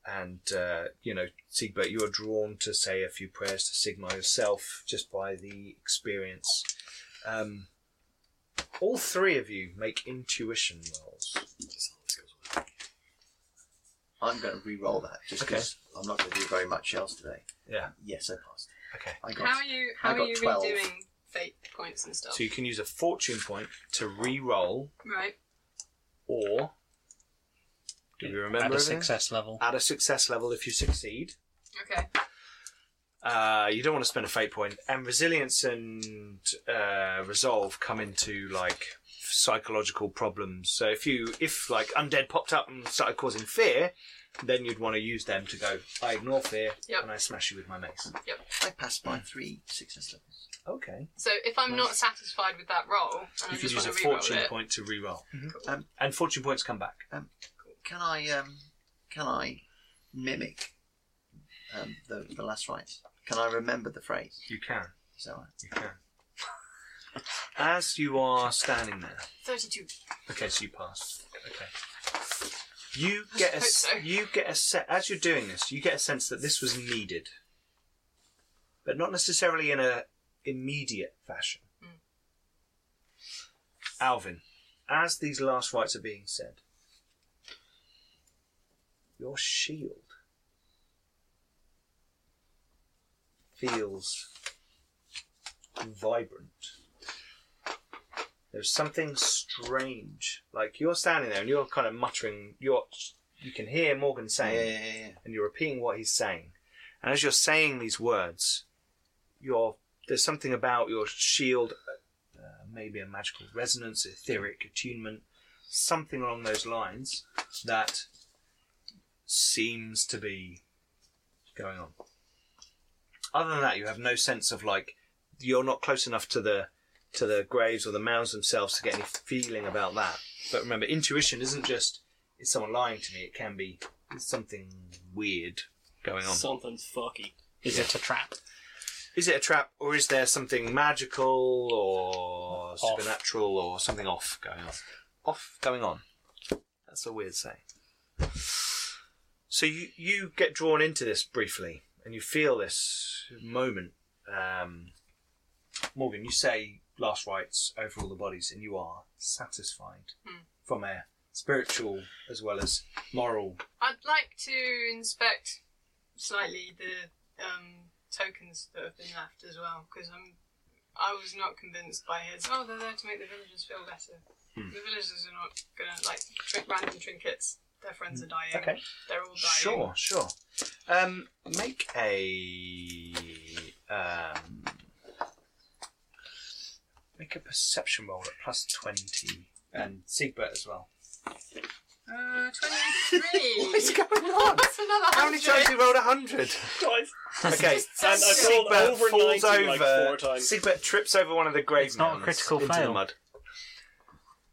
[SPEAKER 1] and uh, you know, Siegbert, you are drawn to say a few prayers to Sigma yourself just by the experience. Um, all three of you make intuition rolls.
[SPEAKER 4] I'm going to re-roll that just
[SPEAKER 1] Okay.
[SPEAKER 4] because I'm not going to do very much else today.
[SPEAKER 1] Yeah.
[SPEAKER 4] Yes, I passed.
[SPEAKER 1] Okay.
[SPEAKER 4] I got
[SPEAKER 5] How are you? How
[SPEAKER 4] I
[SPEAKER 5] are
[SPEAKER 4] got
[SPEAKER 5] you
[SPEAKER 4] 12.
[SPEAKER 5] redoing fate points and stuff?
[SPEAKER 1] So you can use a fortune point to re-roll,
[SPEAKER 5] Right.
[SPEAKER 1] or do you remember
[SPEAKER 2] At a
[SPEAKER 1] everything?
[SPEAKER 2] success level.
[SPEAKER 1] At a success level, if you succeed,
[SPEAKER 5] Okay.
[SPEAKER 1] uh, you don't want to spend a fate point, and resilience and uh, resolve come into like psychological problems. So if you if like undead popped up and started causing fear, then you'd want to use them to go. I ignore fear
[SPEAKER 5] Yep.
[SPEAKER 1] and I smash you with my mace.
[SPEAKER 4] I passed by three success levels.
[SPEAKER 1] Okay,
[SPEAKER 5] So if I'm not satisfied with that roll, and I
[SPEAKER 1] you could
[SPEAKER 5] just
[SPEAKER 1] use
[SPEAKER 5] want
[SPEAKER 1] a
[SPEAKER 5] to re-roll
[SPEAKER 1] fortune
[SPEAKER 5] it,
[SPEAKER 1] point to re-roll,
[SPEAKER 4] Um,
[SPEAKER 1] Mm-hmm. and fortune points come back.
[SPEAKER 4] Can I um, can I mimic um, the the last rites? Can I remember the phrase?
[SPEAKER 1] You can,
[SPEAKER 4] Is that right?
[SPEAKER 1] you can. As you are standing there,
[SPEAKER 5] thirty-two.
[SPEAKER 1] Okay, so you pass. Okay. You get a
[SPEAKER 5] hope
[SPEAKER 1] s-
[SPEAKER 5] so.
[SPEAKER 1] you get a set as you're doing this. You get a sense that this was needed, but not necessarily in a immediate fashion.
[SPEAKER 5] Hmm.
[SPEAKER 1] Alvin, as these last rites are being said, your shield feels vibrant. There's something strange. Like you're standing there and you're kind of muttering. You're you can hear Morgan saying,
[SPEAKER 4] Yeah, yeah, yeah, yeah.
[SPEAKER 1] and you're repeating what he's saying. And as you're saying these words, you're, there's something about your shield, uh, maybe a magical resonance, etheric attunement, something along those lines that seems to be going on. Other than that, you have no sense of like you're not close enough to the to the graves or the mounds themselves to get any feeling about that. But remember, intuition isn't just is someone lying to me. It can be there's something weird going on.
[SPEAKER 3] Something's fucky.
[SPEAKER 2] Is it a trap?
[SPEAKER 1] is it a trap or is there something magical or supernatural or something off going on? Off going on. That's a weird saying. So you you get drawn into this briefly and you feel this moment. Um, Morgan, you say last rites over all the bodies and you are satisfied from a spiritual as well as moral.
[SPEAKER 5] I'd like to inspect slightly the um, tokens that have been left as well, because I'm I was not convinced by his. Oh, they're there to make the villagers feel better.
[SPEAKER 1] Hmm.
[SPEAKER 5] The villagers are not gonna like tri- random trinkets. Their friends are dying.
[SPEAKER 1] Okay.
[SPEAKER 5] They're all dying.
[SPEAKER 1] Sure, sure. Um, make a um, make a perception roll at plus twenty, and Siegbert as well.
[SPEAKER 5] Uh, twenty-three.
[SPEAKER 1] going on?
[SPEAKER 5] That's another
[SPEAKER 1] How many times
[SPEAKER 5] hundred.
[SPEAKER 1] you rolled a hundred?
[SPEAKER 3] Guys,
[SPEAKER 1] Okay,
[SPEAKER 3] and I've rolled
[SPEAKER 1] Siegbert
[SPEAKER 3] over
[SPEAKER 1] falls
[SPEAKER 3] 90
[SPEAKER 1] over.
[SPEAKER 3] like four times.
[SPEAKER 1] Siegbert trips over one of the grave
[SPEAKER 6] It's not a
[SPEAKER 1] mounds
[SPEAKER 6] critical
[SPEAKER 1] into the
[SPEAKER 6] fail.
[SPEAKER 1] mud.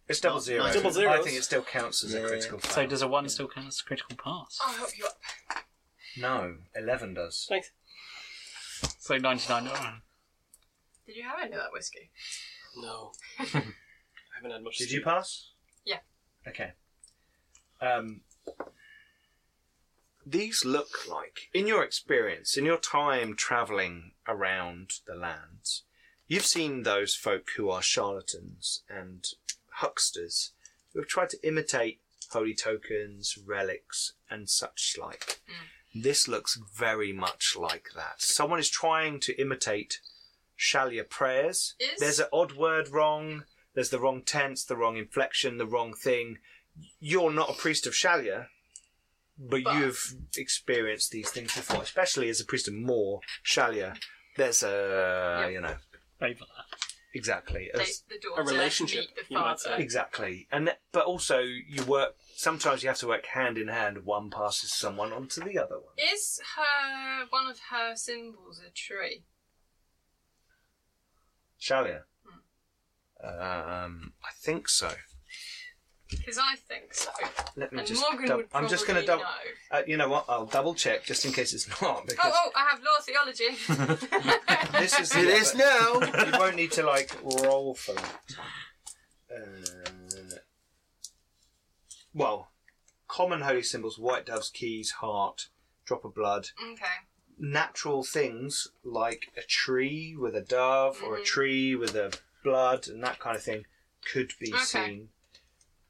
[SPEAKER 1] It's double
[SPEAKER 4] Not-
[SPEAKER 1] zero.
[SPEAKER 4] not
[SPEAKER 3] double
[SPEAKER 1] I
[SPEAKER 3] zeros.
[SPEAKER 1] think it still counts as a
[SPEAKER 4] Yeah.
[SPEAKER 1] critical fail.
[SPEAKER 2] So does a one still count as a critical pass?
[SPEAKER 5] I'll help you up.
[SPEAKER 1] no eleven does.
[SPEAKER 3] Thanks.
[SPEAKER 2] So ninety nine. Oh,
[SPEAKER 5] Did you have any of that whiskey?
[SPEAKER 3] No. I haven't had much
[SPEAKER 1] Did
[SPEAKER 3] sleep.
[SPEAKER 1] you pass?
[SPEAKER 5] Yeah.
[SPEAKER 1] Okay. Um, these look like, in your experience, in your time traveling around the lands, you've seen those folk who are charlatans and hucksters who have tried to imitate holy tokens, relics, and such like.
[SPEAKER 5] Mm.
[SPEAKER 1] This looks very much like that. Someone is trying to imitate Shalia prayers.
[SPEAKER 5] Is-
[SPEAKER 1] There's an odd word wrong. There's the wrong tense, the wrong inflection, the wrong thing. You're not a priest of Shalia, but,
[SPEAKER 5] But-
[SPEAKER 1] you've experienced these things before, especially as a priest of Moor, Shalia. There's a,
[SPEAKER 5] Yep.
[SPEAKER 1] you know,
[SPEAKER 2] over that.
[SPEAKER 1] exactly.
[SPEAKER 5] They,
[SPEAKER 1] as-
[SPEAKER 5] the daughter
[SPEAKER 3] relationship,
[SPEAKER 5] meet the
[SPEAKER 3] you might
[SPEAKER 5] father.
[SPEAKER 1] Exactly, and th- but also you work. Sometimes you have to work hand in hand. One passes someone onto the other one.
[SPEAKER 5] Is her one of her symbols a tree?
[SPEAKER 1] Shalia. Um, I think so.
[SPEAKER 5] Because I think so.
[SPEAKER 1] Let me
[SPEAKER 5] And
[SPEAKER 1] just.
[SPEAKER 5] Morgan
[SPEAKER 1] dub-
[SPEAKER 5] would
[SPEAKER 1] I'm just going to
[SPEAKER 5] probably
[SPEAKER 1] double.
[SPEAKER 5] know.
[SPEAKER 1] Uh, you know what? I'll double check just in case it's not because
[SPEAKER 5] Oh, oh, I have law theology.
[SPEAKER 1] this is
[SPEAKER 4] It is now.
[SPEAKER 1] you won't need to like roll for that. Uh, well, common holy symbols: white doves, keys, heart, drop of blood.
[SPEAKER 5] okay.
[SPEAKER 1] Natural things like a tree with a dove
[SPEAKER 5] Mm-hmm.
[SPEAKER 1] or a tree with a blood and that kind of thing could be
[SPEAKER 5] Okay.
[SPEAKER 1] seen.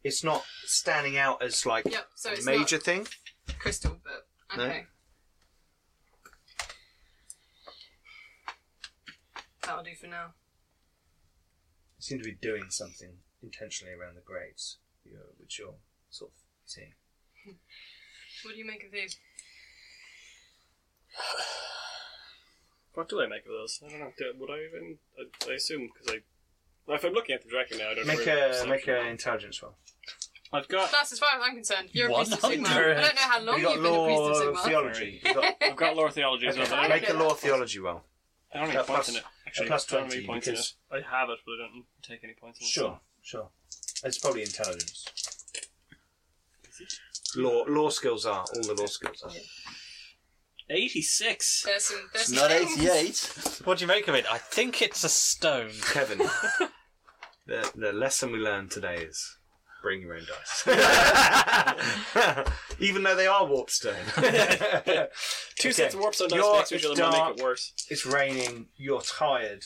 [SPEAKER 1] It's not standing out as like
[SPEAKER 5] Yep, so
[SPEAKER 1] a
[SPEAKER 5] it's
[SPEAKER 1] major thing.
[SPEAKER 5] not crystal, but
[SPEAKER 4] No.
[SPEAKER 5] okay. That'll do for now.
[SPEAKER 1] You seem to be doing something intentionally around the graves, you know, which you're sort of seeing.
[SPEAKER 5] What do you make of these?
[SPEAKER 3] What do I make of those? I don't know. Do, would I even? I, I assume because I. well, if I'm looking at the dragon now, I don't
[SPEAKER 1] Make
[SPEAKER 3] know.
[SPEAKER 1] a make an intelligence roll.
[SPEAKER 3] I've got
[SPEAKER 5] That's as far as I'm concerned. You're a priest of Sigma. I
[SPEAKER 2] 100.
[SPEAKER 5] don't know how long
[SPEAKER 1] you got
[SPEAKER 5] you've been a priest
[SPEAKER 1] law
[SPEAKER 5] of Sigma.
[SPEAKER 1] theology. You got,
[SPEAKER 3] I've got lore theology as well.
[SPEAKER 1] okay,
[SPEAKER 3] but I don't-
[SPEAKER 1] Make a law theology roll.
[SPEAKER 3] I don't have
[SPEAKER 1] Uh,
[SPEAKER 3] any points
[SPEAKER 1] plus-
[SPEAKER 3] in it. Actually,
[SPEAKER 1] plus
[SPEAKER 3] I don't have
[SPEAKER 1] 20,
[SPEAKER 3] any points in it.
[SPEAKER 1] because-
[SPEAKER 3] I have it, but I don't take any points in it.
[SPEAKER 1] Sure, sure. It's probably intelligence. Law law skills are all the law skills are.
[SPEAKER 3] Eighty-six.
[SPEAKER 5] There's some, there's
[SPEAKER 4] It's
[SPEAKER 5] some
[SPEAKER 4] not 88.
[SPEAKER 5] things.
[SPEAKER 2] What do you make of it? I think it's a stone.
[SPEAKER 1] Kevin, the the lesson we learned today is bring your own dice. Even though they are warp stone.
[SPEAKER 3] Two
[SPEAKER 1] Okay.
[SPEAKER 3] sets of warps on dice
[SPEAKER 1] You're-
[SPEAKER 3] next to each
[SPEAKER 1] it's
[SPEAKER 3] other might
[SPEAKER 1] dark.
[SPEAKER 3] make it worse.
[SPEAKER 1] it's raining, you're tired,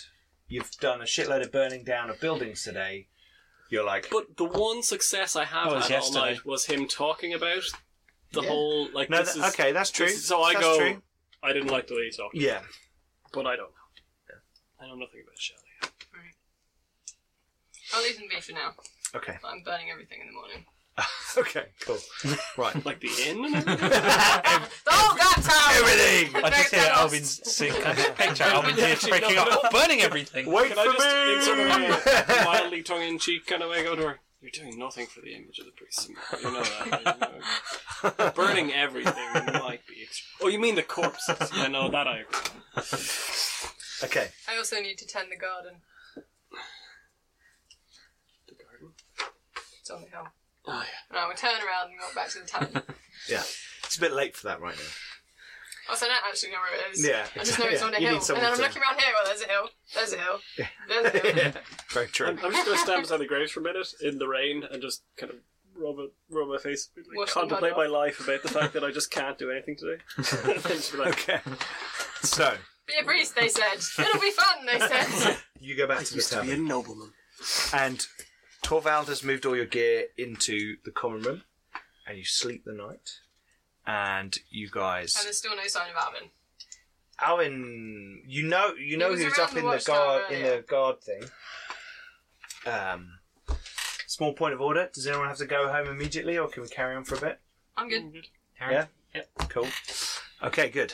[SPEAKER 1] you've done a shitload of burning down of buildings today, you're like,
[SPEAKER 3] But the one success I have
[SPEAKER 2] What was
[SPEAKER 3] had all
[SPEAKER 2] yesterday?
[SPEAKER 3] night was him talking about the
[SPEAKER 4] Yeah.
[SPEAKER 3] whole like
[SPEAKER 1] no,
[SPEAKER 3] this
[SPEAKER 1] tha-
[SPEAKER 3] is,
[SPEAKER 1] okay, that's true.
[SPEAKER 3] this is- so I
[SPEAKER 1] That's
[SPEAKER 3] go.
[SPEAKER 1] true.
[SPEAKER 3] I didn't like the way he talked,
[SPEAKER 1] yeah.
[SPEAKER 3] but I don't know. I know nothing about Shelley.
[SPEAKER 5] I'll leave them be for now.
[SPEAKER 1] Okay.
[SPEAKER 5] But I'm burning everything in the morning.
[SPEAKER 1] Okay. Cool. Right.
[SPEAKER 3] Like the inn. and everything?
[SPEAKER 5] oh, that tower!
[SPEAKER 1] Everything.
[SPEAKER 2] I just hear
[SPEAKER 5] Thanos.
[SPEAKER 2] Alvin sing. I just picture Alvin here
[SPEAKER 3] Actually,
[SPEAKER 2] breaking
[SPEAKER 3] no,
[SPEAKER 2] up,
[SPEAKER 3] no.
[SPEAKER 2] burning everything.
[SPEAKER 1] Wait
[SPEAKER 3] Can
[SPEAKER 1] for
[SPEAKER 3] I just
[SPEAKER 1] me.
[SPEAKER 3] insert a mi- mildly tongue-in-cheek kind of way go to her? You're doing nothing for the image of the priest. Simba. You know that. you know. Burning everything might be. Ex- oh, you mean the corpses? I know that. I.
[SPEAKER 1] okay.
[SPEAKER 5] I also need to tend the garden.
[SPEAKER 3] The garden.
[SPEAKER 5] It's on the hill.
[SPEAKER 3] Oh
[SPEAKER 5] And I will turn around and walk back to the town.
[SPEAKER 1] Yeah. It's a bit late for that right now.
[SPEAKER 5] also, I don't actually know where it is.
[SPEAKER 1] Yeah,
[SPEAKER 5] I just know it's
[SPEAKER 1] yeah,
[SPEAKER 5] on a
[SPEAKER 1] you
[SPEAKER 5] hill.
[SPEAKER 1] need
[SPEAKER 5] And
[SPEAKER 1] someone
[SPEAKER 5] then I'm
[SPEAKER 1] to-
[SPEAKER 5] looking around here. Well, there's a hill. There's a hill. There's a hill.
[SPEAKER 1] Very
[SPEAKER 3] yeah.
[SPEAKER 1] true.
[SPEAKER 3] I'm, I'm just gonna stand beside the graves for a minute in the rain and just kind of. Rub, it, rub my face,
[SPEAKER 5] Wash the
[SPEAKER 3] contemplate my
[SPEAKER 5] mud
[SPEAKER 3] life about the fact that I just can't do anything today. And just be like,
[SPEAKER 1] Okay. So
[SPEAKER 5] Be a priest, they said. It'll be fun, they said.
[SPEAKER 1] you go back to the
[SPEAKER 3] used to be a
[SPEAKER 1] tavern,
[SPEAKER 3] nobleman.
[SPEAKER 1] and Torvald has moved all your gear into the common room, and you sleep the night, and you guys.
[SPEAKER 5] and there's still no sign of Alvin.
[SPEAKER 1] Alvin, you know, you know
[SPEAKER 5] was
[SPEAKER 1] who's
[SPEAKER 5] around
[SPEAKER 1] up
[SPEAKER 5] the
[SPEAKER 1] in the
[SPEAKER 5] watchtower
[SPEAKER 1] guard in the guard thing. Um, small point of order. Does anyone have to go home immediately, or can we carry on for a bit?
[SPEAKER 5] I'm good.
[SPEAKER 1] Mm-hmm. Yeah. Cool. Okay, good.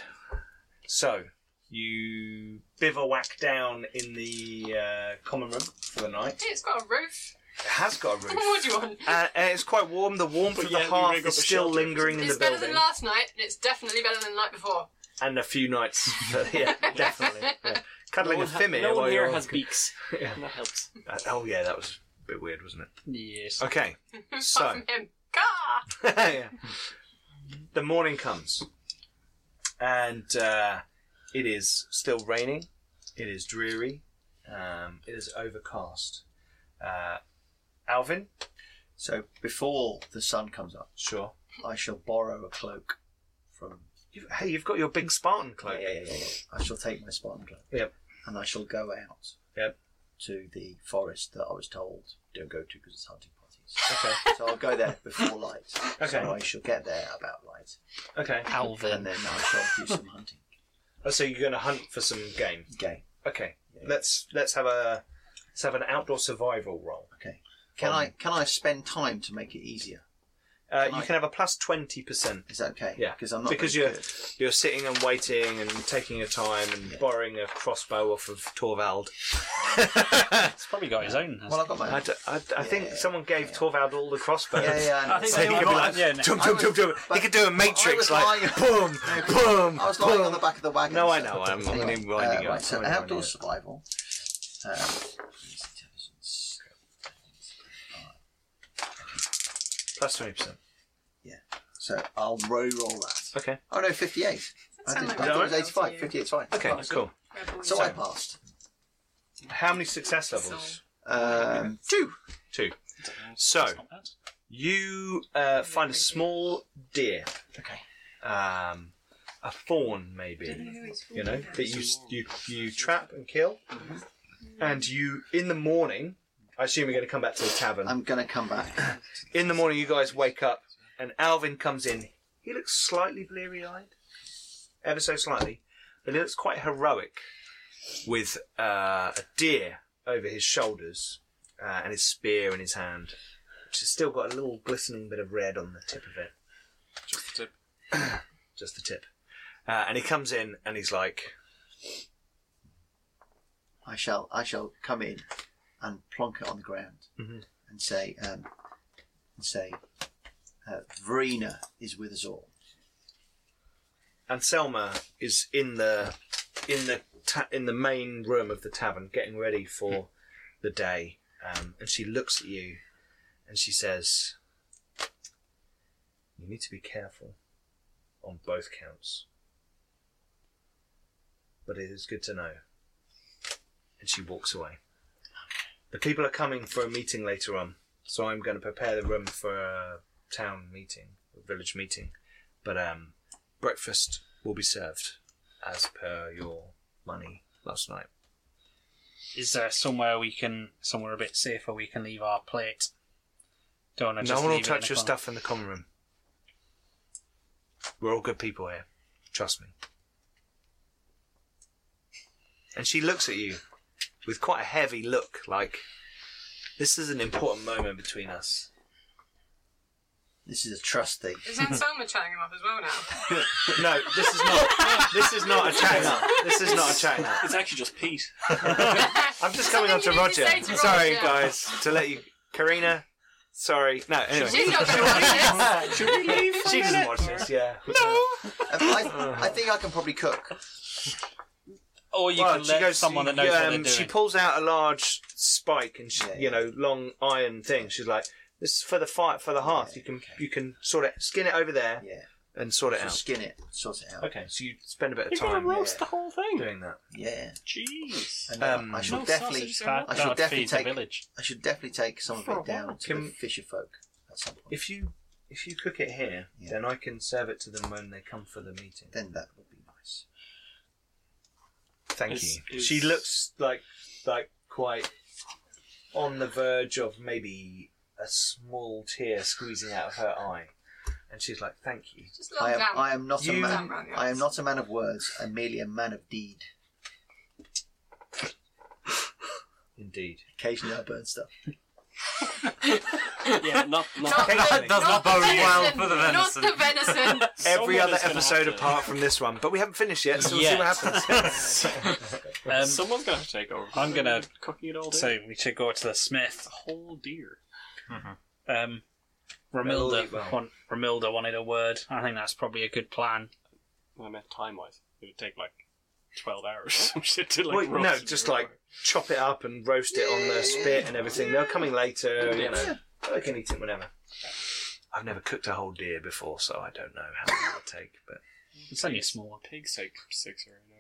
[SPEAKER 1] So you bivouac down in the uh, common room for the night.
[SPEAKER 5] Hey, it's got a roof.
[SPEAKER 1] It has got a roof.
[SPEAKER 5] what do you want?
[SPEAKER 1] Uh, and it's quite warm. The warmth of the
[SPEAKER 3] yeah, we
[SPEAKER 1] hearth
[SPEAKER 3] rig up
[SPEAKER 1] is
[SPEAKER 3] a
[SPEAKER 1] still
[SPEAKER 3] shelter.
[SPEAKER 1] lingering in
[SPEAKER 5] It's
[SPEAKER 1] the
[SPEAKER 5] better
[SPEAKER 1] building,
[SPEAKER 5] than last night, and it's definitely better than the night before.
[SPEAKER 1] and a few nights. yeah, definitely. Yeah. Cuddling
[SPEAKER 3] No
[SPEAKER 1] a
[SPEAKER 3] one ha-
[SPEAKER 1] fimmy
[SPEAKER 3] no
[SPEAKER 1] while
[SPEAKER 3] one
[SPEAKER 1] you're
[SPEAKER 3] here has beaks.
[SPEAKER 1] Yeah.
[SPEAKER 3] That helps.
[SPEAKER 1] Uh, oh yeah, that was a bit weird, wasn't it?
[SPEAKER 2] Yes.
[SPEAKER 1] Okay,
[SPEAKER 5] Apart
[SPEAKER 1] so
[SPEAKER 5] from him. Car!
[SPEAKER 1] yeah. the morning comes, and uh, it is still raining. It is dreary. Um, it is overcast. Uh, Alvin,
[SPEAKER 4] So before the sun comes up,
[SPEAKER 1] sure.
[SPEAKER 4] I shall borrow a cloak from.
[SPEAKER 1] You've, hey, you've got your big Spartan cloak.
[SPEAKER 4] yeah, yeah, yeah. I shall take my Spartan cloak.
[SPEAKER 1] Yep.
[SPEAKER 4] And I shall go out.
[SPEAKER 1] Yep.
[SPEAKER 4] To the forest that I was told don't go to because it's hunting parties.
[SPEAKER 1] Okay.
[SPEAKER 4] so I'll go there before light.
[SPEAKER 1] Okay.
[SPEAKER 4] So I shall get there about light,
[SPEAKER 1] Okay.
[SPEAKER 4] and
[SPEAKER 2] Alvin.
[SPEAKER 4] then I shall do some hunting.
[SPEAKER 1] Oh, so you're going to hunt for some game.
[SPEAKER 4] Okay.
[SPEAKER 1] Okay. Let's let's have a let's have an outdoor survival roll.
[SPEAKER 4] Okay. Can
[SPEAKER 1] Um,
[SPEAKER 4] I can I spend time to make it easier?
[SPEAKER 1] Uh, you
[SPEAKER 4] Right.
[SPEAKER 1] can have a plus twenty percent
[SPEAKER 4] Is that okay?
[SPEAKER 1] Yeah,
[SPEAKER 4] Because I'm not
[SPEAKER 1] because
[SPEAKER 4] very
[SPEAKER 1] you're
[SPEAKER 4] good.
[SPEAKER 1] you're sitting and waiting and taking your time and borrowing a crossbow off of Torvald. I,
[SPEAKER 2] It's probably got his own.
[SPEAKER 4] Well, I've got my.
[SPEAKER 1] d- I d- I think
[SPEAKER 4] Yeah.
[SPEAKER 1] someone gave Torvald all the crossbows.
[SPEAKER 4] Yeah, yeah. I know.
[SPEAKER 6] I think
[SPEAKER 1] So he
[SPEAKER 6] they all
[SPEAKER 1] could be
[SPEAKER 6] got
[SPEAKER 1] like,
[SPEAKER 2] yeah, no.
[SPEAKER 1] jump, jump,
[SPEAKER 4] I
[SPEAKER 1] jump, jump. He could do a matrix
[SPEAKER 4] was
[SPEAKER 1] like,
[SPEAKER 4] lying-
[SPEAKER 1] boom, boom,
[SPEAKER 4] I was lying on
[SPEAKER 1] boom.
[SPEAKER 4] the back of the wagon.
[SPEAKER 1] No, I
[SPEAKER 4] so-
[SPEAKER 1] know, I'm- I'm
[SPEAKER 4] Anyway,
[SPEAKER 1] winding you up,
[SPEAKER 4] right, so
[SPEAKER 1] I'm
[SPEAKER 4] Uh,
[SPEAKER 1] winding you
[SPEAKER 4] outdoor
[SPEAKER 1] up.
[SPEAKER 4] survival. Um, intelligence.
[SPEAKER 1] That's 20%.
[SPEAKER 4] So I'll roll roll that.
[SPEAKER 1] Okay.
[SPEAKER 4] Oh no, 58.
[SPEAKER 5] That
[SPEAKER 4] I, did,
[SPEAKER 5] sound like
[SPEAKER 4] I thought it was
[SPEAKER 5] rebels to
[SPEAKER 4] 85.
[SPEAKER 5] you.
[SPEAKER 4] 58 is fine.
[SPEAKER 1] Okay, cool.
[SPEAKER 5] Rebels.
[SPEAKER 4] So I passed.
[SPEAKER 1] How many success levels?
[SPEAKER 5] So-
[SPEAKER 4] Um, two.
[SPEAKER 1] Two. So,
[SPEAKER 2] That's not bad.
[SPEAKER 1] You uh, find a small deer,
[SPEAKER 4] Okay.
[SPEAKER 1] um, a fawn maybe, you know, that you you you trap and kill, and you in the morning. I assume you're going to come back to the tavern.
[SPEAKER 4] I'm going to come back.
[SPEAKER 1] in the morning, you guys wake up, and Alvin comes in. He looks slightly bleary-eyed, ever so slightly, but he looks quite heroic, with uh, a deer over his shoulders uh, and his spear in his hand, which has still got a little glistening bit of red on the tip of it.
[SPEAKER 3] Just uh, to
[SPEAKER 1] just the tip. Uh, and he comes in and he's like,
[SPEAKER 4] I shall I shall come in and plonk it on the ground
[SPEAKER 1] Mm-hmm.
[SPEAKER 4] and say um, and say uh, Verena is with us all.
[SPEAKER 1] Anselma is in the in the ta- in the main room of the tavern, getting ready for the day, um, and she looks at you and she says, "You need to be careful on both counts, but it is good to know." And she walks away. The people are coming for a meeting later on, so I'm going to prepare the room for a town meeting, a village meeting, but um breakfast will be served as per your money last night.
[SPEAKER 2] Is there somewhere we can, somewhere a bit safer we can leave our plate? Don't wanna just
[SPEAKER 1] no one will
[SPEAKER 2] leave it in
[SPEAKER 1] touch
[SPEAKER 2] a
[SPEAKER 1] your
[SPEAKER 2] corner.
[SPEAKER 1] stuff in the common room. We're all good people here. Trust me. And she looks at you with quite a heavy look, like this is an important moment between us.
[SPEAKER 4] This is a trust thing.
[SPEAKER 5] Is Anselma chatting him up as well now?
[SPEAKER 1] No, this is not. this is not a chat up. This is not a chat up.
[SPEAKER 3] It's actually just Pete.
[SPEAKER 1] I'm just coming on to
[SPEAKER 5] Something you need
[SPEAKER 1] Roger.
[SPEAKER 5] to say to
[SPEAKER 1] Sorry,
[SPEAKER 5] Roger.
[SPEAKER 1] guys, to let you. Karina, sorry. No, anyway.
[SPEAKER 5] She's not going to watch
[SPEAKER 3] Should we leave? for a
[SPEAKER 1] She doesn't
[SPEAKER 3] minute?
[SPEAKER 1] watch this, yeah. No!
[SPEAKER 4] Um, I, I think I can probably cook.
[SPEAKER 2] Or you can let someone that knows
[SPEAKER 6] um,
[SPEAKER 2] what they're doing.
[SPEAKER 1] um, She pulls out a large spike and, she,
[SPEAKER 4] Yeah,
[SPEAKER 1] you know, long iron thing. She's like, this is for the fight, for the hearth. you can you can sort of skin it over there
[SPEAKER 4] Yeah.
[SPEAKER 1] and sort it
[SPEAKER 4] So
[SPEAKER 1] out.
[SPEAKER 4] skin it, sort it out.
[SPEAKER 1] Okay, so you spend a bit of
[SPEAKER 3] You're gonna
[SPEAKER 1] time
[SPEAKER 3] roast the whole thing.
[SPEAKER 1] doing that.
[SPEAKER 4] Yeah.
[SPEAKER 3] Jeez.
[SPEAKER 4] And uh,
[SPEAKER 1] Um,
[SPEAKER 4] I shall
[SPEAKER 2] No
[SPEAKER 4] definitely
[SPEAKER 2] sausages, that-
[SPEAKER 4] I shall
[SPEAKER 2] that
[SPEAKER 4] definitely
[SPEAKER 2] feeds the
[SPEAKER 4] take-
[SPEAKER 2] village.
[SPEAKER 4] I should definitely take some of it down to the
[SPEAKER 1] Can-
[SPEAKER 4] fisher folk at some point.
[SPEAKER 1] If you if you cook it here,
[SPEAKER 4] Yeah.
[SPEAKER 1] then I can serve it to them when they come for the meeting.
[SPEAKER 4] then that would be nice.
[SPEAKER 1] Thank
[SPEAKER 2] Is-
[SPEAKER 1] you.
[SPEAKER 2] is-
[SPEAKER 1] She looks like like quite on the verge of maybe a small tear squeezing out of her eye, and she's like, "Thank you."
[SPEAKER 5] Just
[SPEAKER 4] I
[SPEAKER 5] look
[SPEAKER 4] am,
[SPEAKER 5] down.
[SPEAKER 4] I am not
[SPEAKER 1] You-
[SPEAKER 4] a man.
[SPEAKER 5] Down round the
[SPEAKER 4] I am
[SPEAKER 5] eyes.
[SPEAKER 4] not a man of words. I'm merely a man of deed.
[SPEAKER 1] Indeed.
[SPEAKER 4] Occasionally, I burn stuff.
[SPEAKER 3] Yeah, not not.
[SPEAKER 5] Not
[SPEAKER 1] That
[SPEAKER 5] the-
[SPEAKER 6] does not
[SPEAKER 5] the
[SPEAKER 6] bode well
[SPEAKER 5] venison,
[SPEAKER 6] for the venison.
[SPEAKER 5] Not the venison.
[SPEAKER 1] Every
[SPEAKER 3] Someone
[SPEAKER 1] other
[SPEAKER 3] is gonna have
[SPEAKER 1] episode
[SPEAKER 3] to-
[SPEAKER 1] apart from this one, but we haven't finished yet, so we'll see
[SPEAKER 2] Yet.
[SPEAKER 1] what happens.
[SPEAKER 2] Um,
[SPEAKER 3] Someone's gonna have to take over.
[SPEAKER 2] I'm gonna-
[SPEAKER 3] cooking it all day.
[SPEAKER 2] so we should go to the smith.
[SPEAKER 3] a whole deer.
[SPEAKER 2] Um,
[SPEAKER 1] That'll
[SPEAKER 2] Ramilda,
[SPEAKER 1] eat well.
[SPEAKER 2] want, Ramilda wanted a word. I think that's probably a good plan.
[SPEAKER 3] I meant time wise, it would take like twelve hours. or some shit to, like,
[SPEAKER 1] Wait,
[SPEAKER 3] roast
[SPEAKER 1] no,
[SPEAKER 3] it.
[SPEAKER 1] just like chop it up and roast it on the spit and everything. They're coming later, you know. I can eat it whenever. I've never cooked a whole deer before, so I don't know how long it'll take, but
[SPEAKER 2] It's only a small one.
[SPEAKER 3] pigs take six or an hour.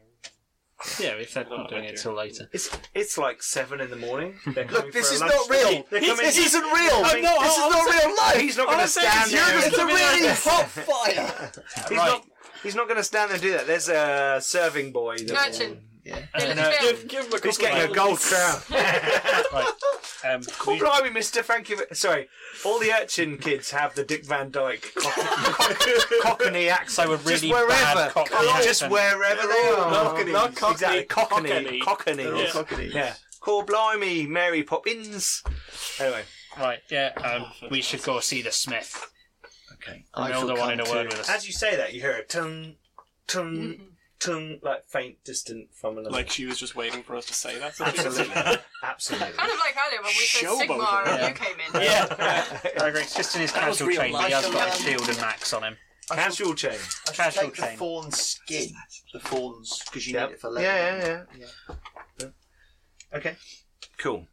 [SPEAKER 2] Yeah, if they're
[SPEAKER 3] I don't
[SPEAKER 2] not doing
[SPEAKER 3] like
[SPEAKER 2] it
[SPEAKER 3] it.
[SPEAKER 2] till later.
[SPEAKER 1] It's it's like seven in the morning. They're coming
[SPEAKER 4] Look, this
[SPEAKER 1] for a
[SPEAKER 4] is
[SPEAKER 1] lunch
[SPEAKER 4] not real.
[SPEAKER 1] They're coming-
[SPEAKER 4] This isn't real.
[SPEAKER 1] coming-
[SPEAKER 4] No, this is not real life.
[SPEAKER 1] He's not going to stand there. and-
[SPEAKER 4] It's a really hot fire.
[SPEAKER 1] He's not. He's not going to stand there and do that. There's a uh, serving boy. that-
[SPEAKER 5] Merchant.
[SPEAKER 4] Yeah.
[SPEAKER 5] They look
[SPEAKER 2] Uh, no,
[SPEAKER 5] fair.
[SPEAKER 3] Give, give him a
[SPEAKER 1] He's
[SPEAKER 3] couple
[SPEAKER 1] getting
[SPEAKER 3] of
[SPEAKER 1] a gold crown.
[SPEAKER 2] Um,
[SPEAKER 1] Cool blimey, Mister. Thank you. Sorry, all the urchin kids have the Dick Van Dyke cock- Cockney accent.
[SPEAKER 2] So a
[SPEAKER 1] just
[SPEAKER 2] really
[SPEAKER 1] wherever,
[SPEAKER 2] bad Cockney
[SPEAKER 1] Cock- just
[SPEAKER 2] accent.
[SPEAKER 1] wherever they are.
[SPEAKER 3] Cockney. Not Cockney,
[SPEAKER 1] Exactly, Cockney,
[SPEAKER 3] Cockney.
[SPEAKER 1] Cockney.
[SPEAKER 4] They're all
[SPEAKER 1] Yeah.
[SPEAKER 4] cockneys.
[SPEAKER 1] yeah. Cool blimey, Mary Poppins. Anyway,
[SPEAKER 2] right, yeah, um, we should go see the smith.
[SPEAKER 4] Okay. I shall
[SPEAKER 2] Ramilda wanted
[SPEAKER 4] come
[SPEAKER 2] a word
[SPEAKER 4] to-
[SPEAKER 2] with us.
[SPEAKER 1] as you say that, you hear a tung, tung, tung, like faint, distant from another.
[SPEAKER 3] Like she was just waiting for us to say that.
[SPEAKER 1] absolutely, absolutely.
[SPEAKER 5] Kind of like earlier when we said
[SPEAKER 3] Showboat.
[SPEAKER 5] Sigmar and
[SPEAKER 2] Yeah.
[SPEAKER 5] you came in.
[SPEAKER 2] Yeah, I agree. It's just in his
[SPEAKER 3] That was
[SPEAKER 2] casual
[SPEAKER 3] real
[SPEAKER 2] chain,
[SPEAKER 3] life.
[SPEAKER 2] he has got a
[SPEAKER 4] Um,
[SPEAKER 2] shield and axe on him.
[SPEAKER 1] Casual change.
[SPEAKER 4] I shall
[SPEAKER 2] Casual
[SPEAKER 4] take the
[SPEAKER 2] chain.
[SPEAKER 4] fawn skin. The fawns, because you
[SPEAKER 1] Yep.
[SPEAKER 4] need it for
[SPEAKER 1] yeah,
[SPEAKER 4] leather.
[SPEAKER 1] yeah, yeah, Okay. Cool.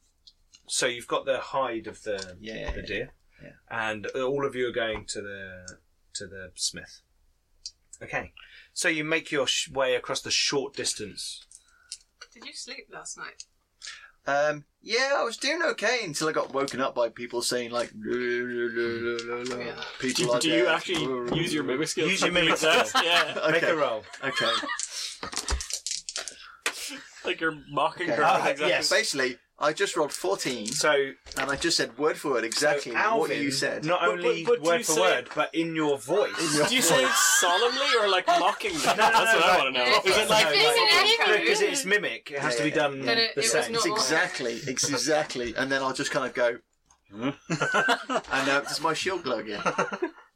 [SPEAKER 1] So you've got the hide of the
[SPEAKER 4] Yeah, yeah,
[SPEAKER 1] the
[SPEAKER 4] yeah.
[SPEAKER 1] deer.
[SPEAKER 4] Yeah.
[SPEAKER 1] And all of you are going to the to the smith. Okay. So you make your sh- way across the short distance.
[SPEAKER 5] Did you sleep last night?
[SPEAKER 4] Um, yeah, I was doing okay until I got woken up by people saying like, "Lu- lu- lu- lu- lu- lu."
[SPEAKER 5] Yeah.
[SPEAKER 4] people.
[SPEAKER 3] Do,
[SPEAKER 4] are
[SPEAKER 3] do you
[SPEAKER 4] there.
[SPEAKER 3] actually use your mimic skills?
[SPEAKER 1] Use your
[SPEAKER 3] to
[SPEAKER 1] mimic
[SPEAKER 3] success?
[SPEAKER 1] skills.
[SPEAKER 3] yeah,
[SPEAKER 4] Okay.
[SPEAKER 1] Make a roll.
[SPEAKER 4] Okay.
[SPEAKER 3] like you're mocking
[SPEAKER 4] Okay.
[SPEAKER 3] her.
[SPEAKER 1] Ah,
[SPEAKER 3] exactly.
[SPEAKER 1] yes.
[SPEAKER 4] Uh, Basically, I just rolled fourteen,
[SPEAKER 1] So
[SPEAKER 4] and I just said word for word exactly what
[SPEAKER 1] Alvin,
[SPEAKER 4] you said.
[SPEAKER 1] Not
[SPEAKER 3] But-
[SPEAKER 1] only
[SPEAKER 3] but- but you
[SPEAKER 1] word for
[SPEAKER 3] say-
[SPEAKER 1] word, but in your voice.
[SPEAKER 3] Did you say it solemnly or like mocking them?
[SPEAKER 1] no,
[SPEAKER 3] That's
[SPEAKER 1] no,
[SPEAKER 3] what I
[SPEAKER 1] like-
[SPEAKER 3] want to know.
[SPEAKER 5] Yeah.
[SPEAKER 3] Is it like
[SPEAKER 5] No, like-
[SPEAKER 1] no, because it's mimic. It has
[SPEAKER 4] Yeah,
[SPEAKER 1] to be
[SPEAKER 4] yeah.
[SPEAKER 1] done
[SPEAKER 5] Then it-
[SPEAKER 1] the
[SPEAKER 5] it was
[SPEAKER 1] same.
[SPEAKER 4] It's
[SPEAKER 5] not-
[SPEAKER 4] exactly, it's exactly, and then I'll just kind of go.
[SPEAKER 1] Hmm?
[SPEAKER 4] and now does my shield glow again?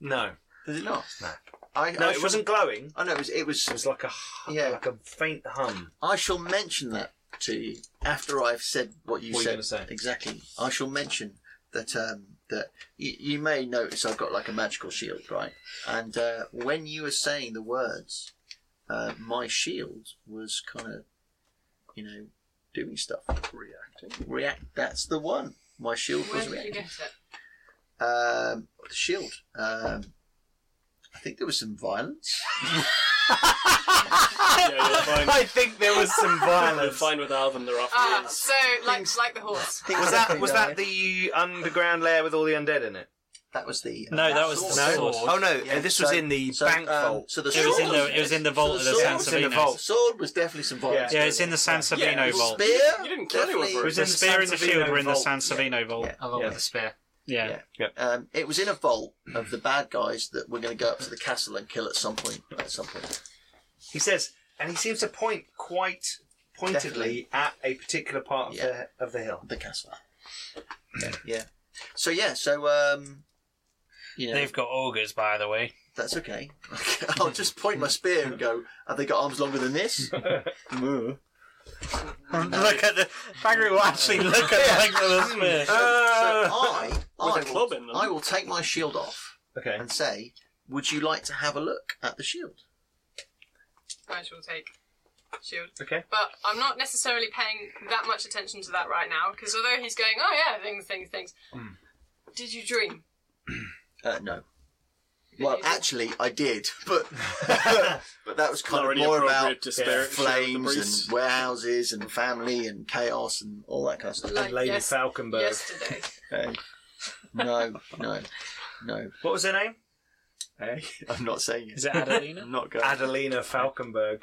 [SPEAKER 1] No,
[SPEAKER 4] Does it not? I,
[SPEAKER 1] no,
[SPEAKER 4] I
[SPEAKER 1] it
[SPEAKER 4] shall-
[SPEAKER 1] wasn't glowing.
[SPEAKER 4] I know it was. It was.
[SPEAKER 1] It was like a hu-
[SPEAKER 4] Yeah.
[SPEAKER 1] like a faint hum.
[SPEAKER 4] I shall mention that to you after I've said what you
[SPEAKER 1] What
[SPEAKER 4] said.
[SPEAKER 1] are you gonna say?
[SPEAKER 4] Exactly. I shall mention that um, that you, you may notice I've got like a magical shield, right? And uh, when you were saying the words, uh, my shield was kind of, you know, doing stuff, reacting. React. That's the one. My shield
[SPEAKER 5] Where
[SPEAKER 4] was
[SPEAKER 5] did you
[SPEAKER 4] reacting.
[SPEAKER 5] get it?
[SPEAKER 4] Um, the shield. Um, I think there was some violence.
[SPEAKER 3] Yeah, you're fine.
[SPEAKER 1] I think there was some
[SPEAKER 3] You're
[SPEAKER 1] violence.
[SPEAKER 3] fine with Alvin. They're off.
[SPEAKER 5] Ah,
[SPEAKER 3] the
[SPEAKER 5] so like like the horse.
[SPEAKER 4] Things
[SPEAKER 1] Was
[SPEAKER 4] like
[SPEAKER 1] that was that the underground lair with all the undead in it?
[SPEAKER 4] That was the.
[SPEAKER 2] No, that was the
[SPEAKER 4] sword.
[SPEAKER 2] sword.
[SPEAKER 1] Oh no,
[SPEAKER 4] Yeah,
[SPEAKER 1] this was
[SPEAKER 4] so-
[SPEAKER 1] in the
[SPEAKER 4] so,
[SPEAKER 1] bank
[SPEAKER 4] um,
[SPEAKER 1] vault.
[SPEAKER 4] So the
[SPEAKER 2] It
[SPEAKER 4] sword
[SPEAKER 2] was in the it was in the vault of the
[SPEAKER 4] So the sword
[SPEAKER 2] San
[SPEAKER 4] was
[SPEAKER 1] in the
[SPEAKER 2] Sabino.
[SPEAKER 1] vault.
[SPEAKER 4] sword was definitely some violence.
[SPEAKER 2] Yeah, it's in the
[SPEAKER 3] Yeah,
[SPEAKER 2] San Sabino
[SPEAKER 3] it was-
[SPEAKER 2] vault.
[SPEAKER 4] Spear.
[SPEAKER 3] You didn't kill
[SPEAKER 4] definitely-
[SPEAKER 3] anyone for
[SPEAKER 2] It
[SPEAKER 3] it.
[SPEAKER 2] was the
[SPEAKER 1] San
[SPEAKER 2] spear and the
[SPEAKER 1] Savino
[SPEAKER 2] shield were in the
[SPEAKER 1] vault.
[SPEAKER 2] San Savino vault.
[SPEAKER 6] along
[SPEAKER 1] Yeah.
[SPEAKER 6] with the spear.
[SPEAKER 2] Yeah.
[SPEAKER 4] Yeah.
[SPEAKER 1] Yeah.
[SPEAKER 4] Um, it was in a vault of the bad guys that were going to go up to the castle and kill at some point. At some point.
[SPEAKER 1] He says, and he seems to point quite pointedly at a particular part of
[SPEAKER 4] Yeah.
[SPEAKER 1] the of the hill.
[SPEAKER 4] The castle. Yeah. yeah. So yeah. So um, you know,
[SPEAKER 2] They've got augers, by the way.
[SPEAKER 4] that's okay. I'll just point my spear and go. Have they got arms longer than this? Um, Moo.
[SPEAKER 2] look at the Bagri will actually look at the length of the spear.
[SPEAKER 4] So I,
[SPEAKER 3] With
[SPEAKER 4] I,
[SPEAKER 3] a club in
[SPEAKER 4] will,
[SPEAKER 3] them.
[SPEAKER 4] I will take my shield off
[SPEAKER 1] Okay.
[SPEAKER 4] and say, "Would you like to have a look at the shield?"
[SPEAKER 5] I shall take shield.
[SPEAKER 1] Okay.
[SPEAKER 5] But I'm not necessarily paying that much attention to that right now because although he's going, oh yeah, things, things, things.
[SPEAKER 1] Hmm.
[SPEAKER 5] Did you dream?
[SPEAKER 4] Uh, no. Well, actually, I did, but but that was kind
[SPEAKER 3] Not
[SPEAKER 4] of
[SPEAKER 3] really
[SPEAKER 4] more
[SPEAKER 3] appropriate
[SPEAKER 4] about
[SPEAKER 3] to spare- share with the
[SPEAKER 4] flames
[SPEAKER 3] priests.
[SPEAKER 4] and warehouses and family and chaos and all that kind of stuff.
[SPEAKER 5] Like
[SPEAKER 1] Lady
[SPEAKER 5] yes-
[SPEAKER 1] Falconberg.
[SPEAKER 5] yesterday.
[SPEAKER 4] Okay. No, no, no.
[SPEAKER 1] What was her name?
[SPEAKER 4] Hey, I'm not saying
[SPEAKER 2] Is
[SPEAKER 4] it.
[SPEAKER 2] it Adelina?
[SPEAKER 4] I'm not going.
[SPEAKER 1] Adelina Falconberg.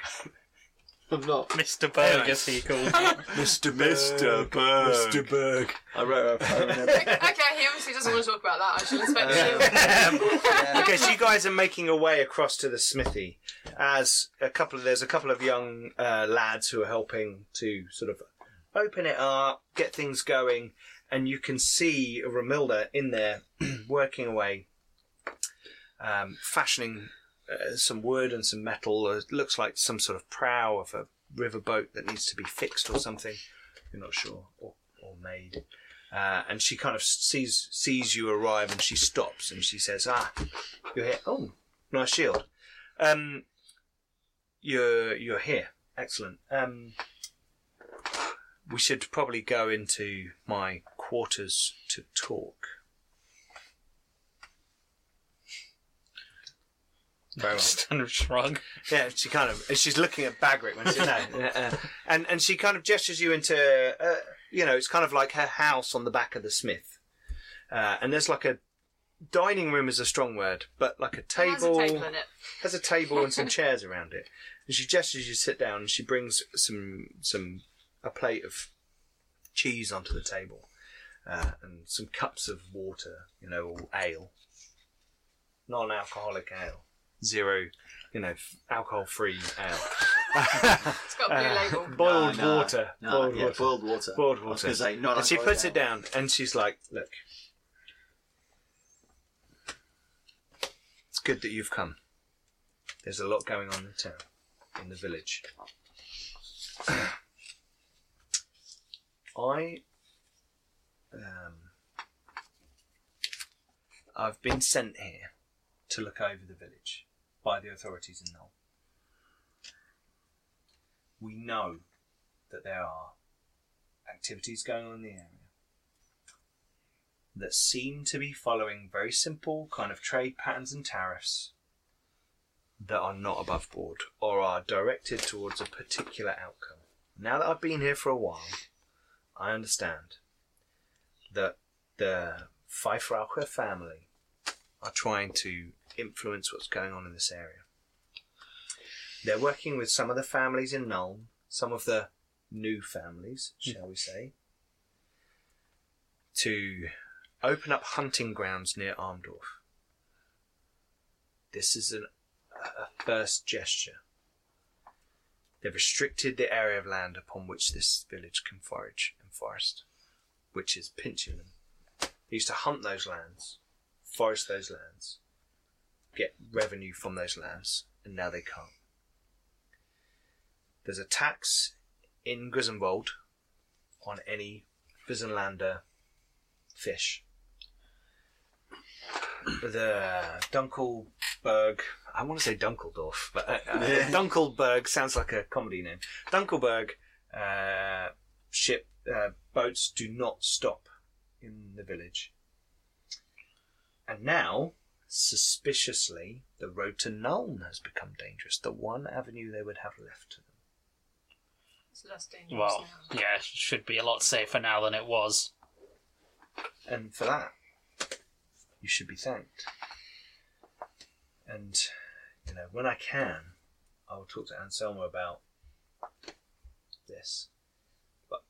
[SPEAKER 4] I'm not.
[SPEAKER 2] Mr. Berg, as he called it.
[SPEAKER 4] Mr. Mr.
[SPEAKER 1] Mr. Berg.
[SPEAKER 4] I wrote. I remember.
[SPEAKER 5] okay, he obviously doesn't want to talk about that. I should inspect
[SPEAKER 4] Yeah.
[SPEAKER 5] shield.
[SPEAKER 1] okay, so you guys are making your way across to the smithy as a couple of there's a couple of young uh, lads who are helping to sort of open it up, get things going, and you can see Ramilda in there working away, um, fashioning uh, some wood and some metal. It looks like some sort of prow of a river boat that needs to be fixed or something. You're not sure or, or made. Uh, and she kind of sees sees you arrive, and she stops and she says, "Ah, you're here. Oh, nice shield. Um, you're you're here. Excellent. Um, we should probably go into my quarters to talk. Very well.
[SPEAKER 2] Standard shrug.
[SPEAKER 1] Yeah, she kind of and she's looking at Bagric when she no, uh, uh, and and she kind of gestures you into uh, you know it's kind of like her house on the back of the Smith, uh, and there's like a dining room is a strong word, but like a
[SPEAKER 5] It has a
[SPEAKER 1] table,
[SPEAKER 5] table in it.
[SPEAKER 1] has a table and some chairs around it, and she gestures you to sit down, and she brings some some a plate of cheese onto the table, uh, and some cups of water, you know, or ale, non-alcoholic ale, zero, you know, f- alcohol-free ale.
[SPEAKER 5] It's got a blue
[SPEAKER 1] Uh,
[SPEAKER 5] label.
[SPEAKER 1] boiled
[SPEAKER 4] No, no,
[SPEAKER 1] water.
[SPEAKER 4] no,
[SPEAKER 1] boiled
[SPEAKER 4] yeah,
[SPEAKER 1] water.
[SPEAKER 4] Boiled water.
[SPEAKER 1] Boiled
[SPEAKER 4] I was
[SPEAKER 1] water.
[SPEAKER 4] gonna say, not
[SPEAKER 1] and she
[SPEAKER 4] alcohol,
[SPEAKER 1] puts it
[SPEAKER 4] yeah.
[SPEAKER 1] down and she's like, Look, it's good that you've come. There's a lot going on in town, in the village. I. Um, I've been sent here to look over the village by the authorities in Knoll. We know that there are activities going on in the area. that seem to be following very simple kind of trade patterns and tariffs that are not above board or are directed towards a particular outcome. Now that I've been here for a while, I understand that the Pfeifraucher family are trying to influence what's going on in this area. They're working with some of the families in Nuln, some of the new families, shall we say, to open up hunting grounds near Armdorf. This is an, a first gesture. They've restricted the area of land upon which this village can forage and forest, which is Pinchingham. They used to hunt those lands, forest those lands, get revenue from those lands, and now they can't. There's a tax in Grisenwald on any Grisenlander fish. The Dunkelberg, I want to say Dunkeldorf, but uh, uh, Dunkelberg sounds like a comedy name. Dunkelberg uh, ship uh, boats do not stop in the village. And now, suspiciously, the road to Nuln has become dangerous, the one avenue they would have left to them.
[SPEAKER 5] It's less dangerous
[SPEAKER 2] Well,
[SPEAKER 5] now.
[SPEAKER 2] yeah, it should be a lot safer now than it was.
[SPEAKER 1] And for that, you should be thanked. And, you know, when I can, I will talk to Anselmo about this. But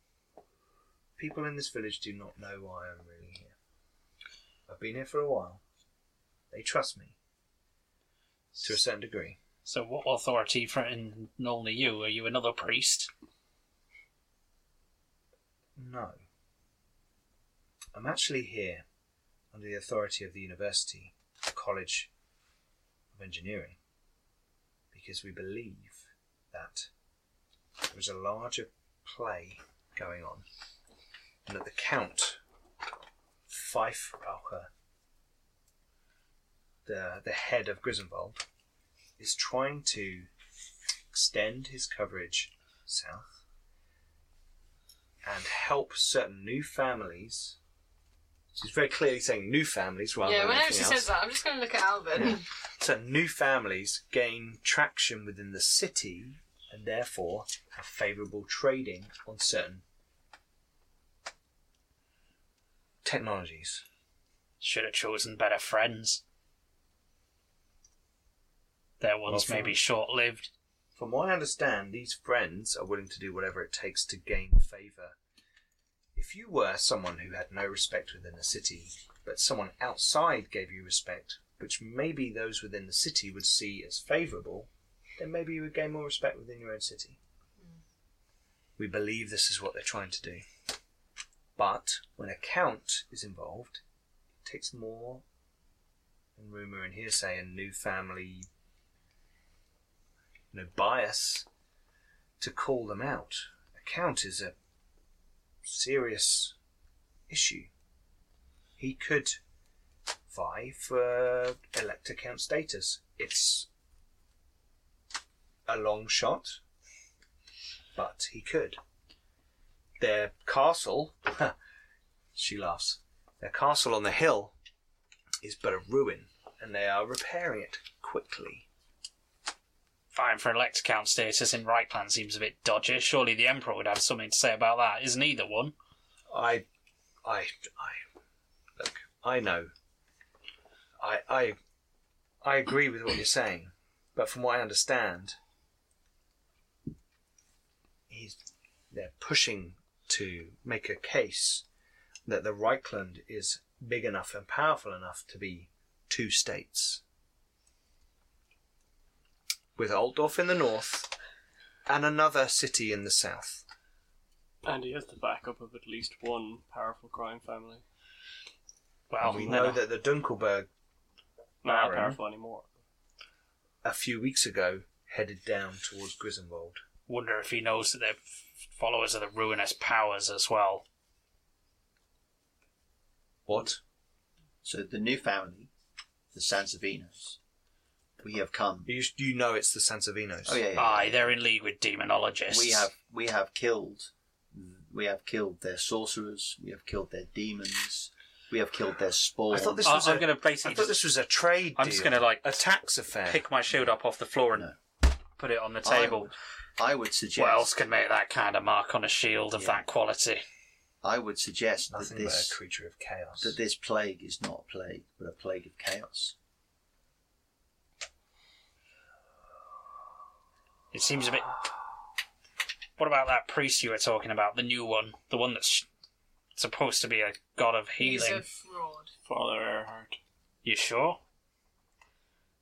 [SPEAKER 1] people in this village do not know why I'm really here. I've been here for a while. They trust me. To a certain degree.
[SPEAKER 2] So, what authority for in only you? Are you another priest?
[SPEAKER 1] No. I'm actually here under the authority of the University College of Engineering because we believe that there is a larger play going on and that the Count Pfeifraucher, the, the head of Grisenwald, is trying to extend his coverage south and help certain new families. She's very clearly saying new families rather
[SPEAKER 5] Yeah,
[SPEAKER 1] than
[SPEAKER 5] whenever
[SPEAKER 1] anything
[SPEAKER 5] she
[SPEAKER 1] else.
[SPEAKER 5] says that, I'm just going to look at Albert.
[SPEAKER 1] Certain new families gain traction within the city and therefore have favourable trading on certain technologies.
[SPEAKER 2] Should have chosen better friends. Their ones
[SPEAKER 1] Well,
[SPEAKER 2] may be
[SPEAKER 1] friends.
[SPEAKER 2] short lived.
[SPEAKER 1] From what I understand, these friends are willing to do whatever it takes to gain favour. If you were someone who had no respect within the city, but someone outside gave you respect, which maybe those within the city would see as favourable, then maybe you would gain more respect within your own city. We believe this is what they're trying to do. But when a count is involved, it takes more than rumour and hearsay and new family you know, bias to call them out. A count is a serious issue. He could vie for elector count status. It's a long shot, but he could. Their castle, she laughs, their castle on the hill is but a ruin, and they are repairing it quickly.
[SPEAKER 2] Fine for elect count status in Reichland seems a bit dodgy. Surely the Emperor would have something to say about that. Isn't he the one?
[SPEAKER 1] I, I, I, look, I know. I, I, I agree with what you're saying, but from what I understand, he's they're pushing to make a case that the Reichland is big enough and powerful enough to be two states, with Altdorf in the north and another city in the south.
[SPEAKER 3] And he has the backup of at least one powerful crime family.
[SPEAKER 2] Well,
[SPEAKER 1] we
[SPEAKER 2] then
[SPEAKER 1] know
[SPEAKER 2] I-
[SPEAKER 1] that the Dunkelberg
[SPEAKER 3] Not
[SPEAKER 1] Baron.
[SPEAKER 3] powerful anymore.
[SPEAKER 1] a few weeks ago headed down towards Grisenwald.
[SPEAKER 2] Wonder if he knows that they're f- followers of the ruinous powers as well.
[SPEAKER 1] What?
[SPEAKER 4] So the new family, the Sansavinos, we have come.
[SPEAKER 1] You, you know it's the Sansavinos.
[SPEAKER 4] Oh yeah, yeah, yeah.
[SPEAKER 2] Aye, they're in league with demonologists.
[SPEAKER 4] We have we have killed we have killed their sorcerers. We have killed their demons. we have killed their spawn.
[SPEAKER 1] I thought this
[SPEAKER 2] I,
[SPEAKER 1] was.
[SPEAKER 2] I'm
[SPEAKER 1] a-
[SPEAKER 2] going
[SPEAKER 1] I
[SPEAKER 2] to basically.
[SPEAKER 1] thought this
[SPEAKER 2] Just,
[SPEAKER 1] was a trade.
[SPEAKER 2] I'm just
[SPEAKER 1] deal.
[SPEAKER 2] going to like
[SPEAKER 1] a tax affair.
[SPEAKER 2] pick my shield up off the floor and
[SPEAKER 4] No.
[SPEAKER 2] put it on the
[SPEAKER 4] I
[SPEAKER 2] table.
[SPEAKER 4] would- I would suggest.
[SPEAKER 2] What else can make that kind of mark on a shield of
[SPEAKER 4] Yeah.
[SPEAKER 2] that quality?
[SPEAKER 4] I would suggest
[SPEAKER 1] Nothing
[SPEAKER 4] that this
[SPEAKER 1] but a creature of chaos.
[SPEAKER 4] that this plague is not a plague, but a plague of chaos.
[SPEAKER 2] It seems a bit. What about that priest you were talking about? The new one, the one that's supposed to be a god of
[SPEAKER 5] He's a
[SPEAKER 2] healing.
[SPEAKER 5] fraud.
[SPEAKER 3] Father Earhart.
[SPEAKER 2] You sure?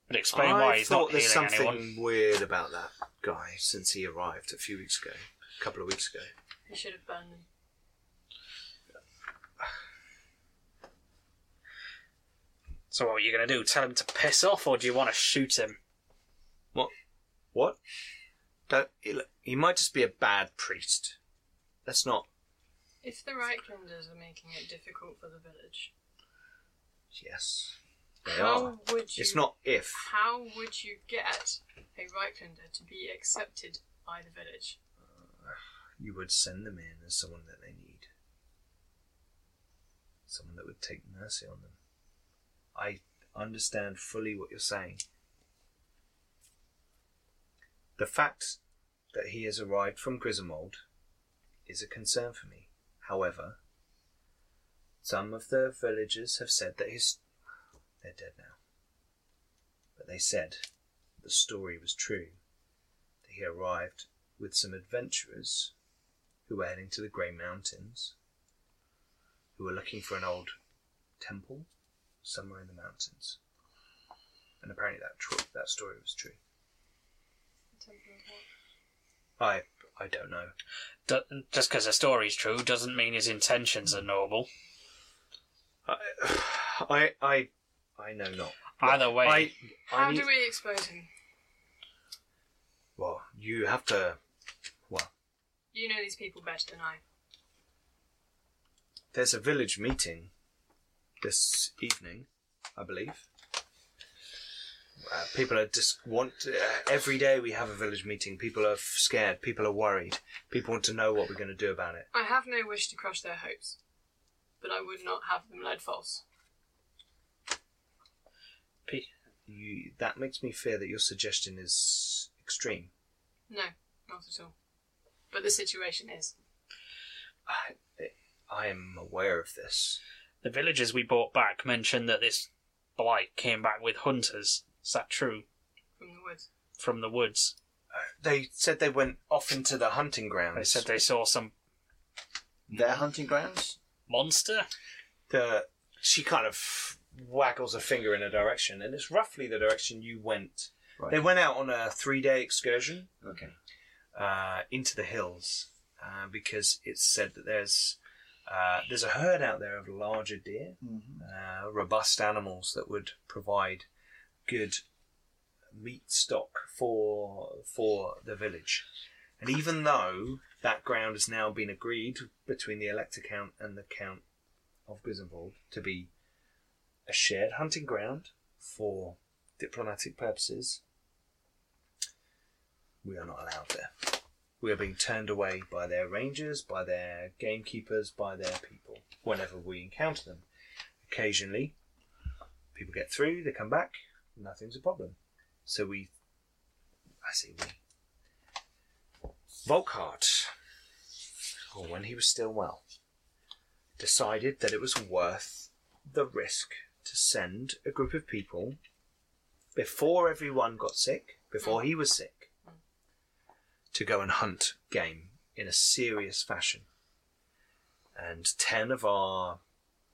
[SPEAKER 2] But explain why he's
[SPEAKER 1] thought
[SPEAKER 2] not
[SPEAKER 1] there's
[SPEAKER 2] healing
[SPEAKER 1] something
[SPEAKER 2] anyone.
[SPEAKER 1] weird about that guy since he arrived a few weeks ago, a couple of weeks ago.
[SPEAKER 5] He should have burned them.
[SPEAKER 2] So what are you going to do? Tell him to piss off, or do you want to shoot him?
[SPEAKER 1] What? Don't, he, he might just be a bad priest. Let's not.
[SPEAKER 5] If the Reichlanders are making it difficult for the village,
[SPEAKER 1] Yes, they
[SPEAKER 5] how
[SPEAKER 1] are.
[SPEAKER 5] would you?
[SPEAKER 1] It's not if.
[SPEAKER 5] How would you get a Reichlander to be accepted by the village?
[SPEAKER 1] You would send them in as someone that they need. Someone that would take mercy on them. I understand fully what you're saying. The fact that he has arrived from Griswold is a concern for me. However, some of the villagers have said that his. They're dead now. But they said the story was true. That he arrived with some adventurers who were heading to the Grey Mountains, who were looking for an old temple somewhere in the mountains. And apparently that tr- that story was true. I I don't know.
[SPEAKER 2] Do- just because a story's true doesn't mean his intentions are noble.
[SPEAKER 1] I I I know not.
[SPEAKER 2] Either way,
[SPEAKER 1] I,
[SPEAKER 5] How
[SPEAKER 1] need-
[SPEAKER 5] do we expose him?
[SPEAKER 1] Well, you have to. Well,
[SPEAKER 5] You know these people better than I.
[SPEAKER 1] there's a village meeting this evening, I believe. Uh, people are just want uh, every day we have a village meeting. People are f- scared. People are worried. People want to know what we're going to do about it.
[SPEAKER 5] I have no wish to crush their hopes, but I would not have them led false.
[SPEAKER 2] P-
[SPEAKER 1] You, that makes me fear that your suggestion is extreme.
[SPEAKER 5] No, not at all. But the situation is.
[SPEAKER 1] I, I am aware of this.
[SPEAKER 2] the villagers we brought back mentioned that this blight came back with hunters. Is that true?
[SPEAKER 5] From the woods.
[SPEAKER 2] From the woods,
[SPEAKER 1] They said they went off into the hunting grounds.
[SPEAKER 2] they said they saw some
[SPEAKER 1] Mm.
[SPEAKER 4] Their hunting grounds.
[SPEAKER 2] monster.
[SPEAKER 1] the she kind of waggles a finger in a direction, and it's roughly the direction you went.
[SPEAKER 4] Right.
[SPEAKER 1] They went out on a three-day excursion
[SPEAKER 4] Okay.
[SPEAKER 1] uh, into the hills uh, because it's said that there's uh, there's a herd out there of larger deer,
[SPEAKER 4] Mhm.
[SPEAKER 1] uh, robust animals that would provide good meat stock for for the village. And even though that ground has now been agreed between the Elector Count and the Count of Grisenwald to be a shared hunting ground for diplomatic purposes, we are not allowed there. We are being turned away by their rangers, by their gamekeepers, by their people whenever we encounter them. Occasionally, people get through, they come back, nothing's a problem. So we. I say we. Volkart, or when he was still well, decided that it was worth the risk to send a group of people before everyone got sick, before he was sick, to go and hunt game in a serious fashion. And 10 of our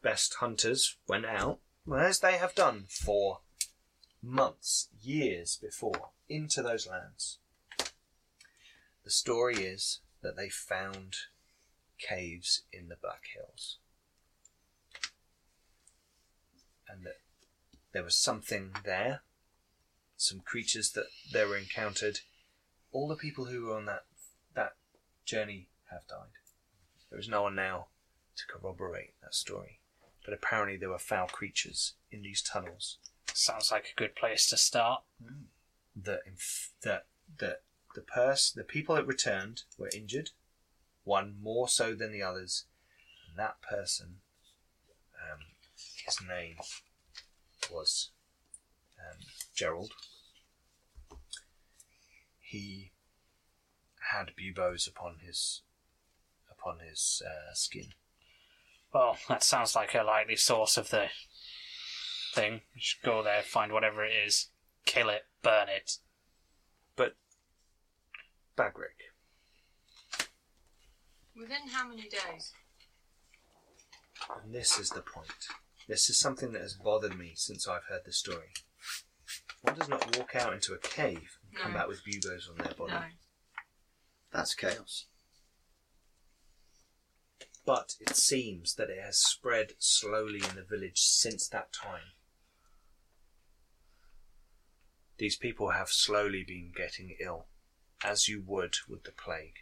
[SPEAKER 1] best hunters went out, as they have done for months, years before, into those lands. The story is that they found caves in the Black Hills. And that there was something there, some creatures that they were encountered. All the people who were on that that journey have died. There is no one now to corroborate that story. But apparently there were foul creatures in these tunnels
[SPEAKER 2] Sounds like a good place to start.
[SPEAKER 1] that inf- that that the pers- the people that returned were injured, one more so than the others, and that person um, his name was um, Gerald. He had buboes upon his upon his uh, skin.
[SPEAKER 2] Well, that sounds like a likely source of the thing. We should go there, find whatever it is, kill it, burn it.
[SPEAKER 1] Bagric.
[SPEAKER 5] Within how many days?
[SPEAKER 1] And this is the point. This is something that has bothered me since I've heard the story. One does not walk out into a cave and come
[SPEAKER 5] No.
[SPEAKER 1] back with buboes on their body.
[SPEAKER 5] No.
[SPEAKER 4] That's chaos.
[SPEAKER 1] But it seems that it has spread slowly in the village since that time. These people have slowly been getting ill, as you would with the plague.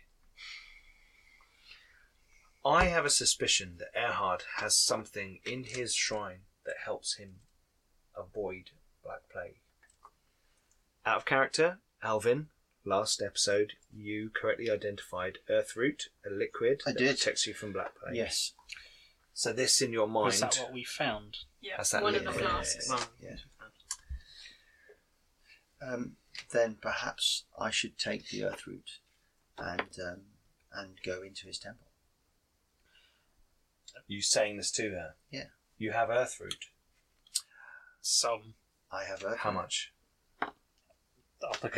[SPEAKER 1] I have a suspicion that Erhard has something in his shrine that helps him avoid Black Plague. Out of character, Alvin, last episode, you correctly identified Earthroot, a liquid
[SPEAKER 4] I
[SPEAKER 1] that
[SPEAKER 4] did.
[SPEAKER 1] protects you from Black Plague.
[SPEAKER 4] Yes.
[SPEAKER 1] So this in your mind.
[SPEAKER 2] Was that what we found?
[SPEAKER 5] Yeah,
[SPEAKER 1] That's that
[SPEAKER 5] one
[SPEAKER 1] little-
[SPEAKER 5] of the flasks.
[SPEAKER 4] Um, then perhaps I should take the earth route and um, and go into his temple.
[SPEAKER 1] You saying this to her?
[SPEAKER 4] Yeah.
[SPEAKER 1] You have Earthroot.
[SPEAKER 2] So
[SPEAKER 4] I have earth.
[SPEAKER 1] How much?
[SPEAKER 2] I'll look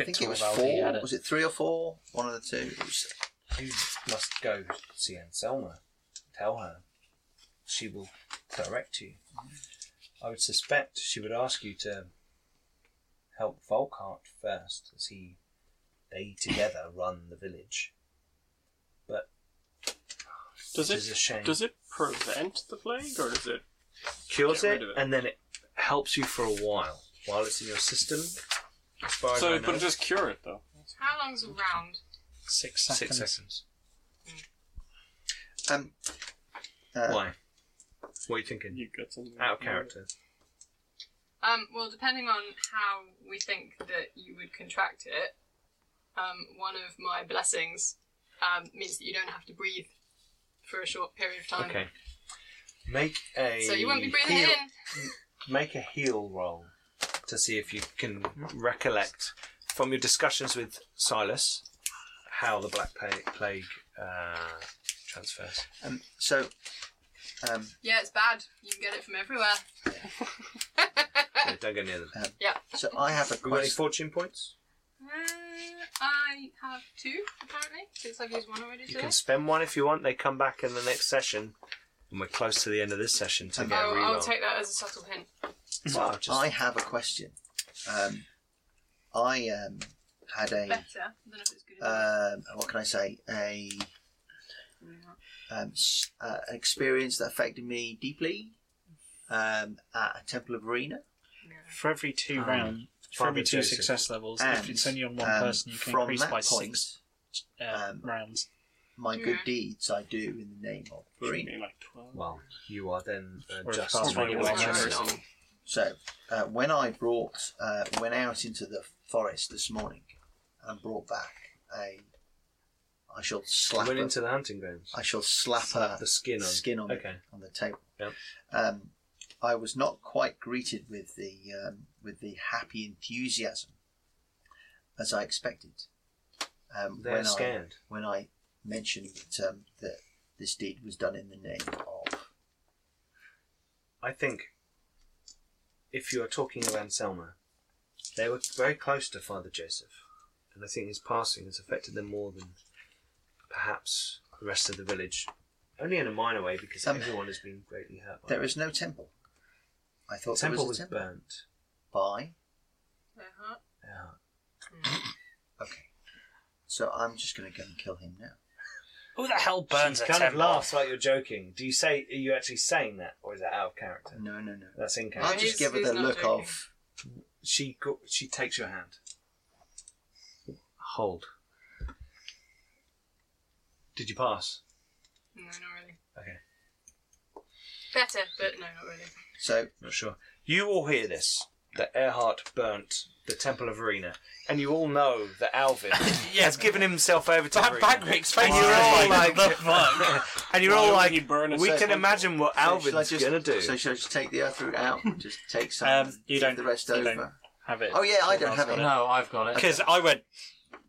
[SPEAKER 4] I
[SPEAKER 2] at
[SPEAKER 4] think it was
[SPEAKER 2] Torvald, he
[SPEAKER 4] four.
[SPEAKER 2] had it.
[SPEAKER 4] Was it three or four? One of the two. It was-
[SPEAKER 1] You must go see Anselma. Tell her. She will direct you. I would suspect she would ask you to help Volkart first, as he they together run the village. But
[SPEAKER 3] Does
[SPEAKER 1] it is a shame.
[SPEAKER 3] it does it prevent the plague or does it?
[SPEAKER 1] cures
[SPEAKER 3] Get
[SPEAKER 1] it,
[SPEAKER 3] rid of it.
[SPEAKER 1] and then it helps you for a while while it's in your system. As far as I
[SPEAKER 3] So,
[SPEAKER 1] know,
[SPEAKER 3] but it just cure it though.
[SPEAKER 5] How long's a round?
[SPEAKER 2] Six
[SPEAKER 1] six
[SPEAKER 2] seconds.
[SPEAKER 1] seconds.
[SPEAKER 4] um, uh,
[SPEAKER 1] Why? What are you thinking?
[SPEAKER 3] You got something
[SPEAKER 1] Out of character.
[SPEAKER 5] Um, well, depending on how we think that you would contract it, um, one of my blessings um, means that you don't have to breathe for a short period of time.
[SPEAKER 1] Okay. Make a
[SPEAKER 5] Mm. So you won't be breathing
[SPEAKER 1] heal,
[SPEAKER 5] it in.
[SPEAKER 1] Make a heal roll to see if you can recollect from your discussions with Silas how the Black Pla- Plague uh, transfers.
[SPEAKER 4] um, so, um,
[SPEAKER 5] Yeah, it's bad. You can get it from everywhere. Uh,
[SPEAKER 1] Yeah, don't go near them.
[SPEAKER 4] so I have a
[SPEAKER 1] We got any
[SPEAKER 4] quest.
[SPEAKER 1] fortune points?
[SPEAKER 5] Uh, I have two apparently, since I've used one already
[SPEAKER 1] You
[SPEAKER 5] today.
[SPEAKER 1] can spend one if you want. They come back in the next session, and we're close to the end of this session to
[SPEAKER 4] Um,
[SPEAKER 1] get a
[SPEAKER 5] Oh, I'll, I'll
[SPEAKER 1] reroll.
[SPEAKER 5] take that as a subtle hint.
[SPEAKER 1] Wow, just-
[SPEAKER 4] I have a question. Um, I um, had a
[SPEAKER 5] Better. I don't know if it's good.
[SPEAKER 1] Uh,
[SPEAKER 5] enough.
[SPEAKER 4] um, what can I say? A um, s- uh, an experience that affected me deeply um, at a temple of Arena.
[SPEAKER 2] For every two
[SPEAKER 1] Um,
[SPEAKER 2] round, for every
[SPEAKER 1] Father
[SPEAKER 2] two
[SPEAKER 1] Joseph.
[SPEAKER 2] success levels,
[SPEAKER 4] And
[SPEAKER 2] if it's only on one
[SPEAKER 4] um,
[SPEAKER 2] person, you can
[SPEAKER 4] from
[SPEAKER 2] increase
[SPEAKER 4] that
[SPEAKER 2] by
[SPEAKER 4] point,
[SPEAKER 2] six uh,
[SPEAKER 4] um,
[SPEAKER 2] rounds.
[SPEAKER 4] my good
[SPEAKER 5] Yeah.
[SPEAKER 4] deeds I do in the name of Arena.
[SPEAKER 3] like twelve.
[SPEAKER 1] Well, you are then uh,
[SPEAKER 2] Or
[SPEAKER 1] just
[SPEAKER 2] pass
[SPEAKER 5] It
[SPEAKER 2] regular
[SPEAKER 5] was
[SPEAKER 2] well,
[SPEAKER 5] one
[SPEAKER 2] that's-
[SPEAKER 5] round.
[SPEAKER 4] So, uh, when I brought, uh, went out into the forest this morning and brought back a, I shall slap
[SPEAKER 1] went
[SPEAKER 4] a-
[SPEAKER 1] into the hunting grounds.
[SPEAKER 4] I shall slap, a
[SPEAKER 1] the skin on.
[SPEAKER 4] skin on,
[SPEAKER 1] Okay.
[SPEAKER 4] on the table.
[SPEAKER 1] Yep.
[SPEAKER 4] Um, I was not quite greeted with the um, with the happy enthusiasm as I expected. Um,
[SPEAKER 1] They're
[SPEAKER 4] when
[SPEAKER 1] scared.
[SPEAKER 4] I when I mentioned that, um, that this deed was done in the name of
[SPEAKER 1] I think if you are talking of Anselma, they were very close to Father Joseph, and I think his passing has affected them more than perhaps the rest of the village. Only in a minor way, because
[SPEAKER 4] Um,
[SPEAKER 1] everyone has been greatly hurt. By
[SPEAKER 4] there
[SPEAKER 1] it.
[SPEAKER 4] is no temple. I
[SPEAKER 1] the
[SPEAKER 4] thought
[SPEAKER 1] temple
[SPEAKER 4] there
[SPEAKER 1] was
[SPEAKER 4] was a temple
[SPEAKER 1] burnt.
[SPEAKER 4] by
[SPEAKER 5] Uh-huh.
[SPEAKER 1] Yeah.
[SPEAKER 4] Okay. So I'm just going to go and kill him now.
[SPEAKER 2] Who the hell burns
[SPEAKER 1] she
[SPEAKER 2] a
[SPEAKER 1] kind of
[SPEAKER 2] temple?
[SPEAKER 1] laughs like you're joking. Do you say? Are you actually saying that, or is that out of character?
[SPEAKER 4] No, no, no.
[SPEAKER 1] That's in
[SPEAKER 4] I'll
[SPEAKER 1] character.
[SPEAKER 5] he's-
[SPEAKER 4] just give her
[SPEAKER 5] he's
[SPEAKER 4] the
[SPEAKER 5] not
[SPEAKER 4] look
[SPEAKER 5] joking.
[SPEAKER 4] of.
[SPEAKER 1] She go- she takes your hand. Hold. Did you pass?
[SPEAKER 5] No, not really.
[SPEAKER 1] Okay.
[SPEAKER 5] Better, but no, not really.
[SPEAKER 4] So
[SPEAKER 1] Not sure. You all hear this that Earhart burnt the Temple of Arena, and you all know that Alvin has given himself over to Arena.
[SPEAKER 2] Bagrick's
[SPEAKER 1] and you're all like,
[SPEAKER 2] Oh, fuck?
[SPEAKER 1] Oh, and you're all
[SPEAKER 3] would
[SPEAKER 1] like,
[SPEAKER 3] he burn a
[SPEAKER 1] we can
[SPEAKER 3] second
[SPEAKER 1] imagine what
[SPEAKER 4] shall I
[SPEAKER 1] Alvin's
[SPEAKER 4] just-
[SPEAKER 1] gonna do.
[SPEAKER 4] So should I just take the other root out and just take some?
[SPEAKER 2] Um, you
[SPEAKER 4] give
[SPEAKER 2] don't-
[SPEAKER 4] The rest
[SPEAKER 2] you
[SPEAKER 4] over.
[SPEAKER 2] don't. Have it.
[SPEAKER 4] Oh yeah, I don't have it.
[SPEAKER 6] No, I've got it.
[SPEAKER 2] Because I went,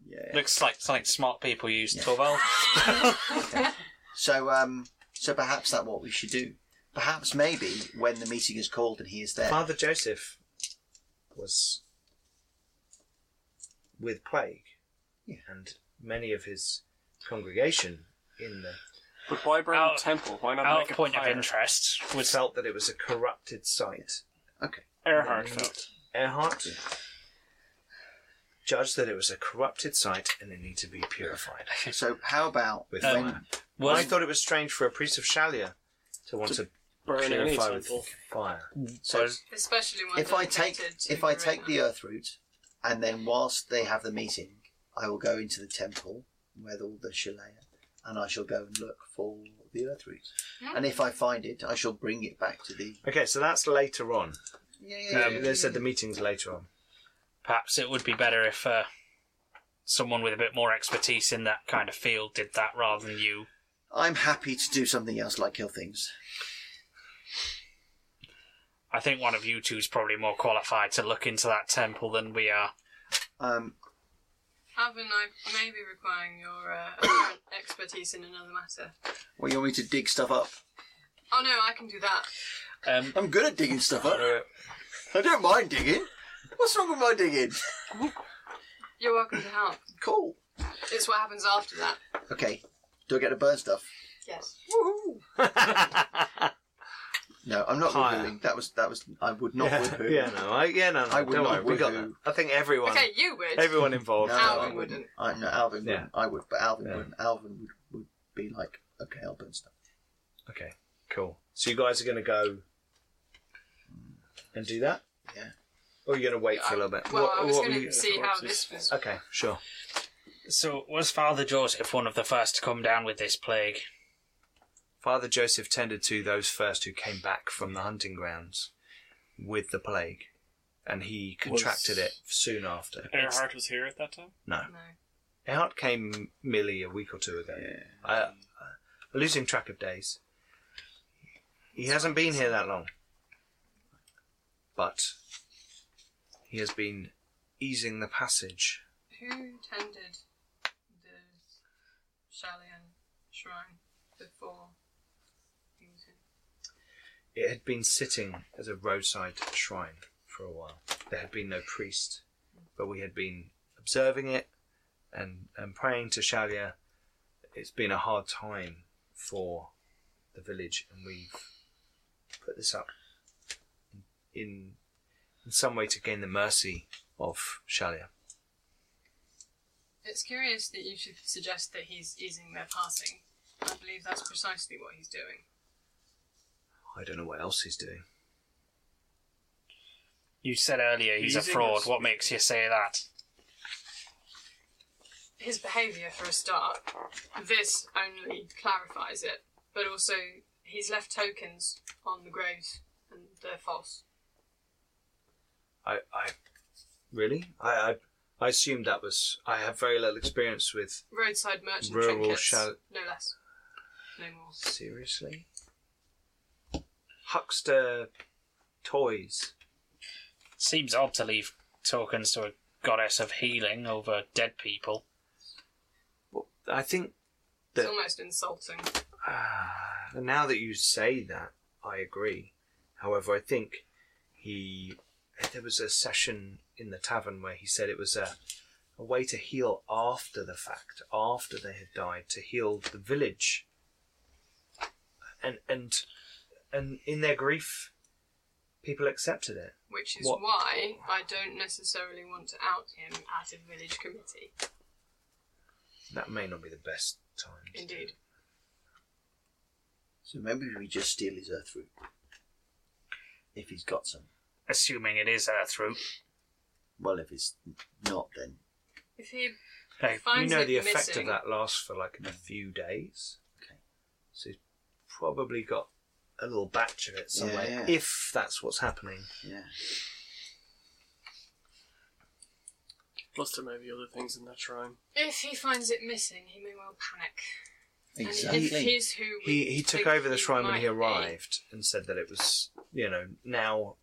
[SPEAKER 4] Yeah.
[SPEAKER 2] looks like something smart people use
[SPEAKER 4] Yeah.
[SPEAKER 2] Torvald.
[SPEAKER 4] So um, so perhaps that what we should do. Perhaps maybe when the meeting is called and he is there.
[SPEAKER 1] Father Joseph was with plague, and many of his congregation in the
[SPEAKER 3] But why burn
[SPEAKER 2] Our-
[SPEAKER 3] the temple? Why not
[SPEAKER 2] Our
[SPEAKER 3] make a
[SPEAKER 2] point of
[SPEAKER 3] fire?
[SPEAKER 2] interest was
[SPEAKER 1] felt that it was a corrupted site.
[SPEAKER 4] Okay.
[SPEAKER 3] Earhart felt.
[SPEAKER 1] Earhart judged that it was a corrupted site and it needed to be purified.
[SPEAKER 4] So how about
[SPEAKER 1] With
[SPEAKER 4] when
[SPEAKER 1] fire. I
[SPEAKER 2] was
[SPEAKER 1] thought it was strange for a priest of Shalia to want to,
[SPEAKER 3] Burn any
[SPEAKER 1] purify with
[SPEAKER 3] temple.
[SPEAKER 1] fire.
[SPEAKER 4] so
[SPEAKER 5] Especially ones
[SPEAKER 4] if I take if I take the earth root and then whilst they have the meeting, I will go into the temple with all the shilea and I shall go and look for the earth root. And if I find it, I shall bring it back to the.
[SPEAKER 1] Okay, so that's later on.
[SPEAKER 4] Yeah,
[SPEAKER 1] Um, they said the meeting's later on.
[SPEAKER 2] perhaps it would be better if uh, someone with a bit more expertise in that kind of field did that rather than you.
[SPEAKER 4] I'm happy to do something else like kill things.
[SPEAKER 2] I think one of you two's probably more qualified to look into that temple than we are.
[SPEAKER 4] Um,
[SPEAKER 5] Alvin, I may be requiring your uh, apparent expertise in another matter.
[SPEAKER 4] well, you want me to dig stuff up?
[SPEAKER 5] Oh no, I can do that.
[SPEAKER 2] Um,
[SPEAKER 4] I'm good at digging stuff up. I don't mind digging. What's wrong with my digging?
[SPEAKER 5] You're welcome to help.
[SPEAKER 4] Cool.
[SPEAKER 5] It's what happens after that.
[SPEAKER 4] Okay. Do I get to burn stuff?
[SPEAKER 5] Yes.
[SPEAKER 4] No, I'm not
[SPEAKER 1] Higher.
[SPEAKER 4] woohooing. That was that was. I would not
[SPEAKER 1] yeah,
[SPEAKER 4] woohoo.
[SPEAKER 1] yeah, no, I, yeah, no, no.
[SPEAKER 4] I would
[SPEAKER 1] don't
[SPEAKER 4] not
[SPEAKER 1] worry, we got that.
[SPEAKER 4] woohoo.
[SPEAKER 1] I think everyone,
[SPEAKER 5] Okay, you would.
[SPEAKER 1] everyone involved.
[SPEAKER 4] No,
[SPEAKER 5] Alvin
[SPEAKER 4] I wouldn't.
[SPEAKER 5] wouldn't.
[SPEAKER 4] I, no, Alvin
[SPEAKER 1] Yeah.
[SPEAKER 4] wouldn't. I would, but Alvin
[SPEAKER 1] Yeah.
[SPEAKER 4] wouldn't. Alvin would, would be like, okay, I'll burn stuff.
[SPEAKER 1] Okay, cool. So you guys are going to go and do that?
[SPEAKER 4] Yeah.
[SPEAKER 1] Or are you going to wait for a little bit?
[SPEAKER 5] Well, I was
[SPEAKER 1] were
[SPEAKER 5] going
[SPEAKER 1] you-
[SPEAKER 5] to see how this was.
[SPEAKER 1] Okay, sure.
[SPEAKER 2] so, was Father Joseph one of the first to come down with this plague?
[SPEAKER 1] Father Joseph tended to those first who came back from the hunting grounds with the plague, and he contracted it soon after.
[SPEAKER 3] Earhart was here at that time?
[SPEAKER 1] No.
[SPEAKER 5] No.
[SPEAKER 1] Out came merely a week or two ago. I, I, losing track of days. He hasn't been here that long. But he has been easing the passage.
[SPEAKER 5] Who tended the Shalian shrine before he was in?
[SPEAKER 1] It had been sitting as a roadside shrine for a while. There had been no priest, but we had been observing it and, and praying to Shalia. It's been a hard time for the village, and we've put this up in, in some way to gain the mercy of Shalia.
[SPEAKER 5] It's curious that you should suggest that he's easing their passing. I believe that's precisely what he's doing.
[SPEAKER 1] I don't know what else he's doing.
[SPEAKER 2] You said earlier he's a
[SPEAKER 3] Using
[SPEAKER 2] fraud.
[SPEAKER 3] us.
[SPEAKER 2] What makes you say that?
[SPEAKER 5] His behaviour, for a start, this only clarifies it, but also he's left tokens on the graves, and they're false.
[SPEAKER 1] I, I really, I, I, I assumed that was. I have very little experience with.
[SPEAKER 5] Roadside merchant
[SPEAKER 1] Rural
[SPEAKER 5] trinkets,
[SPEAKER 1] shal-
[SPEAKER 5] no less, no more.
[SPEAKER 1] Seriously? Huckster toys.
[SPEAKER 2] Seems odd to leave tokens to a goddess of healing over dead people.
[SPEAKER 1] Well, I think
[SPEAKER 5] It's
[SPEAKER 1] that
[SPEAKER 5] almost insulting.
[SPEAKER 1] ah, now that you say that, I agree. However, I think he there was a session in the tavern where he said it was a a way to heal after the fact, after they had died, to heal the village. And and and in their grief, people accepted it.
[SPEAKER 5] which is
[SPEAKER 1] What-
[SPEAKER 5] why I don't necessarily want to out him as a village committee.
[SPEAKER 1] That may not be the best time. to do it.
[SPEAKER 5] Indeed.
[SPEAKER 4] So maybe we just steal his earth root if he's got some.
[SPEAKER 2] Assuming it is her through.
[SPEAKER 4] Well, if it's not, then
[SPEAKER 5] If he
[SPEAKER 2] Hey,
[SPEAKER 1] you
[SPEAKER 5] finds
[SPEAKER 1] know
[SPEAKER 5] it
[SPEAKER 1] the effect
[SPEAKER 5] missing,
[SPEAKER 1] of that lasts for like a few days.
[SPEAKER 4] Okay.
[SPEAKER 1] So he's probably got a little batch of it somewhere,
[SPEAKER 4] Yeah.
[SPEAKER 1] if that's what's happening.
[SPEAKER 4] yeah.
[SPEAKER 3] Plus, there may be other things in that shrine.
[SPEAKER 5] If he finds it missing, he may well panic. And if
[SPEAKER 4] Exactly.
[SPEAKER 5] he's who we
[SPEAKER 1] He he took
[SPEAKER 5] think
[SPEAKER 1] over the shrine when
[SPEAKER 5] might
[SPEAKER 1] he
[SPEAKER 5] be-
[SPEAKER 1] arrived and said that it was you know now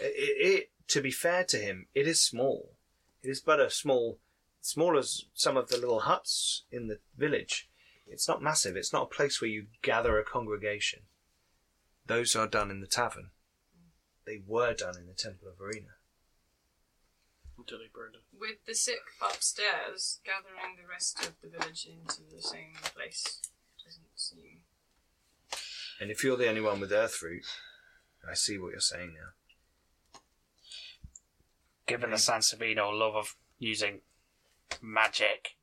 [SPEAKER 1] it, it to be fair to him it is small it is but a small small as some of the little huts in the village it's not massive it's not a place where you gather a congregation those are done in the tavern they were done in the temple of arena
[SPEAKER 3] Until he burned it.
[SPEAKER 5] with the sick upstairs, gathering the rest of the village into the same place doesn't seem.
[SPEAKER 1] and if you're the only one with earth root I see what you're saying now.
[SPEAKER 2] Given the Sansevino love of using magic,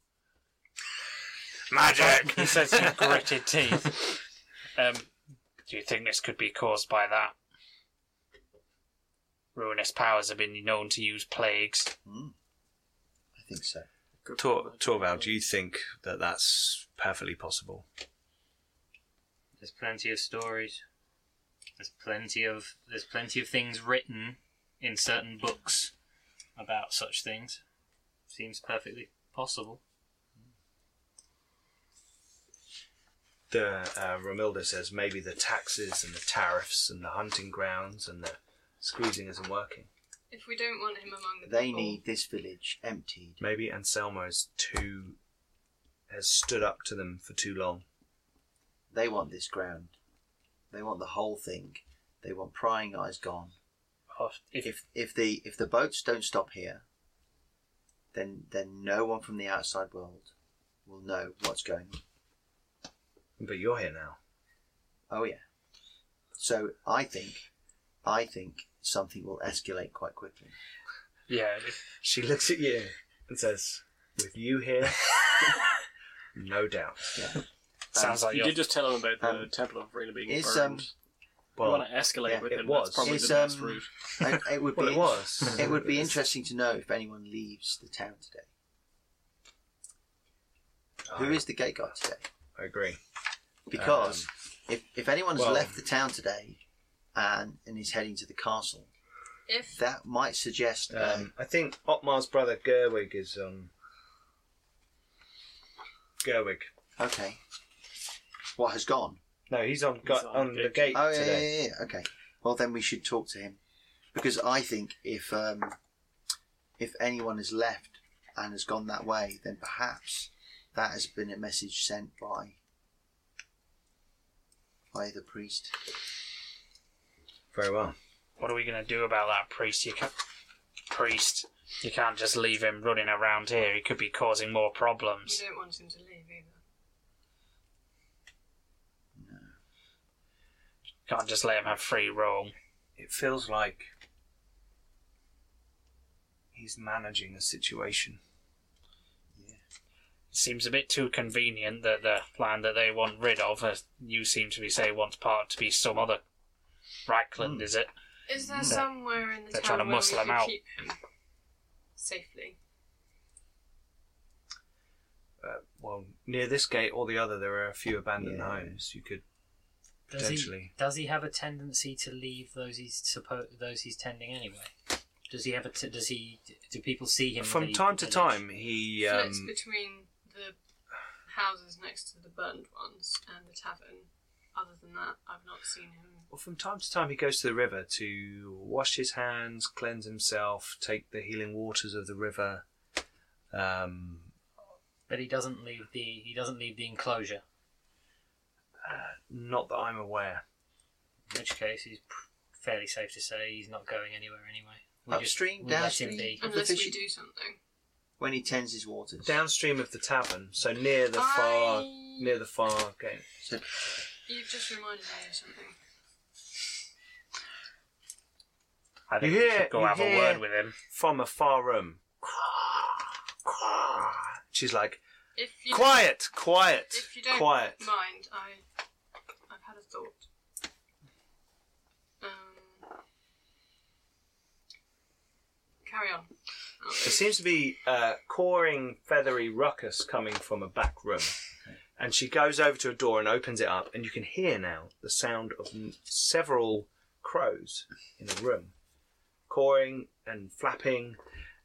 [SPEAKER 1] Magic.
[SPEAKER 2] he says through gritted teeth. Um, do you think this could be caused by that? Ruinous powers have been known to use plagues.
[SPEAKER 4] I think so.
[SPEAKER 3] Good
[SPEAKER 1] Tor-
[SPEAKER 3] point.
[SPEAKER 1] Torval, do you think that that's perfectly possible?
[SPEAKER 6] There's plenty of stories. There's plenty of there's plenty of things written in certain books about such things. Seems perfectly possible.
[SPEAKER 1] the uh, Romilda says maybe the taxes and the tariffs and the hunting grounds and the squeezing isn't working.
[SPEAKER 5] If we don't want him among the
[SPEAKER 4] They
[SPEAKER 5] people,
[SPEAKER 4] need this village emptied.
[SPEAKER 1] Maybe Anselmo is too has stood up to them for too long.
[SPEAKER 4] They want this ground. They want the whole thing. They want prying eyes gone.
[SPEAKER 2] Or If,
[SPEAKER 4] If if the if the boats don't stop here, then then no one from the outside world will know what's going on.
[SPEAKER 1] But you're here now.
[SPEAKER 4] Oh yeah. So I think, I think something will escalate quite quickly.
[SPEAKER 2] yeah, if,
[SPEAKER 1] She looks at you and says, "With you here, no doubt."
[SPEAKER 2] sounds like
[SPEAKER 3] You
[SPEAKER 2] you're
[SPEAKER 3] did just tell him about the
[SPEAKER 4] Um,
[SPEAKER 3] Temple of Rena being
[SPEAKER 4] is, um,
[SPEAKER 3] burned. you
[SPEAKER 1] Well,
[SPEAKER 3] want to escalate
[SPEAKER 4] yeah,
[SPEAKER 3] with
[SPEAKER 1] it
[SPEAKER 3] him.
[SPEAKER 1] was.
[SPEAKER 3] That's probably
[SPEAKER 4] It's,
[SPEAKER 3] the best
[SPEAKER 4] um,
[SPEAKER 3] route.
[SPEAKER 4] It, it would
[SPEAKER 1] well,
[SPEAKER 4] be
[SPEAKER 1] it was.
[SPEAKER 4] it would be interesting to know if anyone leaves the town today. Who is the gate guy today?
[SPEAKER 1] I agree.
[SPEAKER 4] Because
[SPEAKER 1] Um,
[SPEAKER 4] if, if anyone has
[SPEAKER 1] well-
[SPEAKER 4] left the town today and, and is heading to the castle,
[SPEAKER 5] If
[SPEAKER 4] that might suggest um,
[SPEAKER 1] Um, I think Otmar's brother Gerwig is on. Gerwig.
[SPEAKER 4] um, Okay. What has gone?
[SPEAKER 1] No, he's on
[SPEAKER 3] He's
[SPEAKER 1] gu-
[SPEAKER 3] on
[SPEAKER 1] on,
[SPEAKER 3] the
[SPEAKER 1] the gate
[SPEAKER 4] Oh yeah, yeah,
[SPEAKER 1] today.
[SPEAKER 4] yeah, yeah. Okay. Well, then we should talk to him because I think if um, if anyone has left and has gone that way, then perhaps that has been a message sent by by the priest.
[SPEAKER 1] Very well.
[SPEAKER 2] What are we going to do about that priest? You can't, priest, you can't just leave him running around here. He could be causing more
[SPEAKER 5] we
[SPEAKER 2] problems.
[SPEAKER 5] don't want him to leave either.
[SPEAKER 2] Can't just let him have free roam.
[SPEAKER 1] it feels like he's managing the situation.
[SPEAKER 2] Seems a bit too convenient that the land that they want rid of, as you seem to be saying, wants part to be some other Reichland,
[SPEAKER 3] Hmm.
[SPEAKER 2] is it?
[SPEAKER 5] Is there somewhere in the
[SPEAKER 2] They're
[SPEAKER 5] town
[SPEAKER 2] trying to
[SPEAKER 5] where
[SPEAKER 2] muscle
[SPEAKER 5] we
[SPEAKER 2] him
[SPEAKER 5] can
[SPEAKER 2] out.
[SPEAKER 5] keep him safely?
[SPEAKER 1] Uh, well, near this gate or the other, there are a few abandoned
[SPEAKER 4] Yeah.
[SPEAKER 1] homes. You could
[SPEAKER 6] Does he,
[SPEAKER 1] Potentially.
[SPEAKER 6] does he have a tendency to leave those he's suppo- those he's tending anyway? Does he have a t- does he do people see him
[SPEAKER 1] from
[SPEAKER 6] leave
[SPEAKER 1] time
[SPEAKER 6] the
[SPEAKER 1] to
[SPEAKER 6] village?
[SPEAKER 1] time he
[SPEAKER 5] Flits
[SPEAKER 1] um,
[SPEAKER 5] between the houses next to the burned ones and the tavern. Other than that, I've not seen him.
[SPEAKER 1] well, from time to time he goes to the river to wash his hands, cleanse himself, take the healing waters of the river. Um,
[SPEAKER 6] But he doesn't leave the he doesn't leave the enclosure.
[SPEAKER 1] not that I'm aware.
[SPEAKER 6] In which case, he's pr- fairly safe to say he's not going anywhere anyway.
[SPEAKER 4] Upstream,
[SPEAKER 6] we let him
[SPEAKER 4] downstream?
[SPEAKER 6] be.
[SPEAKER 4] Of the
[SPEAKER 5] Unless we
[SPEAKER 4] fish-
[SPEAKER 5] do something.
[SPEAKER 4] When he tends his waters.
[SPEAKER 1] Downstream of the tavern, so near the
[SPEAKER 5] I-
[SPEAKER 1] far near the far gate.
[SPEAKER 4] So,
[SPEAKER 5] You've just reminded me of something.
[SPEAKER 2] I think
[SPEAKER 1] You
[SPEAKER 2] we
[SPEAKER 1] hear-
[SPEAKER 2] should go
[SPEAKER 1] you
[SPEAKER 2] have
[SPEAKER 1] hear-
[SPEAKER 2] a word with him.
[SPEAKER 1] From a far room. She's like,
[SPEAKER 5] If you
[SPEAKER 1] Quiet, quiet,
[SPEAKER 5] If you don't
[SPEAKER 1] quiet.
[SPEAKER 5] mind, I, I've had a thought. Um, carry on.
[SPEAKER 1] There seems to be a cawing, feathery ruckus coming from a back room. And she goes over to a door and opens it up, and you can hear now the sound of m- several crows in the room, cawing and flapping.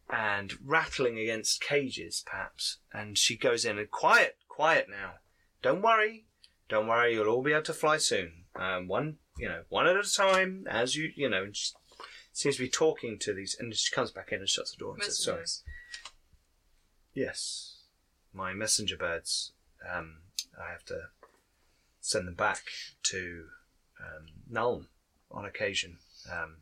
[SPEAKER 1] and rattling against cages, perhaps. And she goes in and quiet, quiet now. Don't worry, don't worry. You'll all be able to fly soon. Um, one, you know, one at a time, as you, you know. And she seems to be talking to these, and she comes back in and shuts the door and says, "Sorry."
[SPEAKER 5] Messengers.
[SPEAKER 1] Yes, my messenger birds. Um, I have to send them back to um, Nuln on occasion. Um,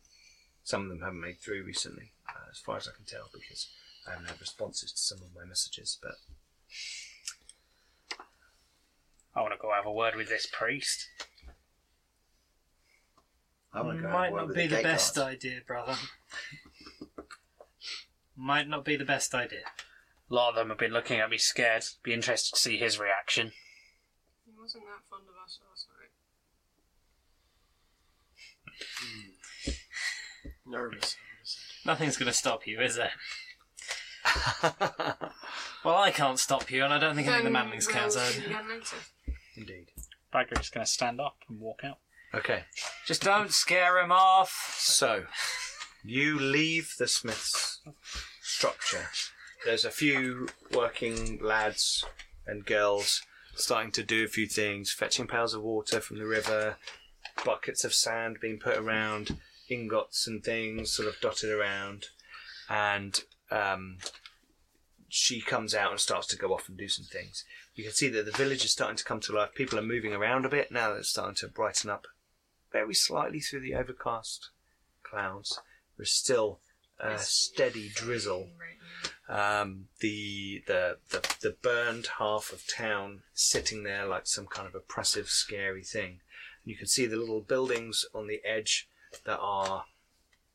[SPEAKER 1] some of them haven't made through recently, uh, as far as I can tell, because I haven't had responses to some of my messages. But
[SPEAKER 2] I want to go have a word with this priest.
[SPEAKER 4] I want to go.
[SPEAKER 6] Might
[SPEAKER 4] and work
[SPEAKER 6] not
[SPEAKER 4] with
[SPEAKER 6] be the
[SPEAKER 4] gate
[SPEAKER 6] best
[SPEAKER 4] guards.
[SPEAKER 6] idea, brother. Might not be the best idea.
[SPEAKER 2] A lot of them have been looking at me scared. Be interested to see his reaction.
[SPEAKER 5] He wasn't that fond of us last night.
[SPEAKER 3] Nervous.
[SPEAKER 6] Nothing's going to stop you, is there? well, I can't stop you, and I don't think any of the
[SPEAKER 5] Then
[SPEAKER 6] manlings can.
[SPEAKER 5] we'll
[SPEAKER 6] So
[SPEAKER 5] see again later.
[SPEAKER 1] indeed,
[SPEAKER 2] Bagger's going to stand up and walk out.
[SPEAKER 1] okay.
[SPEAKER 6] just don't scare him off.
[SPEAKER 1] So you leave the Smith's structure. There's a few working lads and girls starting to do a few things, fetching pails of water from the river, buckets of sand being put around, ingots and things sort of dotted around, and um, she comes out and starts to go off and do some things. You can see that the village is starting to come to life. People are moving around a bit now. That it's starting to brighten up very slightly through the overcast clouds. There's still a steady drizzle.
[SPEAKER 5] Right.
[SPEAKER 1] Um, the, the the the burned half of town sitting there like some kind of oppressive, scary thing. And you can see the little buildings on the edge that are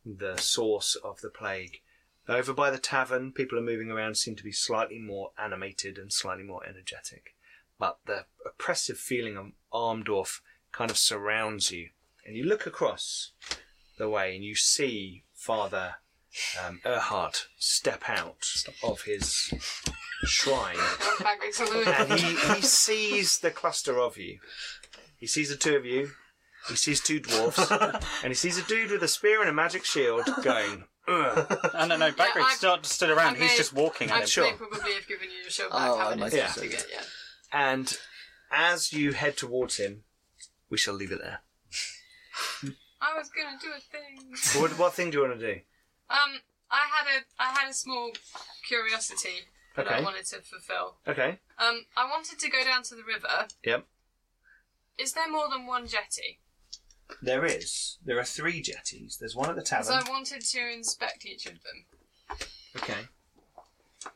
[SPEAKER 1] the source of the plague. Over by the tavern, people are moving around, seem to be slightly more animated and slightly more energetic. But the oppressive feeling of Armdorf kind of surrounds you. And you look across the way and you see Father um, Erhard step out of his shrine.
[SPEAKER 5] Don't bag me, salute.
[SPEAKER 1] And he, he sees the cluster of you. He sees the two of you. He sees two dwarfs. and he sees a dude with a spear and a magic shield going,
[SPEAKER 2] I don't know. Bagger's
[SPEAKER 5] I've-
[SPEAKER 2] not stood around.
[SPEAKER 5] I
[SPEAKER 2] He's
[SPEAKER 5] may-
[SPEAKER 2] just walking at
[SPEAKER 5] I
[SPEAKER 2] him.
[SPEAKER 1] Sure.
[SPEAKER 5] may probably have given you your shield back,
[SPEAKER 4] Oh, I
[SPEAKER 5] haven't
[SPEAKER 4] might
[SPEAKER 5] I?
[SPEAKER 1] have
[SPEAKER 5] So,
[SPEAKER 4] said
[SPEAKER 5] yeah, yeah.
[SPEAKER 1] And as you head towards him, we shall leave it there.
[SPEAKER 5] I was gonna do a thing.
[SPEAKER 1] What, what thing do you want to do?
[SPEAKER 5] Um, I had a I had a small curiosity that I
[SPEAKER 1] Okay.
[SPEAKER 5] wanted to fulfill.
[SPEAKER 1] Okay.
[SPEAKER 5] Um, I wanted to go down to the river.
[SPEAKER 1] Yep.
[SPEAKER 5] Is there more than one jetty?
[SPEAKER 1] There is. There are three jetties. There's one at the
[SPEAKER 5] Because I wanted to inspect each of them.
[SPEAKER 1] Okay.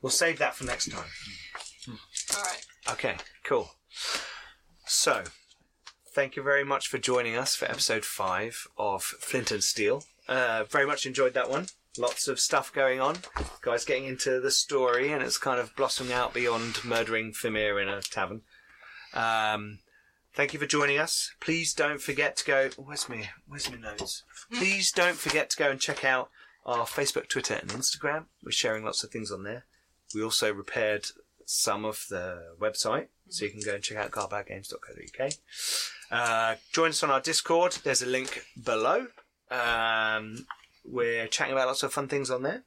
[SPEAKER 1] We'll save that for next time.
[SPEAKER 5] All right.
[SPEAKER 1] Okay, cool. So, thank you very much for joining us for episode five of Flint and Steel. Uh, very much enjoyed that one. Lots of stuff going on. Guys getting into the story, and it's kind of blossoming out beyond murdering Fimir in a tavern. Um, thank you for joining us. Please don't forget to go. Where's me? Where's my notes? Please don't forget to go and check out our Facebook, Twitter, and Instagram. We're sharing lots of things on there. We also repaired some of the website, so you can go and check out garbagames.co.uk. Uh, join us on our Discord. There's a link below. Um, we're chatting about lots of fun things on there.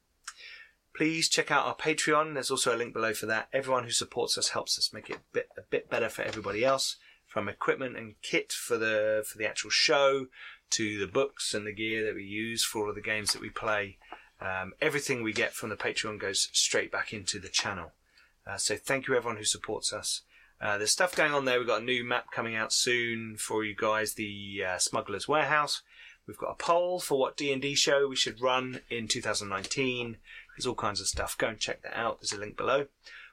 [SPEAKER 1] Please check out our Patreon. There's also a link below for that. Everyone who supports us helps us make it a bit, a bit better for everybody else, from equipment and kit for the for the actual show to the books and the gear that we use for all of the games that we play. Um, everything we get from the Patreon goes straight back into the channel. Uh, so thank you everyone who supports us. Uh, there's stuff going on there. We've got a new map coming out soon for you guys, the uh, Smuggler's Warehouse. We've got a poll for what D&D show we should run in 2019. There's all kinds of stuff. Go and check that out. There's a link below.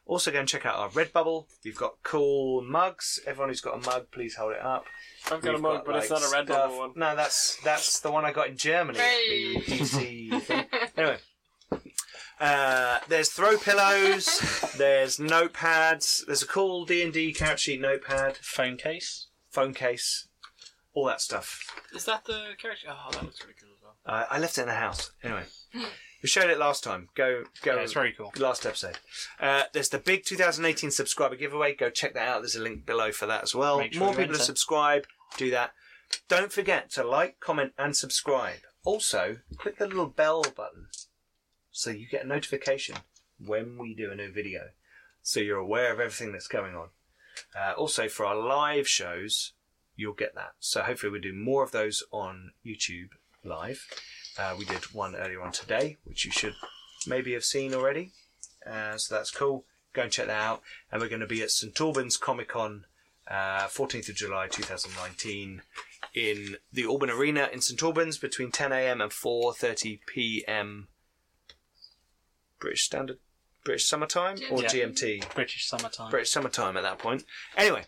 [SPEAKER 1] Also go and check out our Redbubble. We've got cool mugs. Everyone who's got a mug, please hold it up.
[SPEAKER 3] I've got a
[SPEAKER 1] We've
[SPEAKER 3] mug,
[SPEAKER 1] got,
[SPEAKER 3] but it's
[SPEAKER 1] like,
[SPEAKER 3] not a red
[SPEAKER 1] stuff-
[SPEAKER 3] bubble one.
[SPEAKER 1] No, that's that's the one I got in Germany. at the
[SPEAKER 5] Hey.
[SPEAKER 1] DC thing. Anyway. Uh, there's throw pillows, there's notepads, there's a cool D&D character sheet notepad,
[SPEAKER 2] Phone case.
[SPEAKER 1] phone case, all that stuff.
[SPEAKER 3] Is that the character? Oh, that looks really cool as well.
[SPEAKER 1] Uh, I left it in the house. Anyway, we showed it last time. Go, go.
[SPEAKER 2] Yeah, it's very cool.
[SPEAKER 1] Last episode. Uh, there's the big 2018 subscriber giveaway. Go check that out. There's a link below for that as well.
[SPEAKER 2] Make sure
[SPEAKER 1] More
[SPEAKER 2] you
[SPEAKER 1] people to
[SPEAKER 2] enter.
[SPEAKER 1] subscribe. Do that. Don't forget to like, comment, and subscribe. Also, click the little bell button So you get a notification when we do a new video. So you're aware of everything that's going on. Uh, also, for our live shows, you'll get that. So hopefully, we do more of those on YouTube live. Uh, we did one earlier on today, which you should maybe have seen already. Uh, so that's cool. Go and check that out. And we're going to be at St Albans Comic Con, uh, 14th of July 2019, in the Auburn Arena in St Albans between 10 a.m. and 4:30 p.m. British Standard, British Summertime, or
[SPEAKER 2] Yeah.
[SPEAKER 1] GMT.
[SPEAKER 2] British summertime.
[SPEAKER 1] British summertime at that point. Anyway,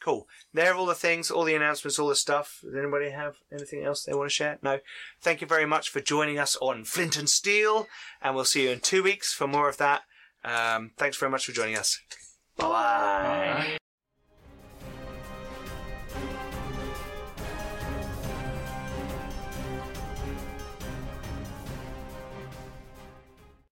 [SPEAKER 1] cool. There are all the things, all the announcements, all the stuff. Does anybody have anything else they want to share? No. Thank you very much for joining us on Flint and Steel, and we'll see you in two weeks for more of that. Um, thanks very much for joining us. Bye.